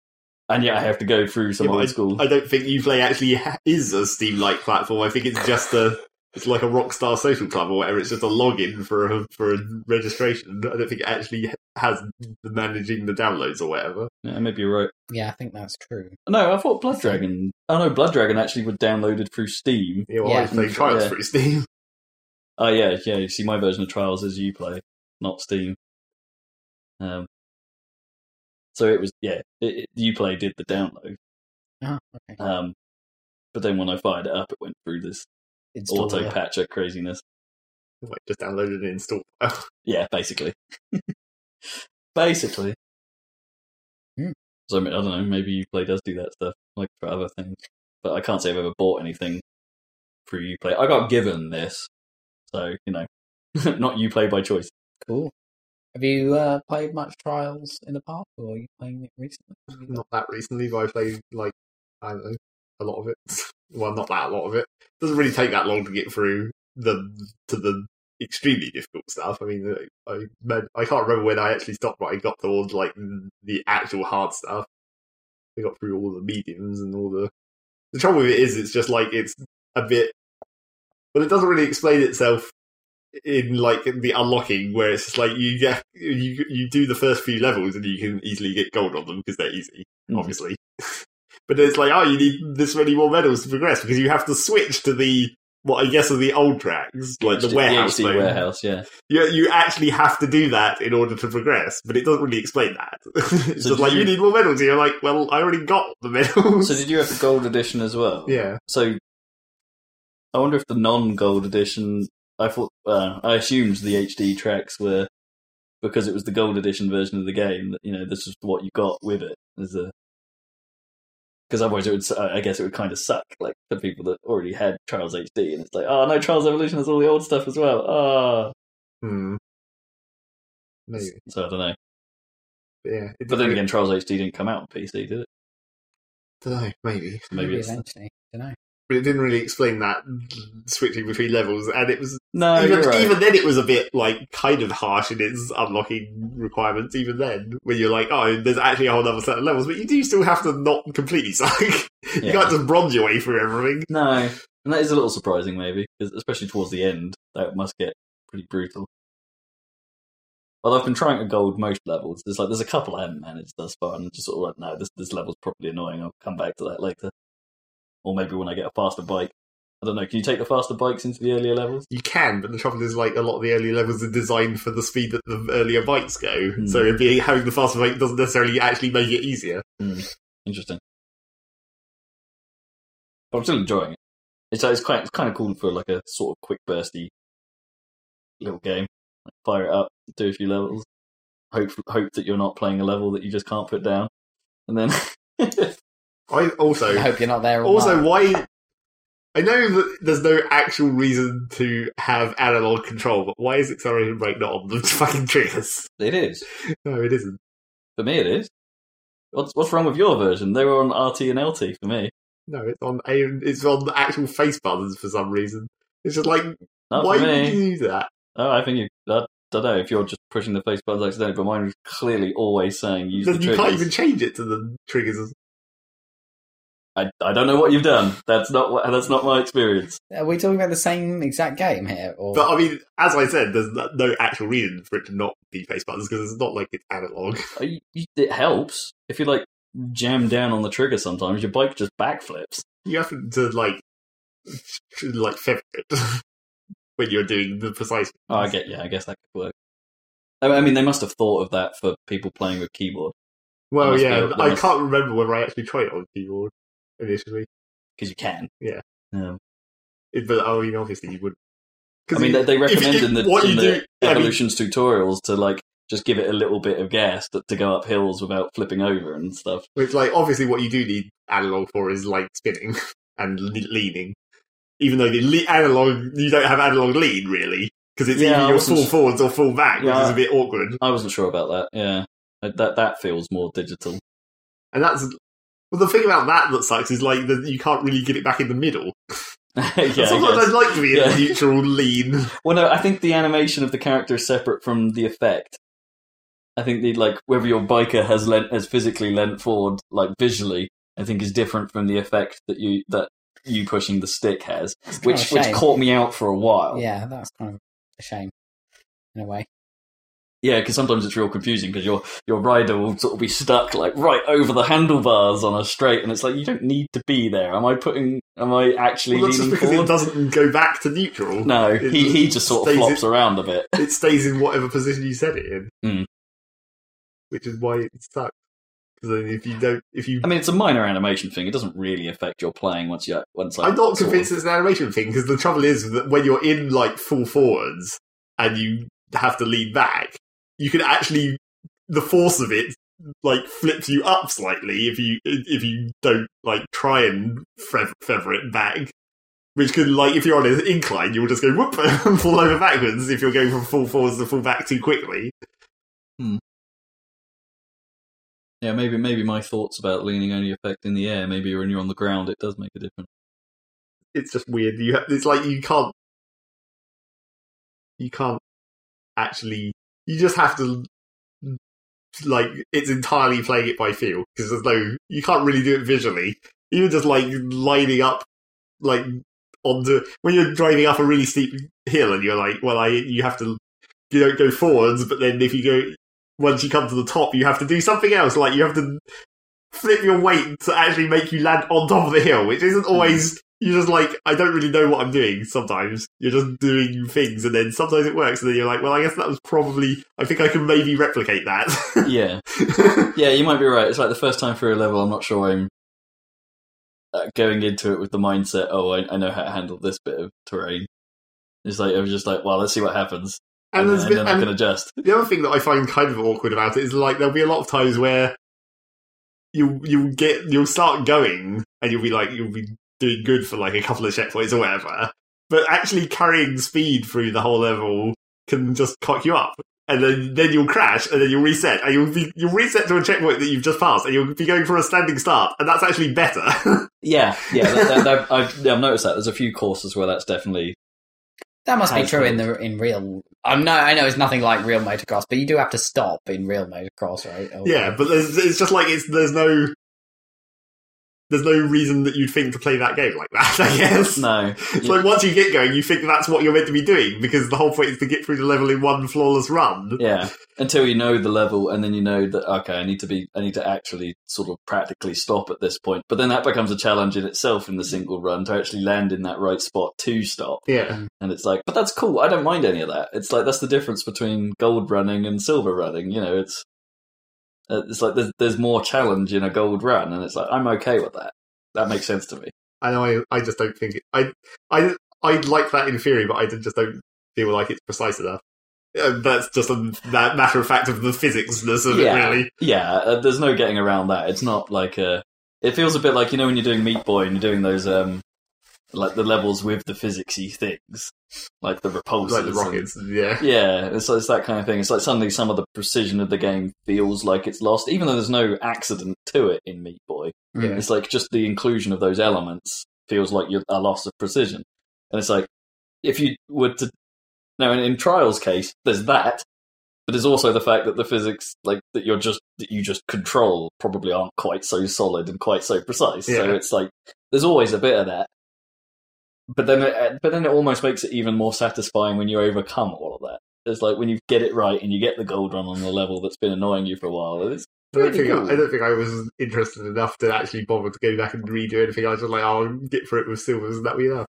A: and yet I have to go through some
C: Yeah, but
A: old school.
C: I don't think Uplay actually *laughs* ha- is a Steam-like platform. I think it's just a, it's like a Rockstar Social Club or whatever. It's just a login for a, for a registration. I don't think it actually has the managing the downloads or whatever.
A: yeah, maybe you're right.
B: Yeah, I think that's true.
A: No, I thought Blood Dragon. Oh no, Blood Dragon actually was downloaded through Steam.
C: Yeah, well,
B: Yeah.
C: I play trials
A: Yeah.
C: through Steam. *laughs*
A: Oh yeah, yeah. You see, my version of Trials is Uplay, not Steam. Um, so it was yeah, it, it, Uplay did the download.
B: Oh, okay.
A: Um, but then when I fired it up, it went through this
B: Installer.
A: auto patcher craziness.
C: Wait, just downloaded and installed.
A: Yeah, basically. basically.
B: Hmm.
A: So I, mean, I don't know. Maybe Uplay does do that stuff, like for other things. But I can't say I've ever bought anything through Uplay. I got given this, so you know, *laughs* not Uplay by choice.
B: Cool. Have you uh, played much Trials in the past, or are you playing it
A: *laughs*
B: recently?
C: not that recently, but I played like I don't know a lot of it. *laughs* well, not that a lot of it. Doesn't really take that long to get through the to the extremely difficult stuff. I mean, I I, I can't remember when I actually stopped, but I got towards like the actual hard stuff. I got through all the mediums and all the. The trouble with it is, it's just like it's a bit, but it doesn't really explain itself in like the unlocking where it's just like you get you you do the first few levels and you can easily get gold on them because they're easy
A: Mhm.
C: obviously *laughs* but it's like oh you need this many more medals to progress because you have to switch to the what i guess are the old tracks like the
A: HD
C: warehouse
A: HD
C: mode.
A: E warehouse, yeah.
C: You, you actually have to do that in order to progress but it doesn't really explain that *laughs* it's
A: So
C: just
A: did
C: like you...
A: you-
C: need more medals and you're like well i already got the medals
A: So did you have the gold edition as well?
C: *laughs* yeah
A: So I wonder if the non-gold edition. I thought uh, I assumed the HD tracks were because it was the gold edition version of the game. That you know this is what you got with it as a. Because otherwise, it would. s- I I guess it would kind of suck, like for people that already had Trials HD, and it's like, oh no, Trials Evolution has all the old stuff as well. Ah,
C: hmm. maybe
A: so I don't know.
C: but yeah it
A: But then
C: didn't-
A: again, Trials HD didn't come out on PC, did it?
C: dunno, maybe
A: Maybe it's
B: eventually. Don't know.
C: but it didn't really explain that switching between levels and it was
A: no.
C: even,
A: you're right.
C: even then, it was a bit like kind of harsh in its unlocking requirements. Even then, when you're like, oh, there's actually a whole other set of levels, but you do still have to not completely *laughs* suck. you
A: Yeah.
C: can't just bronze your way through everything.
A: *laughs* No, and that is a little surprising, maybe, 'cause especially towards the end. That must get pretty brutal. Although I've been trying to gold most levels. There's like there's a couple I haven't managed thus far, and just sort of like, no, this this level's probably annoying. I'll come back to that later, or maybe when I get a faster bike. I don't know. Can you take the faster bikes into the earlier levels?
C: You can, but the trouble is, like a lot of the earlier levels are designed for the speed that the earlier bikes go.
A: Hmm.
C: So being, having the faster bike doesn't necessarily actually make it easier.
A: Interesting. But I'm still enjoying it. It's, it's quite it's kind of cool for like a sort of quick bursty little game. Like fire it up, do a few levels. Hope hope that you're not playing a level that you just can't put down, and then *laughs*
C: I also
B: I hope you're not there. All
C: Also,
B: night.
C: why? I know that there's no actual reason to have analog control, but why is acceleration brake not on the *laughs* fucking triggers? *laughs*
A: it is
C: No, it isn't.
A: for me. It is. What's what's wrong with your version? They were on RT and LT for me.
C: No, it's on A. It's on the actual face buttons for some reason. It's just like
A: Not
C: why
A: for me.
C: did you do that?
A: Oh, I think you. I don't know if you're just pushing the face buttons accidentally, but mine was clearly always saying use the
C: Then you
A: triggers.
C: can't even change it to the triggers.
A: I, I don't know what you've done. That's not what, that's not my experience.
B: Are we talking about the same exact game here? Or...
C: But I mean, as I said, there's no- no actual reason for it to not be face buttons because it's not like it's analog. *laughs*
A: Uh, you- you- It helps if you like jam down on the trigger. Sometimes your bike just backflips.
C: You have to like *laughs* tr- like feather it *laughs* when you're doing the precise.
A: Oh, I get yeah. I guess that could work. I I mean, they must have thought of that for people playing with keyboard
C: Well,
A: Must be
C: yeah,
A: a- there
C: I
A: must-
C: can't remember whether I actually tried it on keyboard initially.
A: because you can.
C: Yeah.
A: Um,
C: It, but I mean, obviously you wouldn't. 'Cause
A: I mean,
C: you-
A: they, they
C: if you-
A: recommend in the,
C: what
A: in
C: you
A: the
C: do- I mean,
A: evolutions tutorials to like just give it a little bit of gas to, to go up hills without flipping over and stuff.
C: Which, like, obviously, what you do need analog for is like spinning *laughs* and le- leaning. Even though the le- analog, you don't have analog lean really, because it's
A: Yeah, I
C: either you're
A: wasn't
C: full
A: su-
C: forwards or full back, which
A: Yeah.
C: is a bit awkward.
A: I wasn't sure about that. Yeah, Uh, that that feels more digital. *laughs*
C: And that's well, the thing about that that sucks is like that you can't really get it back in the middle.
A: yeah,
C: Sometimes
A: I guess.
C: I'd like to be in
A: Yeah.
C: a neutral
A: *laughs*
C: lean.
A: Well, no, I think the animation of the character is separate from the effect. I think the like whether your biker has lent has physically lent forward, like visually, I think is different from the effect that you that you pushing the stick has,
B: It's kind
A: which
B: of a
A: which
B: shame.
A: caught me out for a while.
B: Yeah, that's kind of a shame in a way.
A: Yeah, because sometimes it's real confusing because your your rider will sort of be stuck like right over the handlebars on a straight, and it's like you don't need to be there. Am I putting? Am I actually
C: Well, that's just
A: leaning
C: because it
A: forward?
C: doesn't go back to neutral.
A: No,
C: It
A: he he just sort of
C: stays
A: flops
C: in-
A: around a bit.
C: It stays in whatever position you set it in,
A: Mm.
C: which is why it sucks. Because if you don't, if you,
A: I mean, it's a minor animation thing. It doesn't really affect your playing once you once. Like,
C: I'm not
A: sort of-
C: convinced it's an animation thing. Because the trouble is that when you're in like full forwards and you have to lean back, you can actually the force of it like flips you up slightly if you if you don't like try and fev- feather it back. Which could like if you're on an incline, you'll just go whoop *laughs* and fall over backwards if you're going from full forwards to full back too quickly.
A: Yeah, maybe maybe my thoughts about leaning only affect in the air. Maybe when you're on the ground, it does make a difference.
C: it's just weird. You have, it's like you can't you can't actually you just have to like it's entirely playing it by feel because there's no you can't really do it visually. Even just like lining up like onto when you're driving up a really steep hill and you're like, well, I you have to you don't go forwards, but then if you go once you come to the top, you have to do something else. Like you have to flip your weight to actually make you land on top of the hill, which isn't always you're just like, I don't really know what I'm doing sometimes. You're just doing things and then sometimes it works and then you're like, well, I guess that was probably, I think I can maybe replicate that. *laughs*
A: yeah, yeah, you might be right. It's like the first time through a level. I'm not sure I'm uh, going into it with the mindset. Oh, I, I know how to handle this bit of terrain. It's like I was just like, well, let's see what happens,
C: and
A: and,
C: there's
A: and
C: been,
A: then I
C: and
A: can adjust.
C: the other thing that I find kind of awkward about it is like, there'll be a lot of times where you, you'll get, you'll start going and you'll be like, you'll be doing good for like a couple of checkpoints or whatever. But actually carrying speed through the whole level can just cock you up. And then, then you'll crash, and then you'll reset, and you'll be you'll reset to a checkpoint that you've just passed, and you'll be going for a standing start, and that's actually better. *laughs*
A: Yeah, yeah, that, that, that, I've, yeah, I've noticed that. There's a few courses where that's definitely
B: That must be
A: Has
B: true in the in real. I know I know it's nothing like real motocross, but you do have to stop in real motocross, right? Or-
C: yeah, but there's, it's just like it's there's no there's no reason that you'd think to play that game like that. *laughs* I guess.
A: no.
C: It's like once you get going, you think that's what you're meant to be doing because the whole point is to get through the level in one flawless run.
A: Yeah, until you know the level, and then you know that okay, I need to be, I need to actually sort of practically stop at this point. But then that becomes a challenge in itself in the single run to actually land in that right spot to stop.
C: Yeah.
A: And it's like, but that's cool. I don't mind any of that. It's like that's the difference between gold running and silver running. You know, it's uh, it's like there's there's more challenge in a gold run, and it's like I'm okay with that. That makes sense to me.
C: I know. I, I just don't think it, I I I'd like that in theory, but I just don't feel like it's precise enough. Uh, that's just a that matter of fact of the physicsness of
A: Yeah.
C: it, really.
A: Yeah, uh, there's no getting around that. It's not like a. It feels a bit like you know when you're doing Meat Boy and you're doing those um, like the levels with the physicsy things, like the repulsors,
C: Like the
A: and-
C: rockets, *laughs* yeah.
A: yeah, it's, it's that kind of thing. It's like suddenly some of the precision of the game feels like it's lost, even though there's no accident to it in Meat Boy.
B: Mm.
A: It's like just the inclusion of those elements feels like you're a loss of precision. And it's like, if you were to. Now, in, in Trials' case, there's that, but there's also the fact that the physics, like, that you're just. that you just control probably aren't quite so solid and quite so precise. So
C: Yeah.
A: it's like, there's always a bit of that. But then, it, uh, but then it almost makes it even more satisfying when you overcome all of that. It's like when you get it right and you get the gold run on the level that's been annoying you for a while. It's
C: I don't,
A: pretty
C: think
A: cool.
C: I, I don't think I was interested enough to actually bother to go back and redo anything. I was just like, oh, I'll get for it with silvers and that'll be enough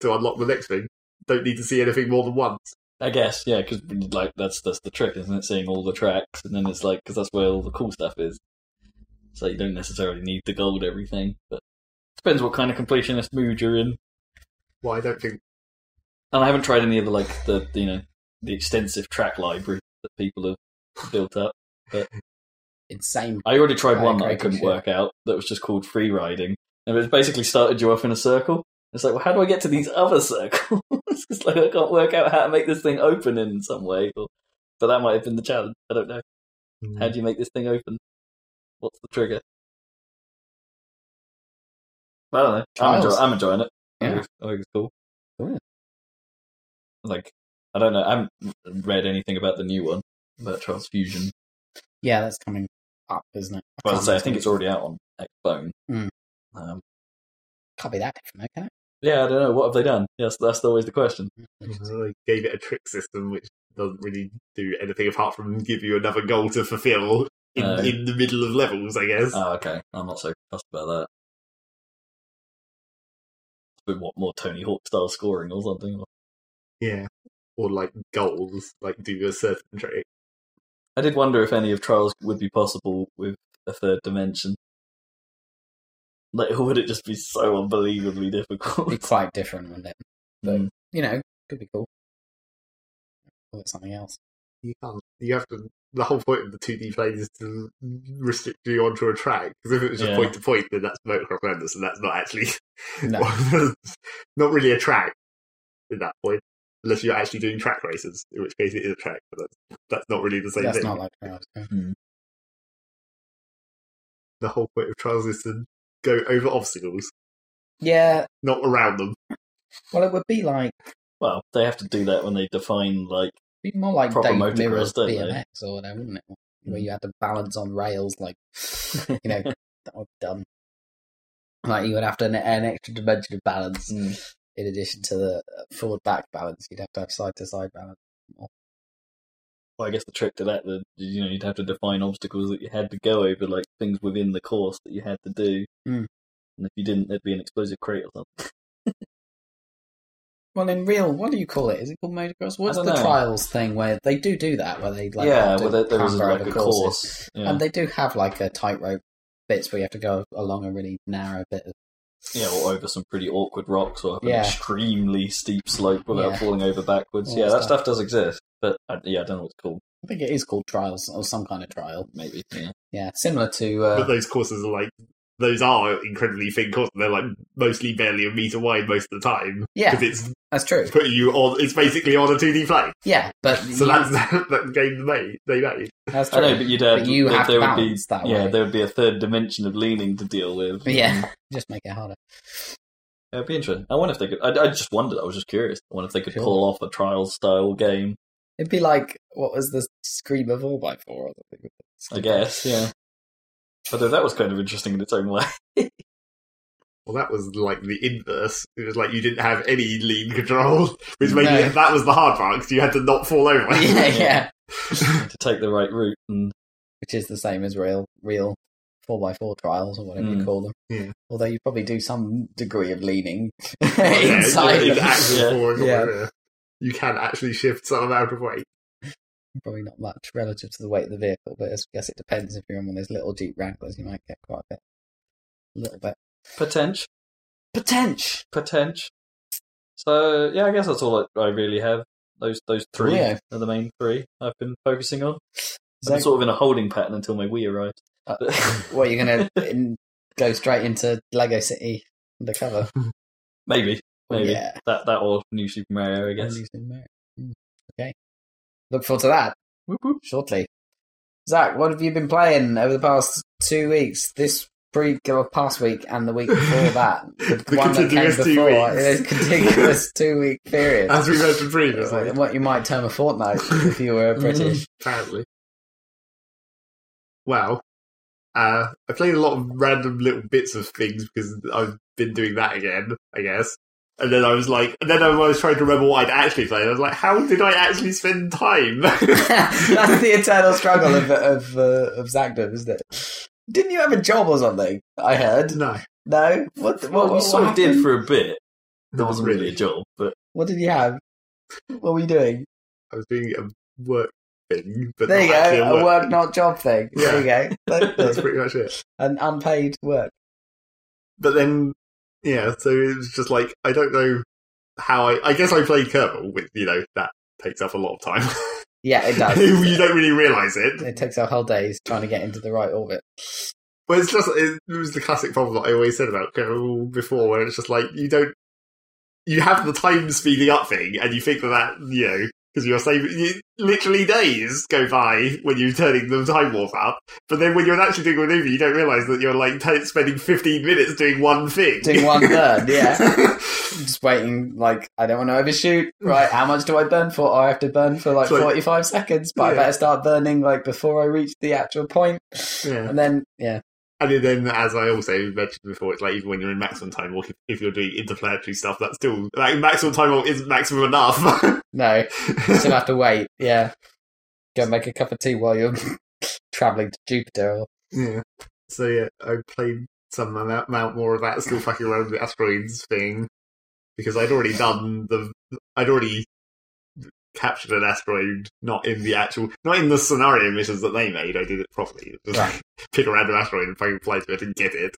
C: to unlock the next thing. Don't need to see anything more than once.
A: I guess, yeah, because like that's that's the trick, isn't it? Seeing all the tracks, and then it's like because that's where all the cool stuff is. So you don't necessarily need the gold everything, but depends what kind of completionist mood you're in.
C: Well, I don't think.
A: And I haven't tried any of the like the you know the extensive track library that people have built up.
B: insane.
A: I already tried
B: Yeah,
A: one that I
B: great
A: couldn't
B: shit.
A: work out that was just called free riding, and it basically started you off in a circle. It's like, well, how do I get to these other circles? *laughs* it's like I can't work out how to make this thing open in some way. Or, Mm-hmm. but that might have been the challenge. I don't know. How do you make this thing open? What's the trigger? I don't know. I'm,
B: Trials.
A: enjoy- I'm enjoying it. I,
B: Yeah.
A: think, it's- I think it's cool.
B: Cool.
A: Like, I don't know. I haven't read anything about the new one about Transfusion.
B: Yeah, that's coming up, isn't it?
A: But
B: can't
A: as I, say, I
B: remember.
A: think it's already out on Xbone.
B: Mm.
A: Um,
B: Can't be that different, okay?
A: yeah, I don't know. What have they done? Yes, that's always the question.
B: Hmm.
C: They gave it a trick system which doesn't really do anything apart from give you another goal to fulfill in,
A: No.
C: in the middle of levels, I guess.
A: Oh, okay. I'm not so fussed about that. We want more Tony Hawk style scoring or something.
C: yeah. Or like goals, like do a certain trick.
A: I did wonder if any of Trials would be possible with a third dimension. Like, would it just be so unbelievably difficult?
B: Be quite different, wouldn't it?
A: Mm.
B: You know, could be cool. Call it something else.
C: You can't. You have to. The whole point of the 2D plane is to restrict you onto a track. Because if it was just
A: Yeah.
C: point to point, then that's motocross madness, and that's not actually *laughs*
A: *laughs*
B: No.
C: not really a track at that point, unless you're actually doing track races, in which case it is a track. But that's, that's not really the same
B: That's
C: thing.
B: not like trials. yeah.
C: The whole point of trials is to go over obstacles,
B: Yeah,
C: not around them.
B: well, it would be like
A: Well, they have to do that when they define like
B: be more like
A: Proper
B: Dave
A: motocross,
B: Mirra's
A: don't they? Mm-hmm.
B: BMX or whatever, wouldn't it? Where you had to balance on rails,
A: *laughs*
B: like you know, that was dumb. Like you would have to an, an extra dimension of balance in addition to the
A: uh,
B: forward back balance. You'd have to have side to side balance.
A: Well, I guess the trick to that, the you know, you'd have to define obstacles that you had to go over, like things within the course that you had to do.
B: Mm.
A: And if you didn't, there'd be an explosive crate or something.
B: Well, in real, what do you call it? Is it called motocross? What's
A: don't
B: the
A: know.
B: trials thing where they do do that? Where they like
A: yeah,
B: have to
A: well, there, there was
B: clamber
A: like
B: over
A: a
B: courses.
A: course. Yeah.
B: and they do have like a tightrope bits where you have to go along a really narrow bit of
A: yeah, or over some pretty awkward rocks or up an
B: Yeah.
A: extremely steep slope without
B: Yeah.
A: falling over backwards.
B: All
A: yeah,
B: that
A: that
B: stuff.
A: stuff does exist. But I, yeah, I don't know what it's called.
B: I think it is called trials or some kind of trial.
A: Maybe. Yeah.
B: Yeah, similar to
C: but
B: uh,
C: those courses are like those are incredibly thin courses. They're like mostly barely a meter wide most of the time
B: yeah,
C: because it's
B: that's true.
C: putting you on. It's basically on a 2D plane.
B: Yeah, but
C: *laughs* So
B: you-
C: that's that game they made. They made.
B: that's
A: I
B: true.
A: know, but you'd have,
B: But you
A: there-
B: have
A: there
B: to
A: would be
B: balance that
A: yeah,
B: way.
A: there would be a third dimension of leaning to deal with.
B: yeah, *laughs* just make it harder.
A: It'd be interesting. I wonder if they could. I, I just wondered. I was just curious. I wonder if they could
B: Sure.
A: pull off a trial style game.
B: It'd be like what was the scream of all by four?
A: I guess. Yeah. Although that was kind of interesting in its own way. *laughs*
C: Well, that was like the inverse. It was like you didn't have any lean control, *laughs* which made
B: No.
C: it, that was the hard part 'cause you had to not fall over.
B: *laughs* *laughs* yeah,
C: *laughs*
B: yeah.
A: to take the right route, and
B: Which is the same as real, real four by four trials or whatever
A: Mm.
B: you call them.
C: Yeah.
B: Although you probably do some degree of leaning *laughs*
A: Oh,
C: yeah,
B: inside.
C: in
B: them.
C: actual
A: Yeah.
C: forward
B: Yeah.
C: order, You can actually shift some amount of weight.
B: *laughs* Probably not much relative to the weight of the vehicle, but I guess it depends. If you're on one of those little Jeep Wranglers, you might get quite a bit, a little bit.
A: potential,
B: Potential.
A: potential. So yeah, I guess that's all I, I really have. Those those three
B: Yeah.
A: are the main three I've been focusing on. I've been
B: Zach,
A: sort of in a holding pattern until my Wii arrived.
B: Uh,
A: *laughs* But-
B: what you're gonna *laughs* in, go straight into Lego City undercover?
A: maybe, maybe
B: Yeah.
A: that that or new Super Mario, I
B: And
A: guess.
B: he's in America. Mm. Okay. Look forward to that
A: Whoop, whoop.
B: shortly. Zach, what have you been playing over the past two weeks? This pre or past week and the week before that.
C: The continuous two
B: before,
C: weeks.
B: in a continuous two week period.
C: As we mentioned
B: It's
C: previously,
B: like what you might term a fortnight if you were British. *laughs*
C: apparently. Well, uh, I played a lot of random little bits of things because I've been doing that again, I guess. And then I was like, and then I was trying to remember what I'd actually played. I was like, how did I actually spend time? *laughs*
B: That's the eternal struggle of of uh, of Zagdom, isn't it? Didn't you have a job or something? I heard.
C: no,
B: No. What? What?
A: Well,
B: what
A: you sort of did
B: happened?
A: for a bit. That
C: not
A: wasn't really a job, but
B: What did you have? What were you doing?
C: I was doing a work thing, but
B: There
C: not
B: you
C: actually a
B: go, a
C: work.
B: work not job thing. There you go. That-
C: That's
B: that's
C: pretty much it.
B: An unpaid work.
C: But then, yeah, so it was just like I don't know how I. I guess I played Kerbal, which you know that takes up a lot of time.
B: Yeah, it does.
C: *laughs* you don't really realise it.
B: it takes up whole days trying to get into the right orbit.
C: Well, it's just it, it was the classic problem that I always said about Kerbal before, where it's just like you don't you have the time speeding up thing, and you think that that you know Because you're saving you, literally days go by when you're turning the time warp up, but then when you're actually doing a maneuver, you don't realise that you're like t- spending 15 minutes doing one thing. *laughs*
B: Doing one third, yeah. Just waiting, like, I don't want to overshoot. Right, how much do I burn for? Oh, I have to burn for like
C: It's like-
B: 45 seconds, but I
C: Yeah.
B: better start burning like before I reach the actual point.
C: yeah.
B: And then, yeah,
C: And then, as I also mentioned before, it's like even when you're in maximum time walk, if, if you're doing interplanetary stuff, that's still like maximum time walk isn't maximum enough. *laughs*
B: no, still have to wait. Yeah. Go make a cup of tea while you're *laughs* traveling to Jupiter or
C: yeah. So yeah, I played some amount, amount more of that, still fucking around with the asteroids thing because I'd already done the, I'd already captured an asteroid, not in the actual, not in the scenario missions that they made. I did it properly, *laughs* It was just
B: Right.
C: pick a random asteroid and fucking fly to it and get it.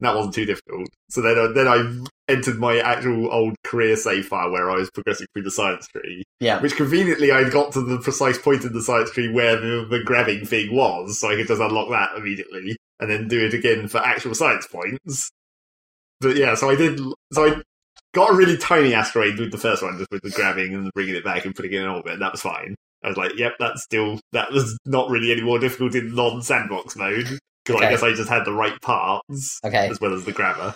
C: That wasn't too difficult. So then, I, then I entered my actual old career save file where I was progressing through the science tree,
B: Yeah.
C: which conveniently I got to the precise point in the science tree where the, the grabbing thing was, so I could just unlock that immediately and then do it again for actual science points. But yeah, so I did. So I got a really tiny asteroid with the first one, just with the grabbing and bringing it back and putting it in orbit. And that was fine. I was like, yep, that's still that was not really any more difficult in non-sandbox mode because
B: Okay.
C: I guess I just had the right parts
B: Okay.
C: as well as the grammar.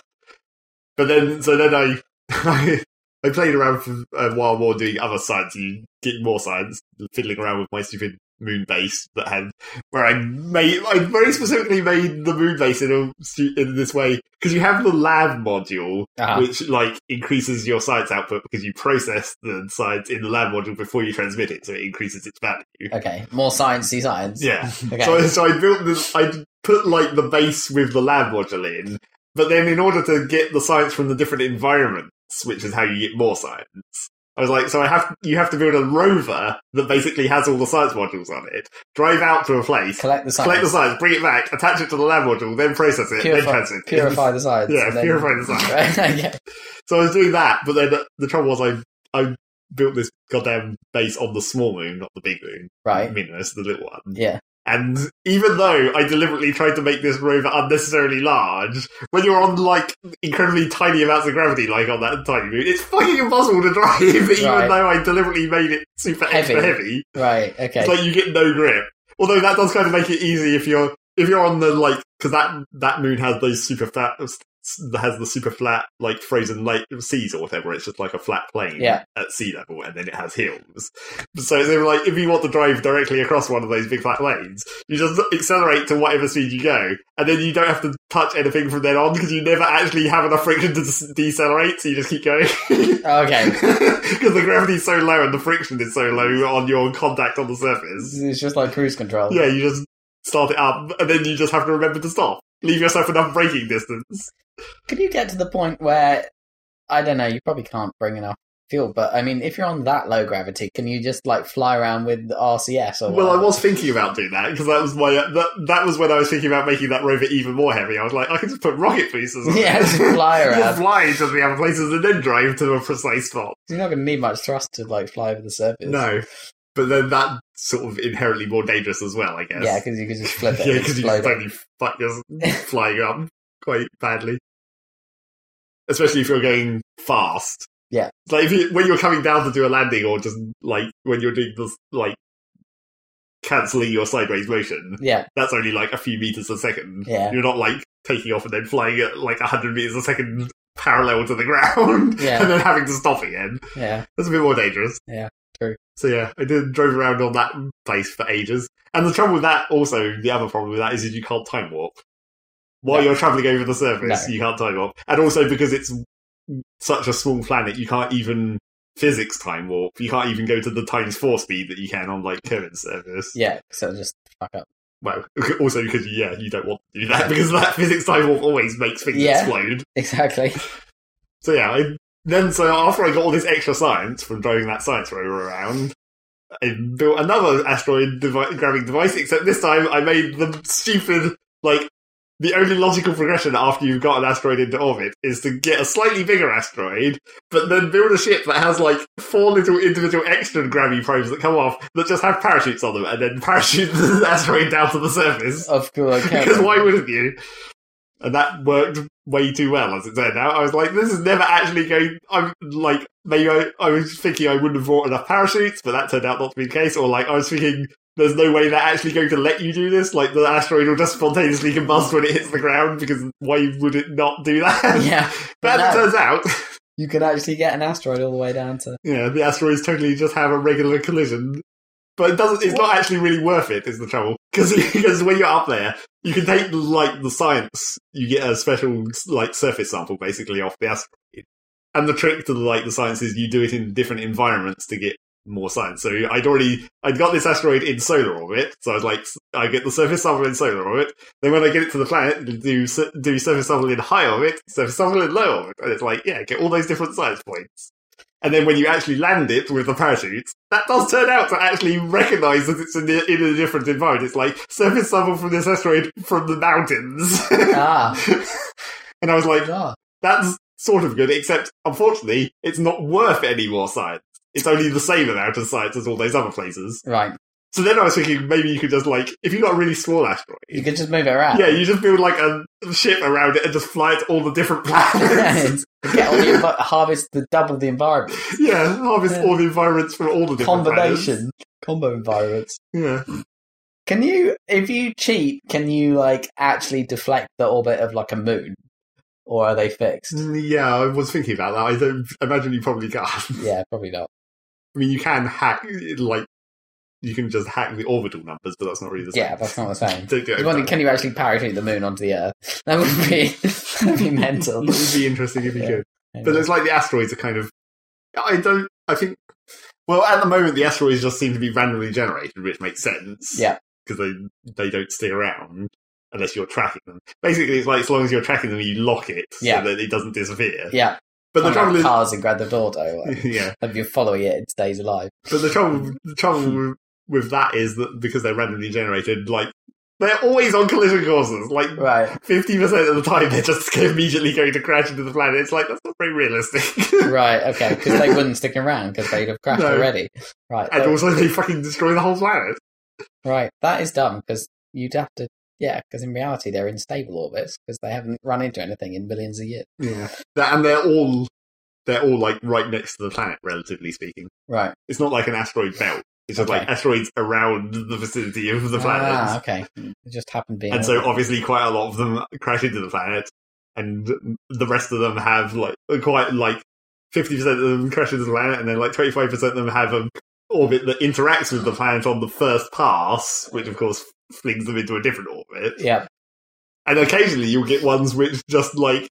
C: But then, so then I, *laughs* I, I played around for a while more doing other science, you get more science, fiddling around with my stupid moon base that had, where I made, I very specifically made the moon base in, a, stu- in this way, because you have the lab module,
B: Uh-huh.
C: which like increases your science output because you process the science in the lab module before you transmit it, so it increases its value.
B: Okay. More sciencey science.
C: Yeah.
B: Okay.
C: So, so I built this. I put like the base with the lab module in, but then in order to get the science from the different environments, which is how you get more science, I was like, so I have you have to build a rover that basically has all the science modules on it, drive out to a place,
B: Collect the
C: collect the
B: science.
C: science, bring it back, attach it to the lab module, then process it,
B: Purify-
C: then transmit it.
B: Purify the science.
C: Yeah,
B: and then-
C: purify the science.
B: yeah.
C: *laughs* So I was doing that, but then the, the trouble was I I built this goddamn base on the small moon, not the big moon.
B: *laughs*
C: I
B: Right.
C: mean, that's the little one.
B: Yeah.
C: And even though I deliberately tried to make this rover unnecessarily large, when you're on like incredibly tiny amounts of gravity, like on that tiny moon, it's fucking impossible to drive. *laughs* Even
B: Right.
C: though I deliberately made it super
B: Heavy.
C: extra heavy,
B: Right. Okay.
C: it's like you get no grip. Although that does kind of make it easy if you're if you're on the like because that that moon has those super flat has the super flat like frozen lake seas or whatever. It's just like a flat plane
B: Yeah.
C: at sea level, and then it has hills. So they were like, if you want to drive directly across one of those big flat lanes, you just accelerate to whatever speed you go, and then you don't have to touch anything from then on because you never actually have enough friction to des- decelerate. So you just keep going. *laughs*
B: Oh, *laughs* okay.
C: Because the gravity's so low and the friction is so low on your contact on the surface.
B: It's just like cruise control.
C: Yeah, you just start it up and then you just have to remember to stop. Leave yourself enough braking distance.
B: Could you get to the point where I don't know? You probably can't bring enough fuel, but I mean, if you're on that low gravity, can you just like fly around with the RCS or?
C: Well, I
B: whatever?
C: was thinking about doing that because that was my that, that was when I was thinking about making that rover even more heavy. I was like, I can just put rocket boosters. on
B: *laughs* Yeah,
C: it.
B: just fly around.
C: *laughs* just fly to the other places and then drive to a precise spot.
B: You're not going to need much thrust to like fly over the surface.
C: No, but then that sort of inherently more dangerous as well, I guess.
B: Yeah, because you could just flip it.
C: *laughs* yeah,
B: and
C: because you
B: explode it.
C: totally
B: *laughs*
C: fuck you're flying up quite badly, especially if you're going fast.
B: Yeah.
C: It's like if you, when you're coming down to do a landing, or just like when you're doing this, like cancelling your sideways motion.
B: Yeah,
C: That's only like a few meters a second.
B: Yeah.
C: You're not like taking off and then flying at like hundred meters a second parallel to the *laughs* ground,
B: Yeah.
C: and then having to stop again.
B: yeah.
C: That's a bit more dangerous.
B: Yeah, true.
C: So yeah, I did drove around on that place for ages. And the trouble with that, also the other problem with that is, is you can't time warp while
B: No.
C: you're traveling over the surface.
B: No.
C: You can't time warp, and also because it's such a small planet, you can't even physics time warp. You can't even go to the times four speed that you can on like current surface.
B: Yeah, so just *laughs* fuck up.
C: Well, *laughs* also because yeah, you don't want to do that *laughs* because that physics time warp always makes things
B: Yeah.
C: explode.
B: Exactly.
C: So yeah, I, then so after I got all this extra science from driving that science rover around, I built another asteroid devi- grabbing device. Except this time, I made the stupid like the only logical progression after you've got an asteroid into orbit is to get a slightly bigger asteroid, but then build a ship that has like four little individual extra gravity probes that come off that just have parachutes on them, *laughs* and then parachute the asteroid down to the surface. *laughs*
B: Of course.
C: Because why wouldn't you? and that worked way too well as it turned out. I was like, this is never actually going. I'm like, maybe I, I was thinking I wouldn't have brought enough parachutes, but that turned out not to be the case. Or like, I was thinking there's no way they're actually going to let you do this. Like, the asteroid will just spontaneously combust when it hits the ground because why would it not do that?
B: yeah,
C: *laughs* but as it
B: No.
C: turns out,
B: you could actually get an asteroid all the way down to.
C: yeah, the asteroids totally just have a regular collision. But it doesn't. It's not actually really worth it. Is the trouble *laughs* because because when you're up there, you can take like the science. You get a special like surface sample basically off the asteroid. And the trick to like the science is you do it in different environments to get more science. So I'd already I'd got this asteroid in solar orbit, so I was like, I get the surface sample in solar orbit. Then when I get it to the planet, it'll do sur- do surface sample in high orbit, surface sample in low orbit, and it's like, yeah, get all those different science points. And then when you actually land it with the parachute, that does turn out to actually recognise that it's in, the, in a different environment. It's like surface sample from this asteroid from the mountains, *laughs*
B: Ah, *laughs*
C: and I was like,
B: God.
C: that's sort of good, except unfortunately, it's not worth any more science. It's only the same amount of science as all those other places.
B: right.
C: So then I was thinking maybe you could just like, if you got a really small asteroid,
B: You could just move it around.
C: yeah, you just build like a ship around it and just fly it to all the
B: *laughs*
C: different planets.
B: get all the envi- harvest the double the environment
C: yeah, harvest
B: Yeah.
C: all the environments from all the *laughs* different
B: combination combo environments.
C: planets. Yeah.
B: Can you, if you cheat, can you like actually deflect the orbit of like a moon, or are they
C: Mm.
B: fixed?
C: Yeah, I was thinking about that. I don't imagine you probably can't. *laughs* I
B: yeah, probably not.
C: mean, you can hack, like, you can just hack the orbital numbers, but that's not really the same.
B: Yeah, that's
C: *laughs*
B: not the same.
C: Don't do it.
B: You wonder, can you actually parachute the moon onto the Earth? *laughs* That would be that'd
C: *laughs*
B: be mental.
C: It would be interesting if you
B: Yeah.
C: could. But it's like the asteroids are kind of. I don't. I think. Well, at the moment, the asteroids just seem to be randomly generated, which makes sense.
B: Yeah.
C: Because they they don't stay around unless you're tracking them. Basically, it's like as long as you're tracking them, you lock it
B: Yeah.
C: so that it doesn't disappear.
B: yeah,
C: But the
B: unlike
C: trouble is,
B: cars in Grand Theft Auto. like,
C: *laughs* yeah.
B: If you're following it, it stays alive.
C: But the
B: *laughs*
C: trouble the trouble with- with that is that because they're randomly generated, like they're always on collision courses. Like
B: Right,
C: fifty percent of the time, they're just *laughs* immediately going to crash into the planet. It's like that's not very realistic.
B: right, okay, because they wouldn't stick around because they'd have crashed
C: *laughs* No.
B: already. Right,
C: *laughs* And
B: that-
C: also, they fucking destroy the whole planet.
B: right. That is dumb because you'd have to. Yeah, because in reality they're in stable orbits because they haven't run into anything in billions of years.
C: Yeah, and they're all they're all like right next to the planet, relatively speaking.
B: Right.
C: It's not like an asteroid belt. It's just like
B: Okay.
C: asteroids around the vicinity of the planet,
B: Ah, okay. It just happened being.
C: and so obviously quite a lot of them crash into the planet, and the rest of them have like quite like fifty percent of them crash into the planet, and then like twenty five percent of them have an orbit that interacts with the planet on the first pass, which of course flings them into a different orbit.
B: yeah,
C: And occasionally you'll get ones which just like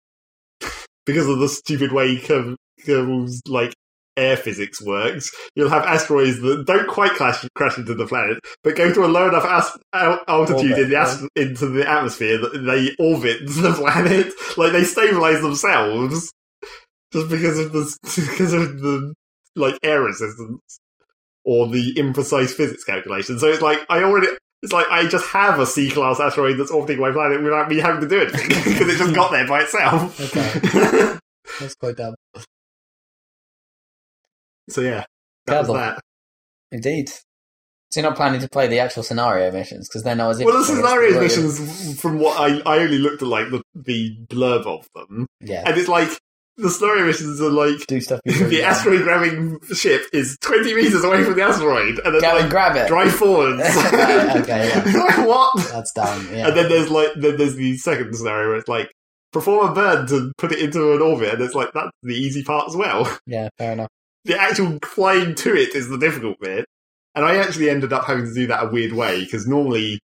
C: because of the stupid way Kev- Kerbal's like air physics works, you'll have asteroids that don't quite crash, crash into the planet, but go to a low enough as- al- altitude
B: Orbit,
C: in the ast- into the atmosphere that they orbit *laughs* the planet, like they stabilize themselves just because of the because of the like air resistance or the imprecise physics calculation. So it's like I already it's like I just have a C class asteroid that's orbiting my planet without me having to do anything *laughs* because it just got there by itself.
B: Okay. that's quite dumb.
C: *laughs* so yeah, that was
B: Kerbal.
C: that.
B: Indeed. So you're not planning to play the actual scenario missions because they're not as
C: Well, the
B: interesting as
C: scenario
B: the-
C: missions, from what I I only looked at like the, the blurb of them,
B: Yeah,
C: and it's like the scenario missions are like.
B: do stuff. you really
C: *laughs* The
B: want.
C: asteroid grabbing ship is 20 meters away from the asteroid, and it's
B: Go
C: like,
B: and grab it.
C: drive forwards.
B: Right, *laughs* okay, yeah.
C: Like, *laughs* what?
B: That's
C: *laughs*
B: dumb. Yeah.
C: And then there's like then there's the second scenario where it's like perform a burn to put it into an orbit, and it's like that's the easy part as well. *laughs*
B: yeah, fair enough.
C: The actual flying to it is the difficult bit, and I actually ended up having to do that a weird way because normally,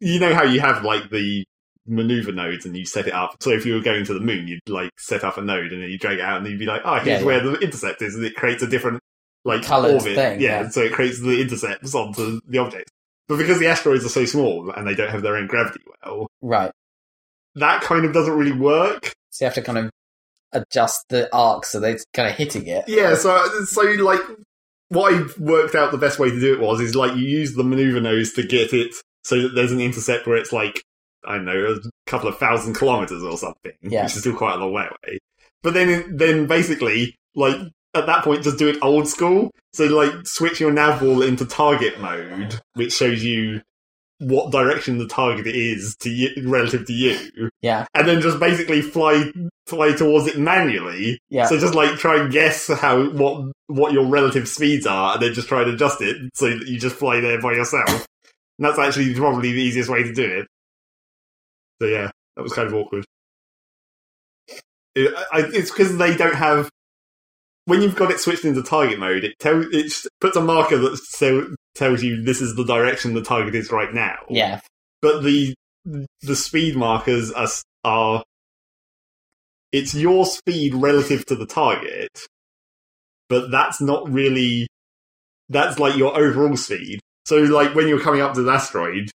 C: you know how you have like the maneuver nodes and you set it up. So if you were going to the moon, you'd like set up a node and then you drag it out, and you'd be like, oh, here's
B: Yeah, yeah.
C: where the intercept is, and it creates a different like
B: Coloured
C: orbit.
B: thing,
C: yeah,
B: yeah.
C: so it creates the intercepts onto the object. But because the asteroids are so small and they don't have their own gravity well,
B: Right.
C: that kind of doesn't really work.
B: So you have to kind of adjust the arc so they're kind of hitting it.
C: Yeah, so so like what I worked out the best way to do it was is like you use the maneuver nose to get it so that there's an intercept where it's like I don't know a couple of thousand kilometers or something,
B: Yeah.
C: which is still quite a long way away. But then then basically like at that point just do it old school. So like switch your nav ball into target mode, which shows you what direction the target is to you, relative to you,
B: Yeah,
C: and then just basically fly fly towards it manually.
B: yeah.
C: So just like try and guess how what what your relative speeds are, and then just try and adjust it so that you just fly there by yourself. and that's actually probably the easiest way to do it. So yeah, that was kind of awkward. It- I, it's because they don't have when you've got it switched into target mode. It tell it s- puts a marker that so, tells you this is the direction the target is right now.
B: yeah,
C: but the the speed markers are are it's your speed relative to the target, but that's not really that's like your overall speed. So like when you're coming up to the asteroid,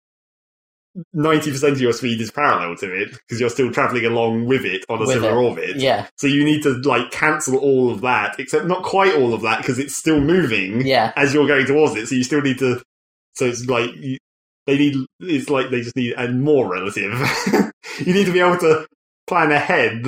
C: ninety percent of your speed is parallel to it because you're still traveling along with it on a
B: With
C: similar
B: it.
C: orbit.
B: yeah,
C: So you need to like cancel all of that, except not quite all of that because it's still moving
B: yeah,
C: as you're going towards it. So you still need to. So it's like you, they need. It's like they just need a more relative. *laughs* you need to be able to plan ahead.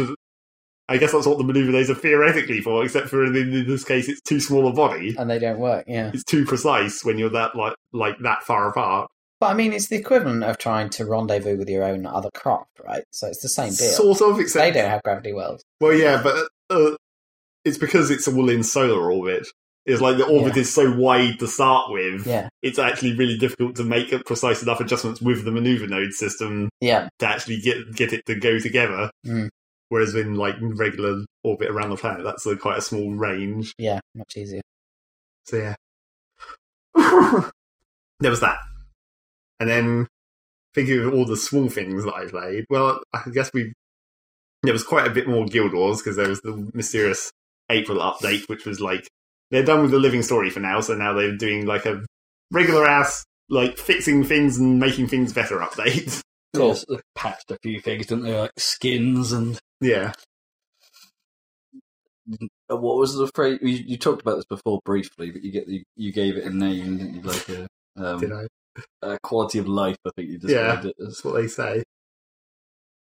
C: I guess that's what the maneuver those are theoretically for, except for in, in this case, it's too small a body.
B: and they don't work. Yeah,
C: It's too precise when you're that like like that far apart.
B: but I mean, it's the equivalent of trying to rendezvous with your own other crop, right? So it's the same deal.
C: Sort of,
B: they
C: except
B: don't have gravity wells.
C: well, yeah, but uh, it's because it's all in solar orbit. It's like the orbit is so wide to start with.
B: Yeah,
C: It's actually really difficult to make precise enough adjustments with the maneuver node system
B: yeah,
C: to actually get get it to go together.
B: Mm.
C: Whereas in like regular orbit around the planet, that's uh, quite a small range.
B: yeah. Much
C: *laughs*
B: easier.
C: So yeah, *laughs* there was that. And then thinking of all the small things that I played. Well, I guess we there was quite a bit more Guild Wars because there was the mysterious April update, which was like they're done with the living story for now. So now they're doing like a regular ass like fixing things and making things better update. *laughs*
B: Cool.
D: Yes, they patched a few things, didn't they? Like skins and
C: yeah,
A: Uh, What was the phrase? You, you talked about this before briefly, but you get you, you gave it a name, didn't you? Like a,
C: did
A: um,
C: I?
A: a quality of life, I think you described it as.
C: That's what they say.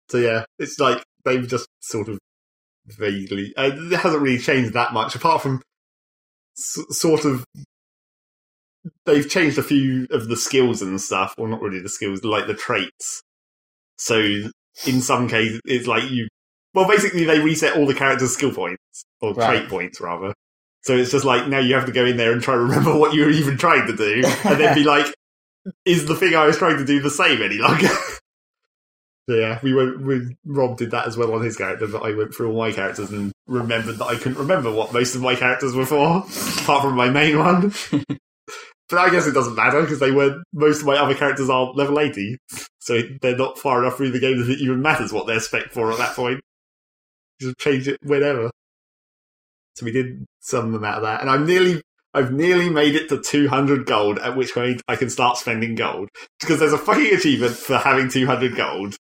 C: So yeah, it's like they've just sort of vaguely. Uh, it hasn't really changed that much, apart from s- sort of. They've changed a few of the skills and stuff. Well, not really the skills, like the traits. So in some cases, it's like you. Well, basically, they reset all the characters' skill points or
B: Right.
C: trait points, rather. So it's just like now you have to go in there and try to remember what you were even trying to do, and then be like, "Is the thing I was trying to do the same any longer?" *laughs* So yeah, we went. We Rob did that as well on his character, but I went through all my characters and remembered that I couldn't remember what most of my characters were for, apart from my main one. but I guess it doesn't matter because they were most of my other characters are level eighty, so they're not far enough through the game that it even matters what they're spec for at that point. Just change it whenever. So we did some amount of that, and I'm nearly. I've nearly made it to 200 gold, at which point I can start spending gold. Because there's a fucking achievement for having 200 gold.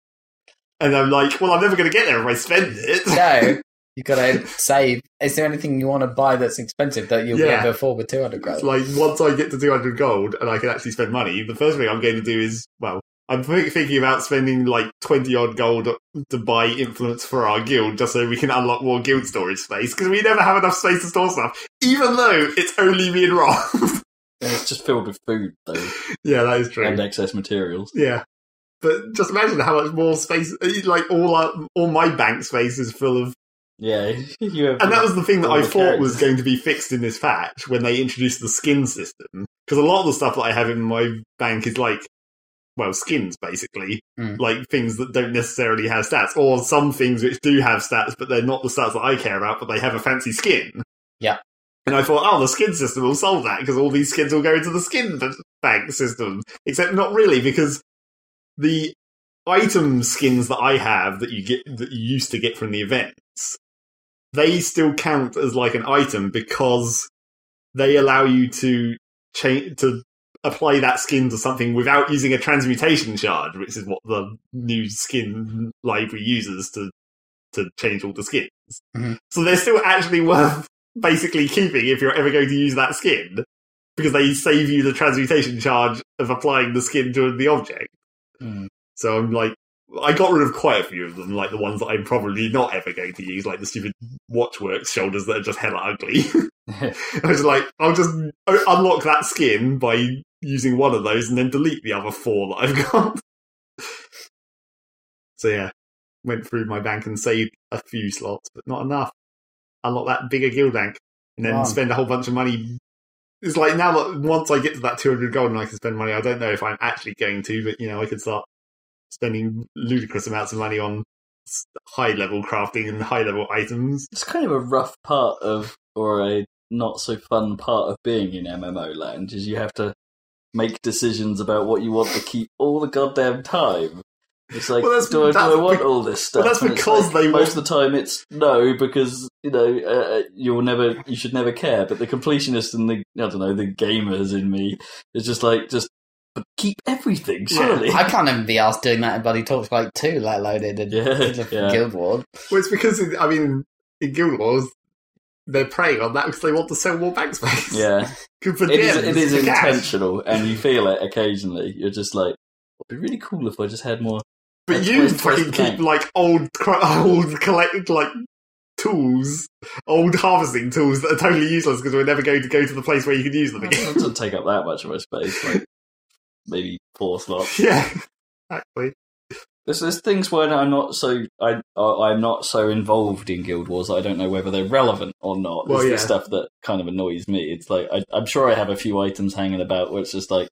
C: And I'm like, well, I'm never going to get there if I spend it.
B: No, you got to save. Is there anything you want to buy that's expensive that you'll
C: Yeah.
B: be able to afford with two hundred grand?
C: It's like once I get to 200 gold and I can actually spend money, the first thing I'm going to do is, well, I'm thi- thinking about spending like 20 odd gold to buy influence for our guild just so we can unlock more guild storage space because we never have enough space to store stuff, even though it's only me and Rob.
A: And It's just filled with food, though,
C: *laughs* yeah, that is true.
A: and uh, excess materials.
C: Yeah. But just imagine how much more space, like all our, all my bank space is full of
A: Yeah, *laughs* you have.
C: And that was the thing that
A: All
C: I
A: the
C: thought was
A: characters.
C: going to be fixed in this patch when they introduced the skin system. Because a lot of the stuff that I have in my bank is like, well, skins basically,
A: Hmm.
B: Mm.
C: like things that don't necessarily have stats, or some things which do have stats, but they're not the stats that I care about, but they have a fancy skin.
B: Yeah.
C: And I thought, oh, the skin system will solve that because all these skins will go into the skin b- bank system. Except not really, because the item skins that I have that you get that you used to get from the events they still count as like an item because they allow you to change to apply that skin to something without using a transmutation shard, which is what the new skin library uses to to change all the skins.
B: Mhm.
C: So they're still actually worth basically keeping if you're ever going to use that skin. Because they save you the transmutation charge of applying the skin to the object.
A: Mm.
C: So I'm like, I got rid of quite a few of them, like the ones that I'm probably not ever going to use, like the stupid Watchworks shoulders *laughs* that are just hella ugly. I was like, I'll just unlock that skin by using one of those and then delete the other four that I've got. *laughs* so yeah, went through my bank and saved a few slots, but not enough. Unlock that bigger Gildank and then
B: Wow.
C: spend a whole bunch of money. It's like now that once I get to that 200 gold and I can spend money, I don't know if I'm actually going to, but you know, I could start spending ludicrous amounts of money on high level crafting and high level items.
A: It's kind of a rough part of, or a not so fun part of being in MMO land, is you have to make decisions about what you want to keep all the goddamn time. It's like,
C: Well, that's-
A: do, I, do I
C: that's
A: want
C: be-
A: all this stuff?
C: well, that's
A: And it's
C: because
A: like,
C: they
A: most of the time it's no, because you know uh, you'll never, you should never care. But the completionist and the I don't know the gamers in me is just like just but keep everything
C: Yeah.
A: surely.
B: I can't even be asked doing that in Bloody Torchlight 2, let alone in, in
C: *laughs*
A: yeah, *laughs* yeah.
B: Guild Wars.
C: Well, it's because, I mean, in Guild Wars, they're preying on that because they want to sell more bank space. *laughs*
A: Yeah,
C: Good for
A: it is.
C: gems,
A: It is
C: for cash.
A: intentional, and you feel it occasionally. You're just like, it'd be really cool if I just had more.
C: But
A: That's
C: you
A: where's- where's
C: fucking
A: the
C: keep
A: bank?
C: like old, cr- *laughs* old collect like tools, old harvesting tools that are totally useless because we're never going to go to the place where you can use them
A: It
C: *laughs* again.
A: doesn't take up that much of my space. Like maybe four
C: *laughs*
A: slots.
C: yeah, exactly.
A: There's, there's things where I'm not so I I- I'm not so involved in Guild Wars. that I don't know whether they're relevant or not.
C: Well,
A: it's
C: yeah.
A: the stuff that kind of annoys me. It's like I, I'm sure I have a few items hanging about where it's just like,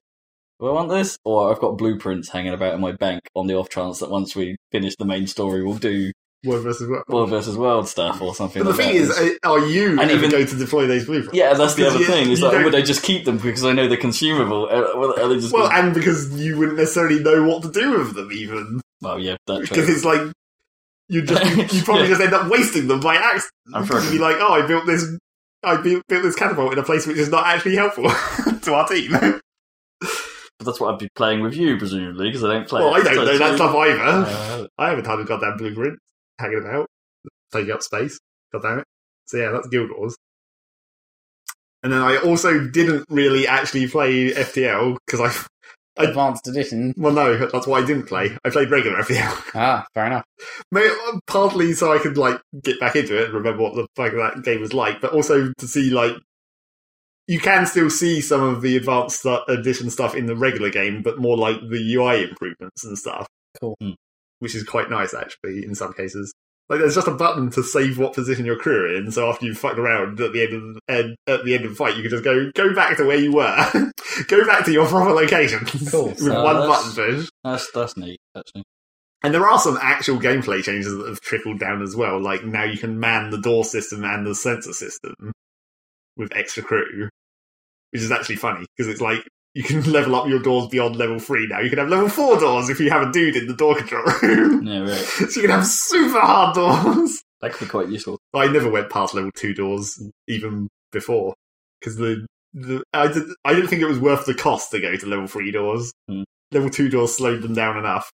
A: do I want this? Or I've got blueprints hanging about in my bank on the off chance that once we finish the main story, we'll do
C: World versus world.
A: World versus World stuff or something.
C: but the
A: like
C: thing
A: that.
C: is, uh, are you
A: And
C: ever
A: even-
C: going to deploy those blueprints?
A: yeah, that's the
C: because
A: other
C: you-
A: thing. Is
C: you
A: like,
C: don't-
A: would I just keep them because I know they're consumable? Uh, Well, are they just
C: Well, and because you wouldn't necessarily know what to do with them, even
A: well, yeah, that's
C: because it's like you just you probably just end up wasting them by accident.
A: I'm sure I
C: You'd be like, oh, I built this, I built, built this catapult in a place which is not actually helpful *laughs* to our team.
A: But that's what I'd be playing with you, presumably, because I don't play.
C: *laughs* Well, I
A: it.
C: don't
A: So
C: know
A: it's
C: that
A: like-
C: stuff either.
A: Uh,
C: I haven't had a goddamn blueprint hanging about, taking up space. Goddamn it. So yeah, that's Guild Wars. And then I also didn't really actually play FTL because I, *laughs* I
B: Advanced Edition.
C: well no, that's why I didn't play. I played regular FTL,
B: Ah, fair enough.
C: Maybe, uh, partly so I could like get back into it and remember what the fuck that game was like, but also to see like you can still see some of the advanced stu- edition stuff in the regular game, but more like the UI improvements and stuff
B: Cool.
C: which is quite nice actually in some cases. Like there's just a button to save what position your crew are in, so after you've fucked around at the end of the, end, at the end of the fight, you can just go go back to where you were, *laughs* go back to your proper location
B: Cool.
C: *laughs* with
A: So
C: one button
A: that's-
C: push.
A: that's that's neat, actually.
C: And there are some actual gameplay changes that have trickled down as well. Like now you can man the door system and the sensor system with extra crew, which is actually funny because it's like you can *laughs* level up your doors beyond level three now. You can have level four doors if you have a dude in the door control room
A: Yeah, right.
C: *laughs* so you can have super hard doors.
A: That could be quite useful.
C: I never went past level two doors even before because the, the I did I didn't think it was worth the cost to go to level three doors.
A: Hmm.
C: Level two doors slowed them down enough,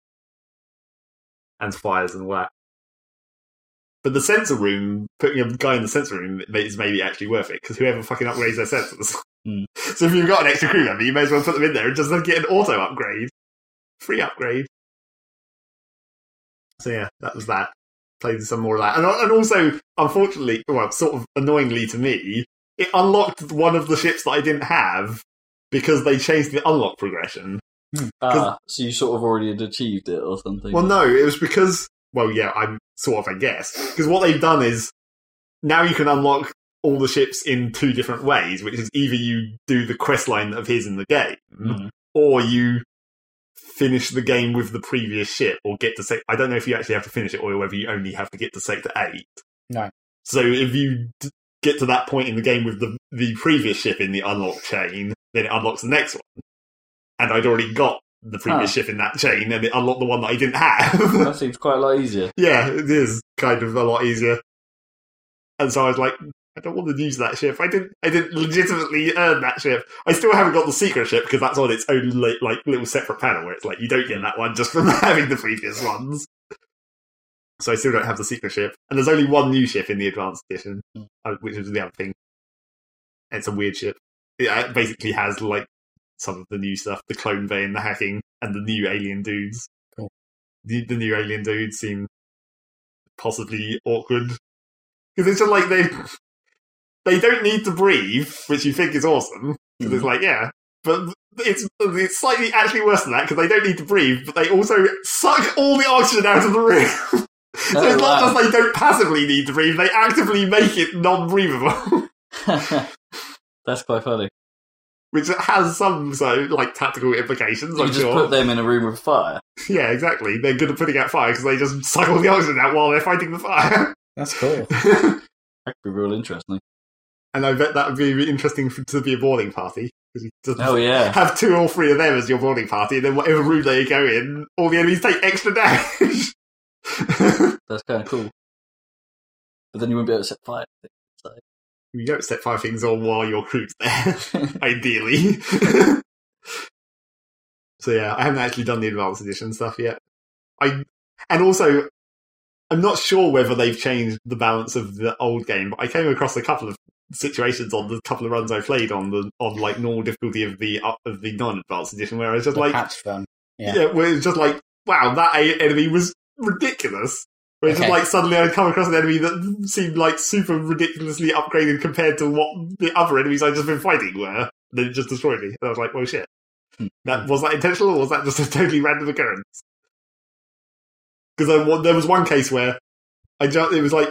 C: and fires and all that. But the sensor room, putting a guy in the sensor room is maybe actually worth it because whoever fucking upgrades their sensors. *laughs*
A: Hmm.
C: So if you've got an extra crew member, you may as well put them in there and just get an auto upgrade, free upgrade. So yeah, that was that played some more of that. And, and also, unfortunately, well, sort of annoyingly to me, it unlocked one of the ships that I didn't have because they changed the unlock progression.
A: Ah, so you sort of already had achieved it or something.
C: Well, no, it was because, well, yeah, I'm sort of, I guess. Because what they've done is now you can unlock all the ships in two different ways, which is either you do the quest line of his in the game,
A: Mhm.
C: or you finish the game with the previous ship or get to sec I don't know if you actually have to finish it or whether you only have to get to sector 8.
B: No.
C: So if you d- get to that point in the game with the the previous ship in the unlock chain, then it unlocks the next one. And I'd already got the previous ship in that chain and it unlocked the one that I didn't have. *laughs*
A: that seems quite a lot easier. *laughs*
C: Yeah, it is kind of a lot easier. And so I was like, I don't want to use that ship. I didn't. I didn't legitimately earn that ship. I still haven't got the secret ship because that's on its own li- like little separate panel where it's like you don't get that one just from *laughs* having the previous ones. So I still don't have the secret ship, and there's only one new ship in the advanced edition, uh, which is the other thing. It's a weird ship. It uh, basically has like some of the new stuff: the clone vein, the hacking, and the new alien dudes.
B: Cool.
C: The, the new alien dudes seem possibly awkward because it's just
A: Mm-hmm.
C: like they they don't need to breathe, which you think is awesome because it's like yeah, But it's, it's slightly actually worse than that because they don't need to breathe, but they also suck all the oxygen out of the room. *laughs* so
A: Oh,
C: it's not
A: wow.
C: just they don't passively need to breathe; they actively make it non-breathable,
A: That's quite funny.
C: which has some so like tactical implications.
A: You
C: I'm
A: just
C: sure.
A: put them in a room with fire.
C: *laughs* Yeah, exactly. They're good at putting out fire because they just suck all the oxygen out while they're fighting the fire. *laughs*
B: That's cool.
A: That could be real interesting.
C: and I bet that would be interesting for, to be a boarding party because you just
A: Oh yeah.
C: have two or three of them as your boarding party, and then whatever room they go in, all the enemies take extra damage. *laughs*
A: That's kind of cool. But then you wouldn't be able to set fire.
C: you don't set fire things on while your crew's there, ideally. *laughs* so yeah, I haven't actually done the advanced edition stuff yet. I and also I'm not sure whether they've changed the balance of the old game, but I came across a couple of situations on the couple of runs I played on the on like normal difficulty of the of the non-advanced edition where I was just
B: The
C: like
B: patch fun.
C: yeah.
B: Yeah.
C: where it's just like, wow, that a- enemy was ridiculous. Where it's just
B: Okay.
C: like suddenly I'd come across an enemy that seemed like super ridiculously upgraded compared to what the other enemies I'd just been fighting were. Then it just destroyed me. And I was like, well, shit.
B: Hmm.
C: That was that intentional, or was that just a totally random occurrence? Because there was one case where I just it was like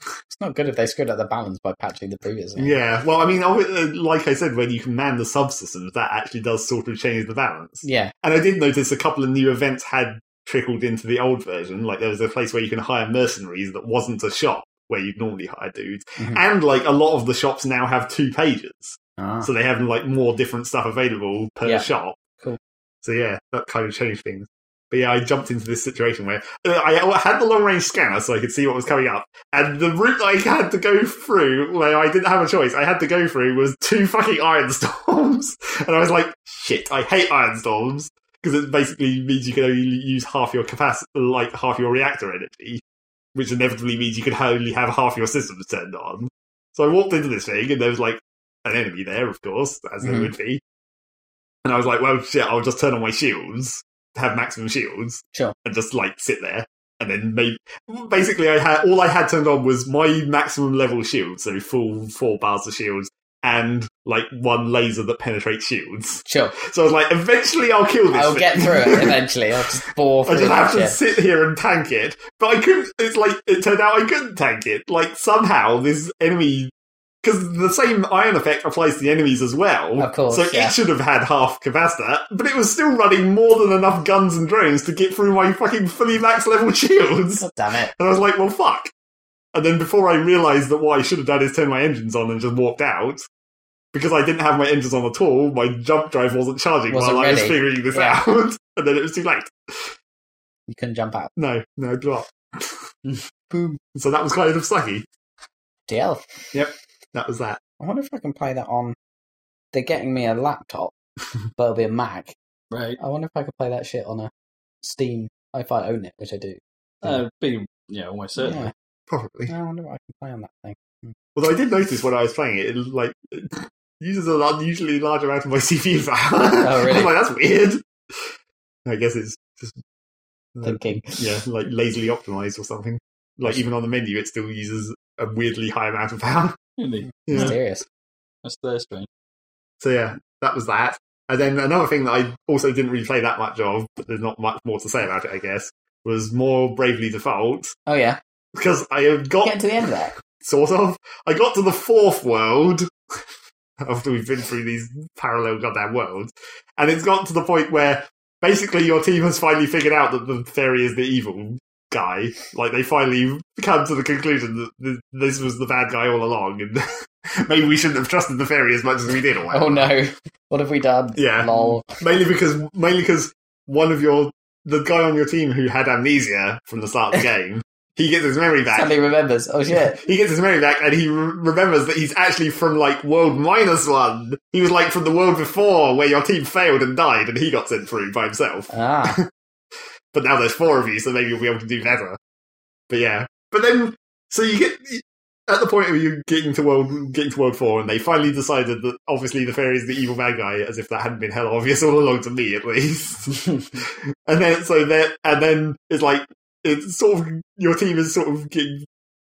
B: It's not good if they screwed up the balance by patching the previous one.
C: yeah, well, I mean, I w- uh, like I said, when you can man the subsystems, that actually does sort of change the balance.
B: Yeah.
C: And I did notice a couple of new events had trickled into the old version. Like there was a place where you can hire mercenaries that wasn't a shop where you'd normally hire dudes.
B: Mhm.
C: And like a lot of the shops now have two pages.
B: Ah,
C: So they have like more different stuff available per
B: Yeah.
C: shop.
B: Cool.
C: So yeah, that kind of changed things. But yeah, I jumped into this situation where uh, I had the long range scanner so I could see what was coming up, and the route I had to go through, where I didn't have a choice, I had to go through was two fucking iron *laughs* storms, and I was like, shit, I hate iron storms because it basically means you can only use half your capacity, like half your reactor energy, which inevitably means you can only have half your systems turned on. So I walked into this thing, and there was like an enemy there, of course, as there
B: Mhm.
C: would be. And I was like, well, shit, I'll just turn on my shields, have maximum shields,
B: Sure.
C: and just like sit there. And then maybe, basically, I had all I had turned on was my maximum level shield, so full four bars of shields, and like one laser that penetrates shields.
B: sure.
C: So I was like, eventually, I'll kill this.
B: I'll
C: thing.
B: get through
C: *laughs*
B: it eventually. I'll just bore
C: I
B: through
C: just have
B: that
C: to
B: shit.
C: sit here and tank it. But I couldn't. It's like it turned out I couldn't tank it. Like somehow this enemy, because the same iron effect applies to the enemies as well.
B: Of course,
C: So
B: yeah.
C: it should have had half capacitor, but it was still running more than enough guns and drones to get through my fucking fully max level *laughs* shields.
B: God damn it.
C: And I was like, well, fuck. And then before I realised that what I should have done is turn my engines on and just walked out, because I didn't have my engines on at all, my jump drive wasn't charging
B: Wasn't
C: while I was
B: ready.
C: figuring this
B: Yeah.
C: out. *laughs* And then it was too late.
B: You couldn't jump out.
C: No, no, it dropped.
B: Boom.
C: So that was kind of sucky.
B: DL.
C: That was that.
B: I wonder if I can play that on. They're getting me a
C: *laughs*
B: laptop, but it'll be a Mac.
D: Right.
B: I wonder if I could play that shit on a Steam if I own it, which I do.
D: Uh, be, yeah, almost certainly.
B: Yeah.
C: Probably.
B: I wonder what I can play on that thing.
C: Although I did notice when I was playing it, it like it uses an unusually large amount of my *laughs* CPU power.
B: Oh,
C: *laughs*
B: really?
C: I was like, that's weird. I guess it's just uh,
B: Thinking.
C: yeah, like lazily optimized or something. Like even on the menu, it still uses a weirdly high amount of power. *laughs*
D: Really?
C: Yeah.
B: Mysterious.
D: That's their strange.
C: So yeah, that was that. And then another thing that I also didn't really play that much of, but there's not much more to say about it, I guess, was more Bravely Default *laughs*
B: Oh, yeah.
C: because I have got
B: Getting to the end of that.
C: *laughs* sort of. I got to the fourth world *laughs* after we've been through these parallel goddamn worlds, and it's got to the point where basically your team has finally figured out that the fairy is the evil guy. Like they finally come to the conclusion that th- this was the bad guy all along, and *laughs* maybe we shouldn't have trusted the fairy as much as we did. Or whatever.
B: Oh, no. What have we done?
C: Yeah. *laughs*
B: Lol.
C: mainly because mainly because one of your the guy on your team who had amnesia from the start of the game. He gets his memory back.
B: Suddenly remembers. Oh,
C: *laughs*
B: shit.
C: He gets his memory back and he re- remembers that he's actually from like world minus one. He was like from the world before where your team failed and died and he got sent through by himself.
B: Ah.
C: But now there's four of you, so maybe you'll be able to do better. But yeah. But then, so you get at the point of you getting to world getting to world four, and they finally decided that obviously the fairy is the evil bad guy, as if that hadn't been hell obvious all along to me at least. *laughs* and then so that and then it's like it's sort of your team is sort of getting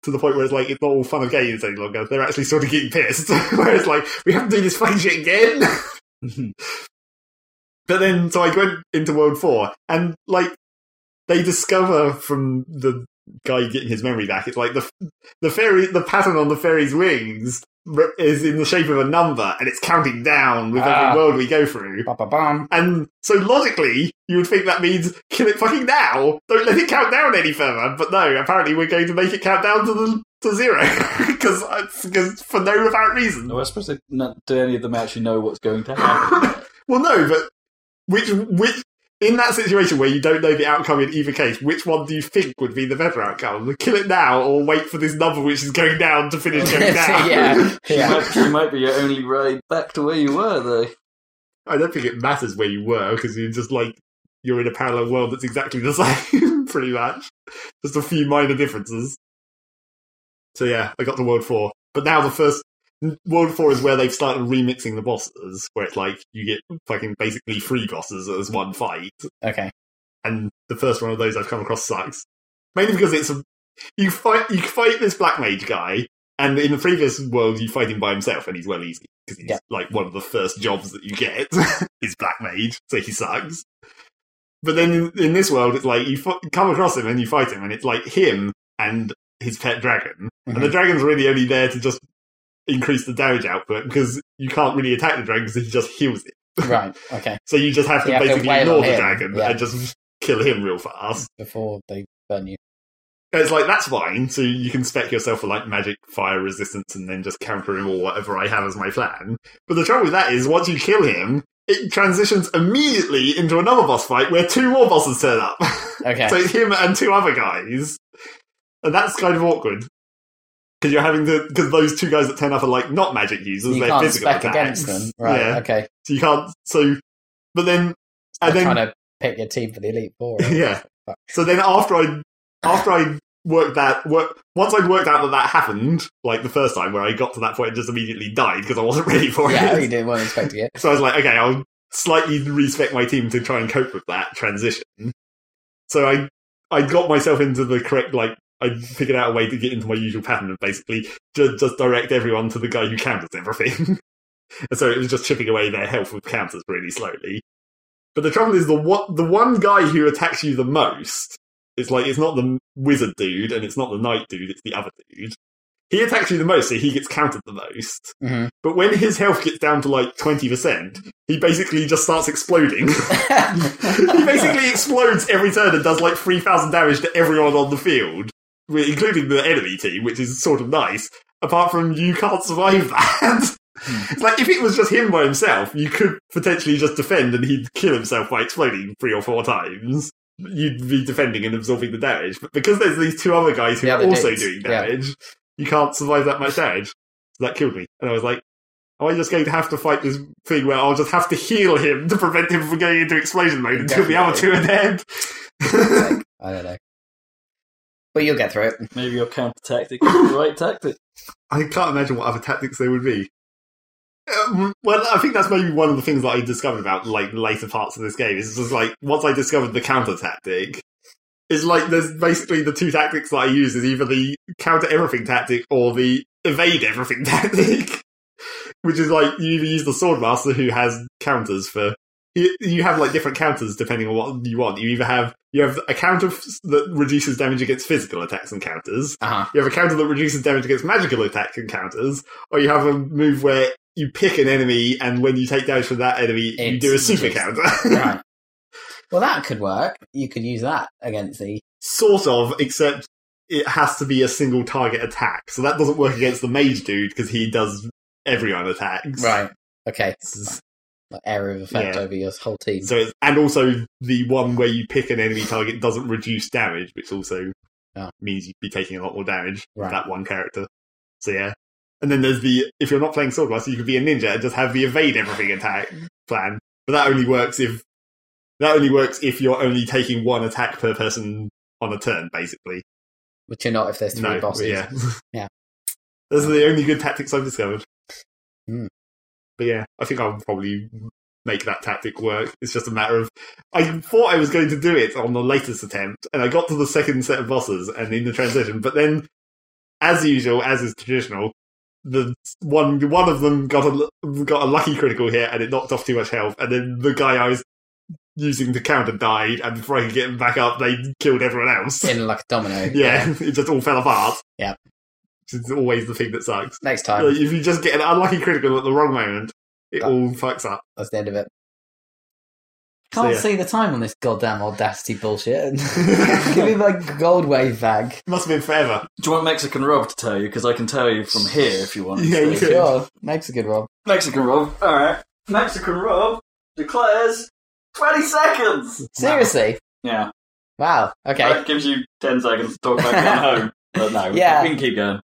C: to the point where it's like it's not *laughs* all fun and games any longer. They're actually sort of getting pissed. where it's like we have to do this fucking shit again. *laughs* But then, so I went into World 4, and like, they discover from the guy getting his memory back, it's like the the fairy, the pattern on the fairy's wings re- is in the shape of a number, and it's counting down with
B: Ah.
C: every world we go through.
B: Ba ba bam.
C: And so logically, you would think that means kill it fucking now. Don't let it count down any further. But no, apparently we're going to make it count down to the to zero *laughs* because for no apparent reason.
D: No, I suppose they, not, do any of them actually know what's going to happen?
C: *laughs* well, no, but which which in that situation where you don't know the outcome in either case, which one do you think would be the better outcome? Kill it now, or wait for this number which is going down to finish going down?
B: *laughs*
C: *laughs*
B: yeah,
A: You,
B: yeah.
A: might, you might be your only ride back to where you were, though.
C: I don't think it matters where you were because you're just like you're in a parallel world that's exactly the *laughs* same, pretty much. Just a few minor differences. So yeah, I got to World Four, but now the first World Four is where they've started remixing the bosses, where it's like you get fucking basically three bosses as one fight, *laughs*
B: Okay.
C: and the first one of those I've come across sucks. Mainly because it's a, you fight you fight this black mage guy, and in the previous world you fight him by himself, and he's well easy because he's
B: Yeah.
C: like one of the first jobs that you get *laughs* is black mage, so he sucks. But then in, in this world, it's like you f- come across him and you fight him, and it's like him and his pet dragon, and the dragon's really only there to just increase the damage output because you can't really attack the dragon because he just heals it.
B: Right. Okay.
C: So you just have to
B: You have to
C: basically
B: wail
C: ignore
B: on
C: the
B: him,
C: dragon
B: yeah.
C: and just kill him real fast.
B: Before they burn you.
C: And It's like that's fine. So you can spec yourself for like magic, fire resistance, and then just counter him or whatever I have as my plan. But the trouble with that is, once you kill him, it transitions immediately into another boss fight where two more bosses turn up. *laughs*
B: Okay.
C: so it's him and two other guys, and that's kind of awkward because you're having to because those two guys that turn up are like not magic users;
B: you
C: they're
B: can't
C: physical
B: spec
C: attacks.
B: against them. Right.
C: Yeah,
B: Okay.
C: so you can't. So, but then
B: I'm
C: and then
B: trying to pick your team for the elite four. *laughs* right?
C: yeah. So then after I after I worked that work once I worked out that that happened, like the first time where I got to that point and just immediately died because I wasn't ready for
B: Yeah.
C: *laughs*
B: You
C: it.
B: didn't weren't expecting it.
C: So I was like, okay, I'll slightly respect my team to try and cope with that transition. So I I got myself into the correct like I figured out a way to get into my usual pattern of basically just just direct everyone to the guy who counters everything. *laughs* and so it was just chipping away their health with counters really slowly. But the trouble is the what the one guy who attacks you the most it's like it's not the wizard dude and it's not the knight dude, it's the other dude. He attacks you the most, so he gets countered the most. *laughs*
B: Mhm.
C: But when his health gets down to like 20%, he basically just starts exploding. *laughs*
B: *laughs*
C: he basically explodes every turn and does like 3,000 damage to everyone on the field, wi- including the enemy team, which is sort of nice. Apart from you can't survive *laughs* that. It's like if it was just him by himself, you could potentially just defend and he'd kill himself by exploding three or four times. You'd be defending and absorbing the damage. But because there's these two other guys who
B: The
C: are
B: other
C: also
B: dudes,
C: doing
B: yeah.
C: damage, you can't survive that much damage. So that killed me. And I was like, Am I just going to have to fight this thing where I'll just have to heal him to prevent him from going into explosion mode until the other two are dead?
B: Like, I don't know. But you'll get through it.
D: Maybe your counter tactic is the right tactic.
C: I can't imagine what other tactics there would be. Um, well, I think that's maybe one of the things that I discovered about like later parts of this game is just like once I discovered the counter tactic, it's like there's basically the two tactics that I use is either the counter everything tactic or the evade everything *laughs* tactic, which is like you either use the sword master who has counters for you, you have like different counters depending on what you want. You either have you have a counter f- that reduces damage against physical attacks and counters,
B: Uh huh.
C: you have a counter that reduces damage against magical attack encounters, or you have a move where you pick an enemy, and when you take damage from that enemy, you
B: It's
C: do a super
B: reduced.
C: counter.
B: Right. Well, that could work. You could use that against the.
C: *laughs* sort of, except it has to be a single target attack. So that doesn't work against the mage dude, because he does everyone attacks.
B: Right. Okay.
C: S-
B: Like area of effect
C: Yeah.
B: over your whole team.
C: So it's, and also the one where you pick an enemy target doesn't reduce damage, which also
B: Oh.
C: means you'd be taking a lot more damage with
B: Right.
C: that one character. So yeah. And then there's the if you're not playing Swordmaster, you could be a ninja and just have the evade everything attack plan. But that only works if that only works if you're only taking one attack per person on a turn, basically.
B: Which you're not if there's three
C: No,
B: bosses.
C: yeah. *laughs*
B: Yeah.
C: Those are the only good tactics I've discovered.
B: Hmm.
C: But yeah, I think I'll probably make that tactic work. It's just a matter of I thought I was going to do it on the latest attempt, and I got to the second set of bosses and in the transition, but then as usual, as is traditional, the one one of them got a l- got a lucky critical hit and it knocked off too much health, and then the guy I was using to counter died, and before I could get him back up, they killed everyone else. *laughs* Yeah,
B: in like a domino.
C: it just all fell apart.
B: Yeah.
C: which is always the thing that sucks.
B: Next time,
C: Like, if you just get an unlucky critical at the wrong moment, it
B: That-
C: all fucks up.
B: that's the end of it.
C: So,
B: Can't
C: yeah.
B: see the time on this goddamn audacity bullshit.
C: *laughs*
B: *laughs* Give me my gold wave bag.
C: Must have been forever. *laughs*
A: Do you want Mexican Rob to tell you? Because I can tell you from here if you want.
C: Yeah, you could.
B: Sure, makes a good roll.
A: Mexican Rob. All right. Mexican Rob declares twenty seconds.
B: Seriously,
A: Yeah.
B: wow. Okay,
A: That gives you ten seconds to talk about going home. But no,
B: Yeah.
A: we can keep going.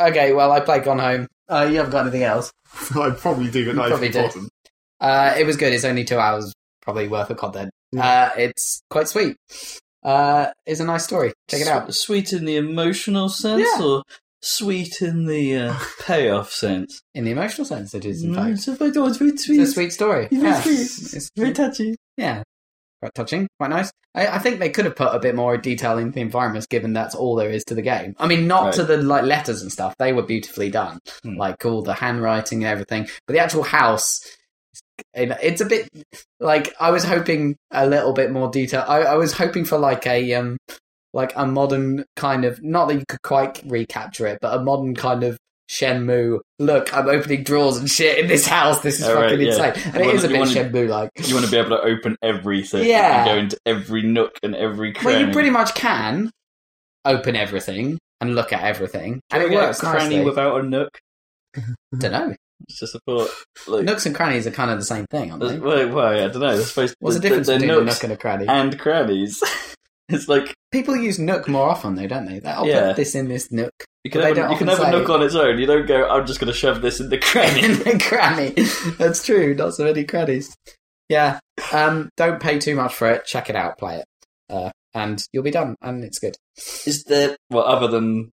B: okay. Well, I play Gone Home. Uh, you haven't got anything else.
C: I probably do, but
B: You
C: not
B: probably do.
C: important.
B: Uh, it was good. It's only two hours, probably worth of content. Uh, it's quite sweet. Uh, it's a nice story. Check it out.
D: S- Sweet in the emotional sense,
B: Yeah.
D: or sweet in the
B: *laughs*
D: uh, payoff sense.
B: In the emotional sense, it is, in
D: Mm,
B: fact.
D: so if I
A: oh,
D: don't sweet, sweet,
B: It's a sweet story.
D: It is
B: Yeah.
D: sweet.
B: It's-
D: very touchy.
B: yeah. Quite touching. Quite nice. I, I think they could have put a bit more detail into the environments, given that's all there is to the game. I mean, not
A: Right.
B: to the like letters and stuff. They were beautifully done,
D: Hmm.
B: like all the handwriting and everything. But the actual house, it- it's a bit like I was hoping a little bit more detail. I, I was hoping for like a um, like a modern kind of not that you could quite recapture it, but a modern kind of Shenmue. Look, I'm opening drawers and shit in this house. This is
A: Oh, right,
B: fucking
A: yeah.
B: insane, and
A: You
B: it is a bit
A: wanna- you
B: Shenmue like.
A: You want to be able to open everything.
B: Yeah.
A: And go into every nook and every cranny.
B: Well, you pretty much can open everything and look at everything, and it
A: Get a
B: works
A: cranny
B: nicely.
A: without a nook.
B: don't know.
A: It's just a thought. Like,
B: Nooks and crannies are kind of the same thing, aren't they?
A: There's- Wait, why? I don't know.
B: What's the difference between a nook and a cranny?
A: and crannies? *laughs* it's like
B: People use nook more often, though, don't they? They, I'll
A: Yeah.
B: put this in this nook *laughs*
A: you can
B: But
A: have,
B: they
A: a,
B: don't
A: you can have
B: often
A: a
B: say-
A: nook on its own. You don't go. I'm just going to shove this in the
B: in
A: cranny.
B: the cranny. That's true. Not so many crannies. Yeah. Um. Don't pay too much for it. Check it out. Play it. Uh. And you'll be done. And it's good.
A: Is there well, other than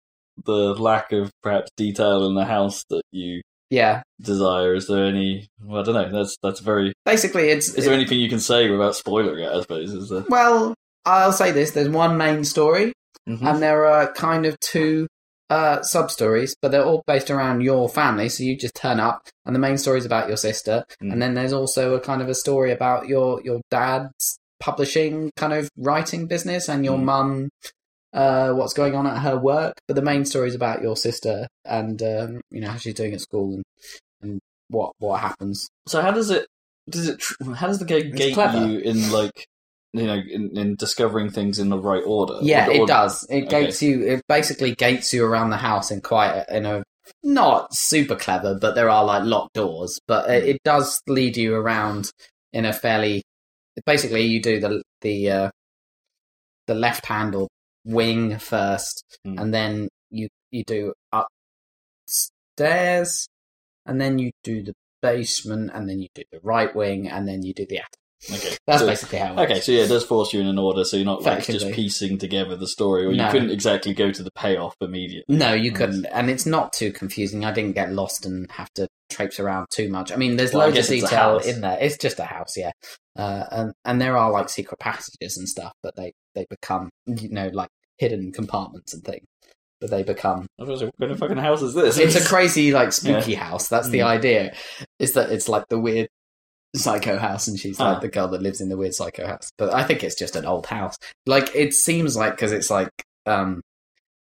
A: the lack of perhaps detail in the house that you
B: Yeah.
A: desire? Is there any? Well, I don't know. That's that's very.
B: Basically, it's.
A: Is there anything you can say without spoiling it? I suppose is there.
B: well, I'll say this. There's one main story,
A: Mm-hmm.
B: and there are kind of two uh, sub stories, but they're all based around your family. So you just turn up, and the main story is about your sister,
A: Mm.
B: and then there's also a kind of a story about your your dad's publishing kind of writing business and your
A: Mm.
B: mum. Uh, what's going on at her work? But the main story is about your sister and um, you know how she's doing at school and, and what what happens.
A: So how does it? Does it? tr- How does the game
B: It's
A: gate
B: clever.
A: you in like? You know, in, in discovering things in the right order.
B: Yeah,
A: Or-
B: it
A: or-
B: does. It
A: okay.
B: gates you. It basically gates you around the house in quite a, in a not super clever, but there are like locked doors. But
A: Hmm.
B: it, it does lead you around in a fairly. Basically, you do the the uh, the left hand or wing first,
A: Mm.
B: and then you you do upstairs, and then you do the basement, and then you do the right wing, and then you do the attic.
A: Okay.
B: That's
A: So-
B: basically how it works.
A: Okay, so yeah, it does force you in an order, so you're not like just
B: Effectively.
A: piecing together the story, or you
B: No.
A: couldn't exactly go to the payoff immediately.
B: No, you
A: Nice.
B: couldn't, and it's not too confusing. I didn't get lost and have to traipse around too much. I mean, there's
A: Well, I
B: loads of
A: guess it's a
B: detail
A: house.
B: in there. It's just a house, yeah, uh, and and there are like secret passages and stuff, but they they become you know like hidden compartments and things. But they become
A: I was like, what kind of fucking house is this?
B: it's a
A: *laughs*
B: crazy like spooky house. That's the idea. Is that it's like the weird psycho house, and she's
A: Ah.
B: like the girl that lives in the weird psycho house. But I think it's just an old house. Like it seems like because it's like um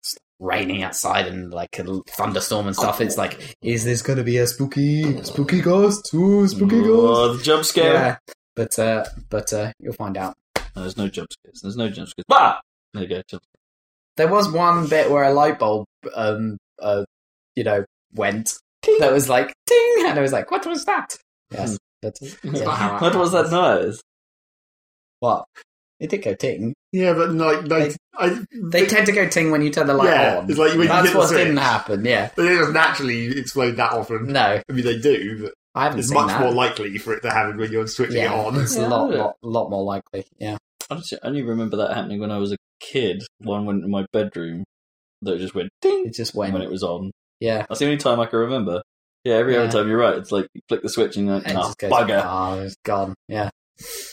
B: it's raining outside and like a l- thunderstorm and stuff. It's like is this gonna be a spooky spooky ghost? Ooh, spooky ghost.
A: Oh, the jump scare.
B: Yeah. But uh, but uh, you'll find out.
A: No, there's no jump scares. There's no jump scares. Bah! There you go. Jump.
B: There was one bit where a light bulb, um, uh, you know, went. That was like ting, and I was like, "What was that?" Hmm. Yes, but *laughs* yeah.
A: What was that noise?
B: What? It did go ting.
C: Yeah, but like, like I,
B: They tend to go ting when you turn the light
C: Yeah,
B: on.
C: it's like when you hit
B: That's
C: the
B: what
C: switch.
B: didn't happen. Yeah.
C: they don't naturally explode that often.
B: No,
C: I mean, they do, but
B: I haven't
C: it's
B: seen
C: much
B: that.
C: more likely for it to happen when you're switching
B: yeah, *laughs*
C: it on.
B: it's
A: Yeah,
B: a lot,
A: yeah.
B: lot, lot more likely. Yeah.
A: I just- I only remember that happening when I was a kid. One went in my bedroom that just went ding
B: It just
A: when,
B: went.
A: it was on.
B: yeah.
A: That's the only time I can remember. Yeah, every
B: Yeah.
A: other time you're right. It's like you flick the switch and you're like,
B: And it
A: "Ah,
B: just goes,
A: bugger.
B: Oh, it's gone. Yeah.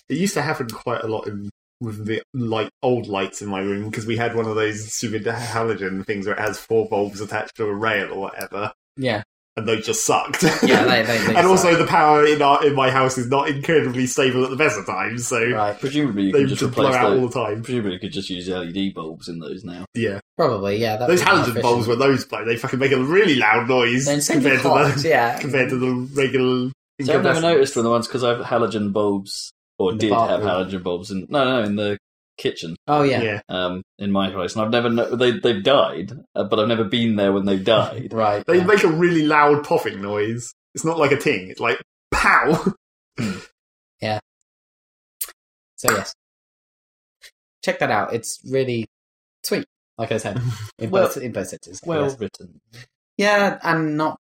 C: It used to happen quite a lot in, with the light, old lights in my room because we had one of those stupid halogen things where it has four bulbs attached to a rail or whatever.
B: Yeah.
C: and those just sucked.
B: Yeah, they,
C: *laughs*
B: they, they
C: and also
B: suck.
C: the power in our in my house is not incredibly stable at the best of times, so
B: right,
A: Presumably you
C: they
A: can just
C: just blow
A: replace
C: out all
A: those.
C: the time.
A: Presumably you could just use LED bulbs in those now.
C: Yeah,
B: probably yeah. that'd
C: those
B: be more
C: halogen
B: efficient.
C: bulbs when those blow, they fucking make a really loud noise
B: They're insanely
C: compared to
B: hot,
C: the
B: yeah.
C: *laughs* compared to the regular.
A: So I've never
C: incandescent.
A: noticed when the ones because I have halogen bulbs or
B: In the
A: did have
B: bathroom.
A: halogen bulbs in no no in the kitchen
B: Oh yeah,
C: yeah.
A: um in my place and I've never kno- they they've died uh, but I've never been there when they've
B: *laughs*
A: died.
B: right.
C: They
B: yeah.
C: make a really loud popping noise. It's not like a ting. It's like pow.
B: *laughs* So yes, check that out. It's really sweet. Like I said, in
A: Well-
B: both in both senses.
A: Well
B: Yes.
A: written.
B: yeah, and not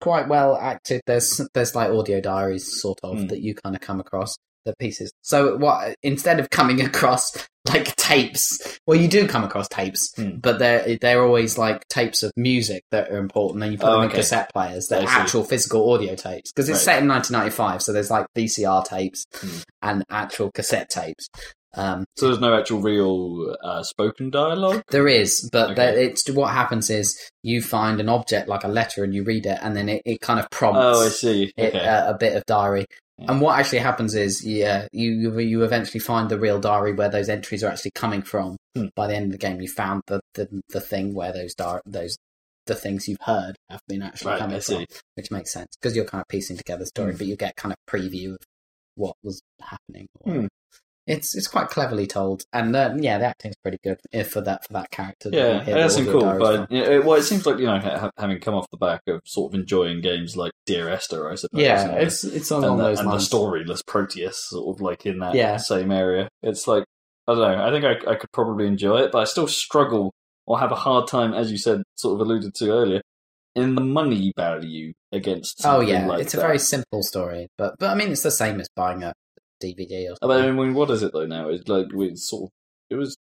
B: quite well acted. There's there's like audio diaries sort of
A: Hmm.
B: that you kind of come across the pieces. So what instead of coming across like tapes, well, you do come across tapes,
A: Hmm.
B: but they're they're always like tapes of music that are important. Then you put
A: Oh,
B: them in
A: okay.
B: cassette players. They're
A: I see.
B: actual physical audio tapes because it's
A: Right.
B: set in 1995. So there's like VCR tapes
A: Hmm.
B: and actual cassette tapes. Um,
A: So there's no actual real uh, spoken dialogue.
B: there is, but
A: Okay.
B: there, it's what happens is you find an object like a letter and you read it, and then it, it kind of prompts
A: Oh, I see.
B: it,
A: Okay.
B: uh, a bit of diary.
A: Yeah.
B: And what actually happens is, yeah, you you you eventually find the real diary where those entries are actually coming from.
A: Hmm.
B: By the end of the game, you found the the, the thing where those di- those the things you've heard have been actually
A: Right,
B: coming
A: I see.
B: from, which makes sense because you're kind of piecing together the story, but you get kind of preview of what was happening.
A: Hmm.
B: It's it's quite cleverly told, and uh, yeah, the acting's pretty good eh, for that for that character. that you
A: yeah,
B: hear
A: it does
B: the
A: seem
B: audio
A: cool,
B: diaries from.
A: but yeah, it, well, it seems like you know, ha- having come off the back of sort of enjoying games like Dear Esther, I suppose. and
B: yeah,
A: the-
B: it's it's
A: and,
B: along
A: the,
B: those
A: and the
B: lines.
A: storyless Proteus, sort of like in that
B: Yeah.
A: same area. It's like I don't know. I think I, I could probably enjoy it, but I still struggle or have a hard time, as you said, sort of alluded to earlier, in the money value against.
B: Oh
A: something
B: yeah,
A: like
B: it's a
A: that.
B: very simple story, but but I mean, it's the same as buying a DVD or
A: I mean, I
B: something.
A: mean, what is it though now? It's like we sort of it was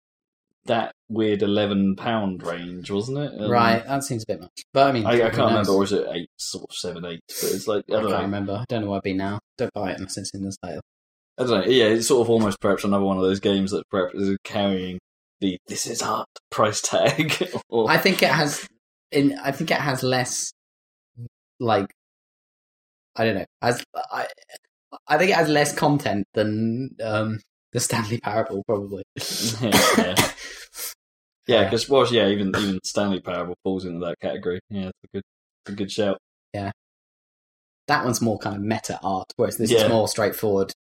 A: that weird eleven pound range, wasn't it? Um,
B: right, that seems a bit much. But I mean,
A: I, I
B: who
A: can't
B: knows?
A: remember, or is it eight, sort of seven, eight? But it's like I don't,
B: I can't
A: know.
B: remember. I don't know where I'd be now. Don't buy it unless it's in the sale.
A: I don't know. Yeah, it's sort of almost perhaps another one of those games that perhaps is carrying the "this is art" price tag. *laughs* or,
B: I think it has. In I think it has less, like, I don't know. As I, I think it has less content than um the Stanley Parable probably.
A: *laughs* yeah, yeah, because well, yeah, even even Stanley Parable falls into that category. Yeah, it's a good, it's a good shout.
B: that one's more kind of meta art, whereas this
A: Yeah. Mm.
B: is more straightforward,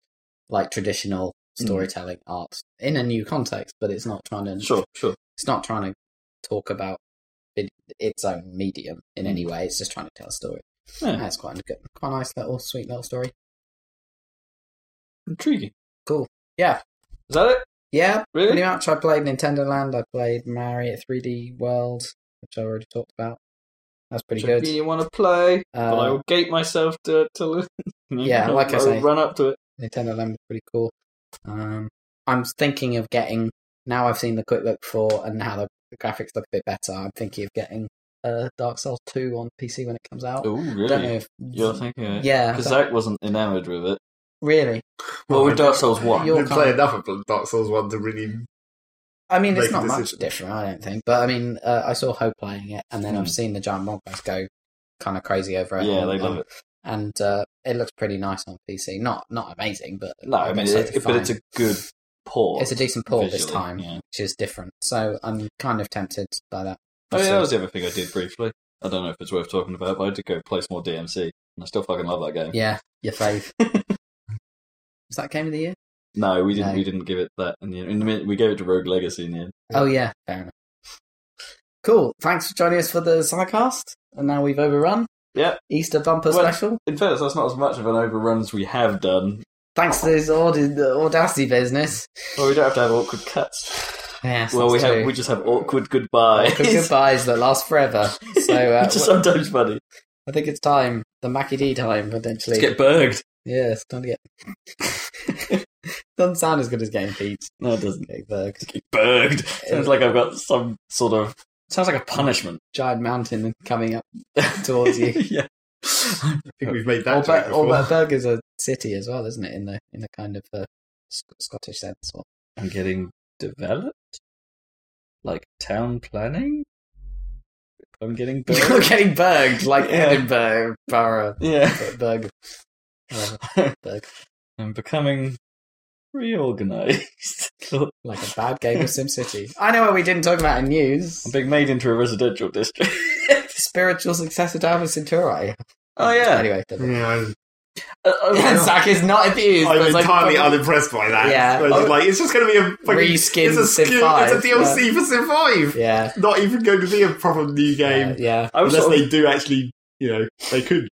B: like traditional storytelling art in a new context. But it's not trying to
A: Sure, sure.
B: it's not trying to talk about it, its own medium in
A: Mm.
B: any way. It's just trying to tell a story.
A: Yeah.
B: That's quite a good, quite a nice little sweet little story.
A: Intriguing.
B: Cool. Yeah.
A: Is that it?
B: Yeah, pretty
A: Really?
B: much. I played Nintendo Land. I played Mario 3D World, which I already talked about. That's pretty
A: Which I
B: good.
A: really want to play, but I
B: Uh,
A: will gate myself to *laughs* to.
B: Yeah, like I
A: will
B: say.
A: run up to it.
B: Nintendo Land was pretty cool. Um, I'm thinking of getting now. I've seen the quick look for and how the, the graphics look a bit better. I'm thinking of getting uh, Dark Souls Two on PC when it comes out.
A: Oh,
B: Don't know
A: really?
B: if
A: You're thinking it?
B: yeah,
A: Because
B: but-
A: Zach wasn't enamoured with it.
B: really.
A: Well, with Dark Souls 1.
B: You're
C: didn't
B: kind
C: play
B: of-
C: enough of Dark Souls 1 to really.
B: I mean, it's
C: Make a
B: not much
C: decision.
B: different, I don't think. But I mean, uh, I saw Ho playing it, and then
A: Hmm.
B: I've seen the giant Mongoose go kind of crazy over it.
A: Yeah,
B: on-
A: they
B: on-
A: love it.
B: and uh, it looks pretty nice on PC. Not not amazing, but
A: No, I mean, it, it- but it's a good port.
B: it's a decent port this
A: visually,
B: time,
A: yeah.
B: which is different. So I'm kind of tempted by that.
A: Oh, yeah,
B: So-
A: that was the other thing I did briefly. I don't know if it's worth talking about, but I did go play some more DMC, and I still fucking love that game.
B: Yeah,
A: *laughs*
B: your fave. Was that game of the year?
A: No, we didn't.
B: No.
A: We didn't give it that in the end. In the minute, we gave it to Rogue Legacy in the end.
B: Oh yeah, fair enough. Cool. Thanks for joining us for the sidecast. And now we've overrun.
A: Yeah.
B: Easter bumper
A: Well-
B: special.
A: In fairness, that's not as much of an overrun as we have done.
B: Thanks to this aud- audacity business.
A: Well, we don't have to have awkward cuts.
B: Yes,
A: well,
B: that's
A: we have.
B: true.
A: We just have awkward goodbyes.
B: Awkward goodbyes that last forever.
A: *laughs*
B: So uh,
A: Which is sometimes funny.
B: I think it's time the Mackie D time potentially.
A: Let's get burged.
B: Yeah, it's time to get. *laughs* Doesn't sound as good as getting beat.
A: No, it doesn't.
B: Okay, the
A: Get burged.
B: Uh,
A: Sounds like I've got some sort of. Sounds like a punishment
B: giant mountain coming up towards *laughs* you.
A: *laughs* yeah.
C: I think we've made that joke
B: Alba-
C: before.
B: Albertberg is a city as well, isn't it? In the in the kind of uh, Sc- Scottish sense. Or,
A: I'm getting developed? Like town planning? I'm *laughs* getting
B: *laughs* You're
A: burned.
B: getting burged like
A: Yeah.
B: Edinburgh Borough
A: yeah.
B: Burg. *laughs* whatever. Burg.
A: I'm becoming reorganized. *laughs* I'm
B: Like a bad game of SimCity. I know what we didn't talk about in news.
A: being made into a residential *laughs* district.
B: Spiritual successor to Alvin Centauri.
A: Oh yeah.
B: Anyway, doesn't-
C: *laughs* Yeah, I'm,
A: Uh, uh,
B: *laughs* Zach is not abused.
C: I'm
B: but it's like-
C: entirely unimpressed by that.
B: Yeah. Oh.
C: It's like it's just going to be a fucking
B: Reskin
C: it's a
B: Civ
C: skin,
B: five,
C: it's a DLC for Civ Five.
B: Yeah.
C: Not even going to be a proper new *laughs* game
B: Yeah. yeah.
A: I was
C: unless
A: sort of-
C: they do actually. You know, they could.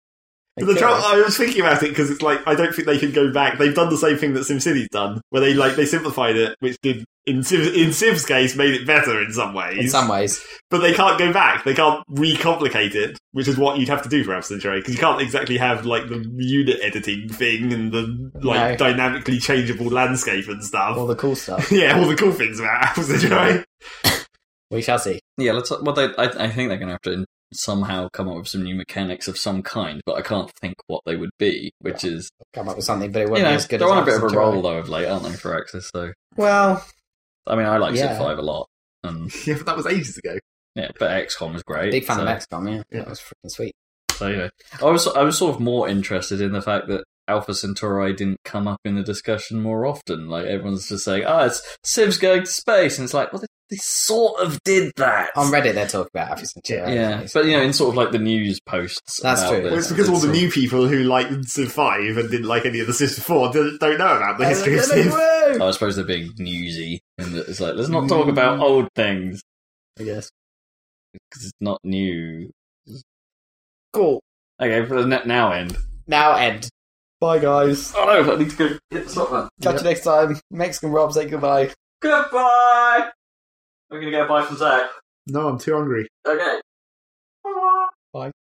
C: But the
B: Okay.
C: trouble, I was thinking about it because it's like I don't think they can go back. They've done the same thing that SimCity's done, where they like they simplified it, which did in Civ, in Civ's case made it better in some ways.
B: in some ways.
C: but they can't go back. They can't recomplicate it, which is what you'd have to do for Absent Array, because you can't exactly have like the unit editing thing and the like dynamically changeable landscape and stuff.
B: All the cool stuff.
C: *laughs* yeah, all the cool things about Absent Array.
B: We shall see.
A: yeah. Let's. Well, they, I, I think they're going to have to somehow come up with some new mechanics of some kind, but I can't think what they would be. Which is,
B: Come up with something, but it
A: you
B: won't
A: know,
B: be as good
A: they're
B: as
A: on a bit of a
B: Alvin Centauri.
A: roll though of late, aren't they, for Axis? So
B: Well,
A: I mean, I like
B: Yeah.
A: Civ Five a lot, and
C: *laughs* Yeah, but that was ages ago.
A: yeah, but XCOM was great.
B: big fan
A: so-
B: of XCOM, yeah.
C: Yeah.
B: That was freaking sweet.
A: So yeah, I was I was sort of more interested in the fact that Alpha Centauri didn't come up in the discussion more often. Like everyone's just saying, "Ah, it's Civ's going to space," and it's like, well, they, they sort of did that.
B: On Reddit, they're talking about Alpha Centauri.
A: yeah, but you know, in sort of like the news posts.
B: That's
A: about
B: true.
A: this,
C: Well, it's because all the
A: sort of-
C: new people who like Civ 5 and didn't like any of the Civ 4 don't don't know about the history of Civ.
A: I suppose they're being newsy, and that it's like let's not
B: Mm.
A: talk about old things
B: I guess.
A: because it's not new.
B: Cool.
A: Okay, for the net now end.
B: Now end. Bye, guys.
A: Oh no, I need to go hit the stop button.
B: Catch you next time. Mexican Rob, say goodbye.
A: Goodbye. We're gonna get a bye from Zach.
C: No, I'm too hungry.
A: Okay.
B: Bye.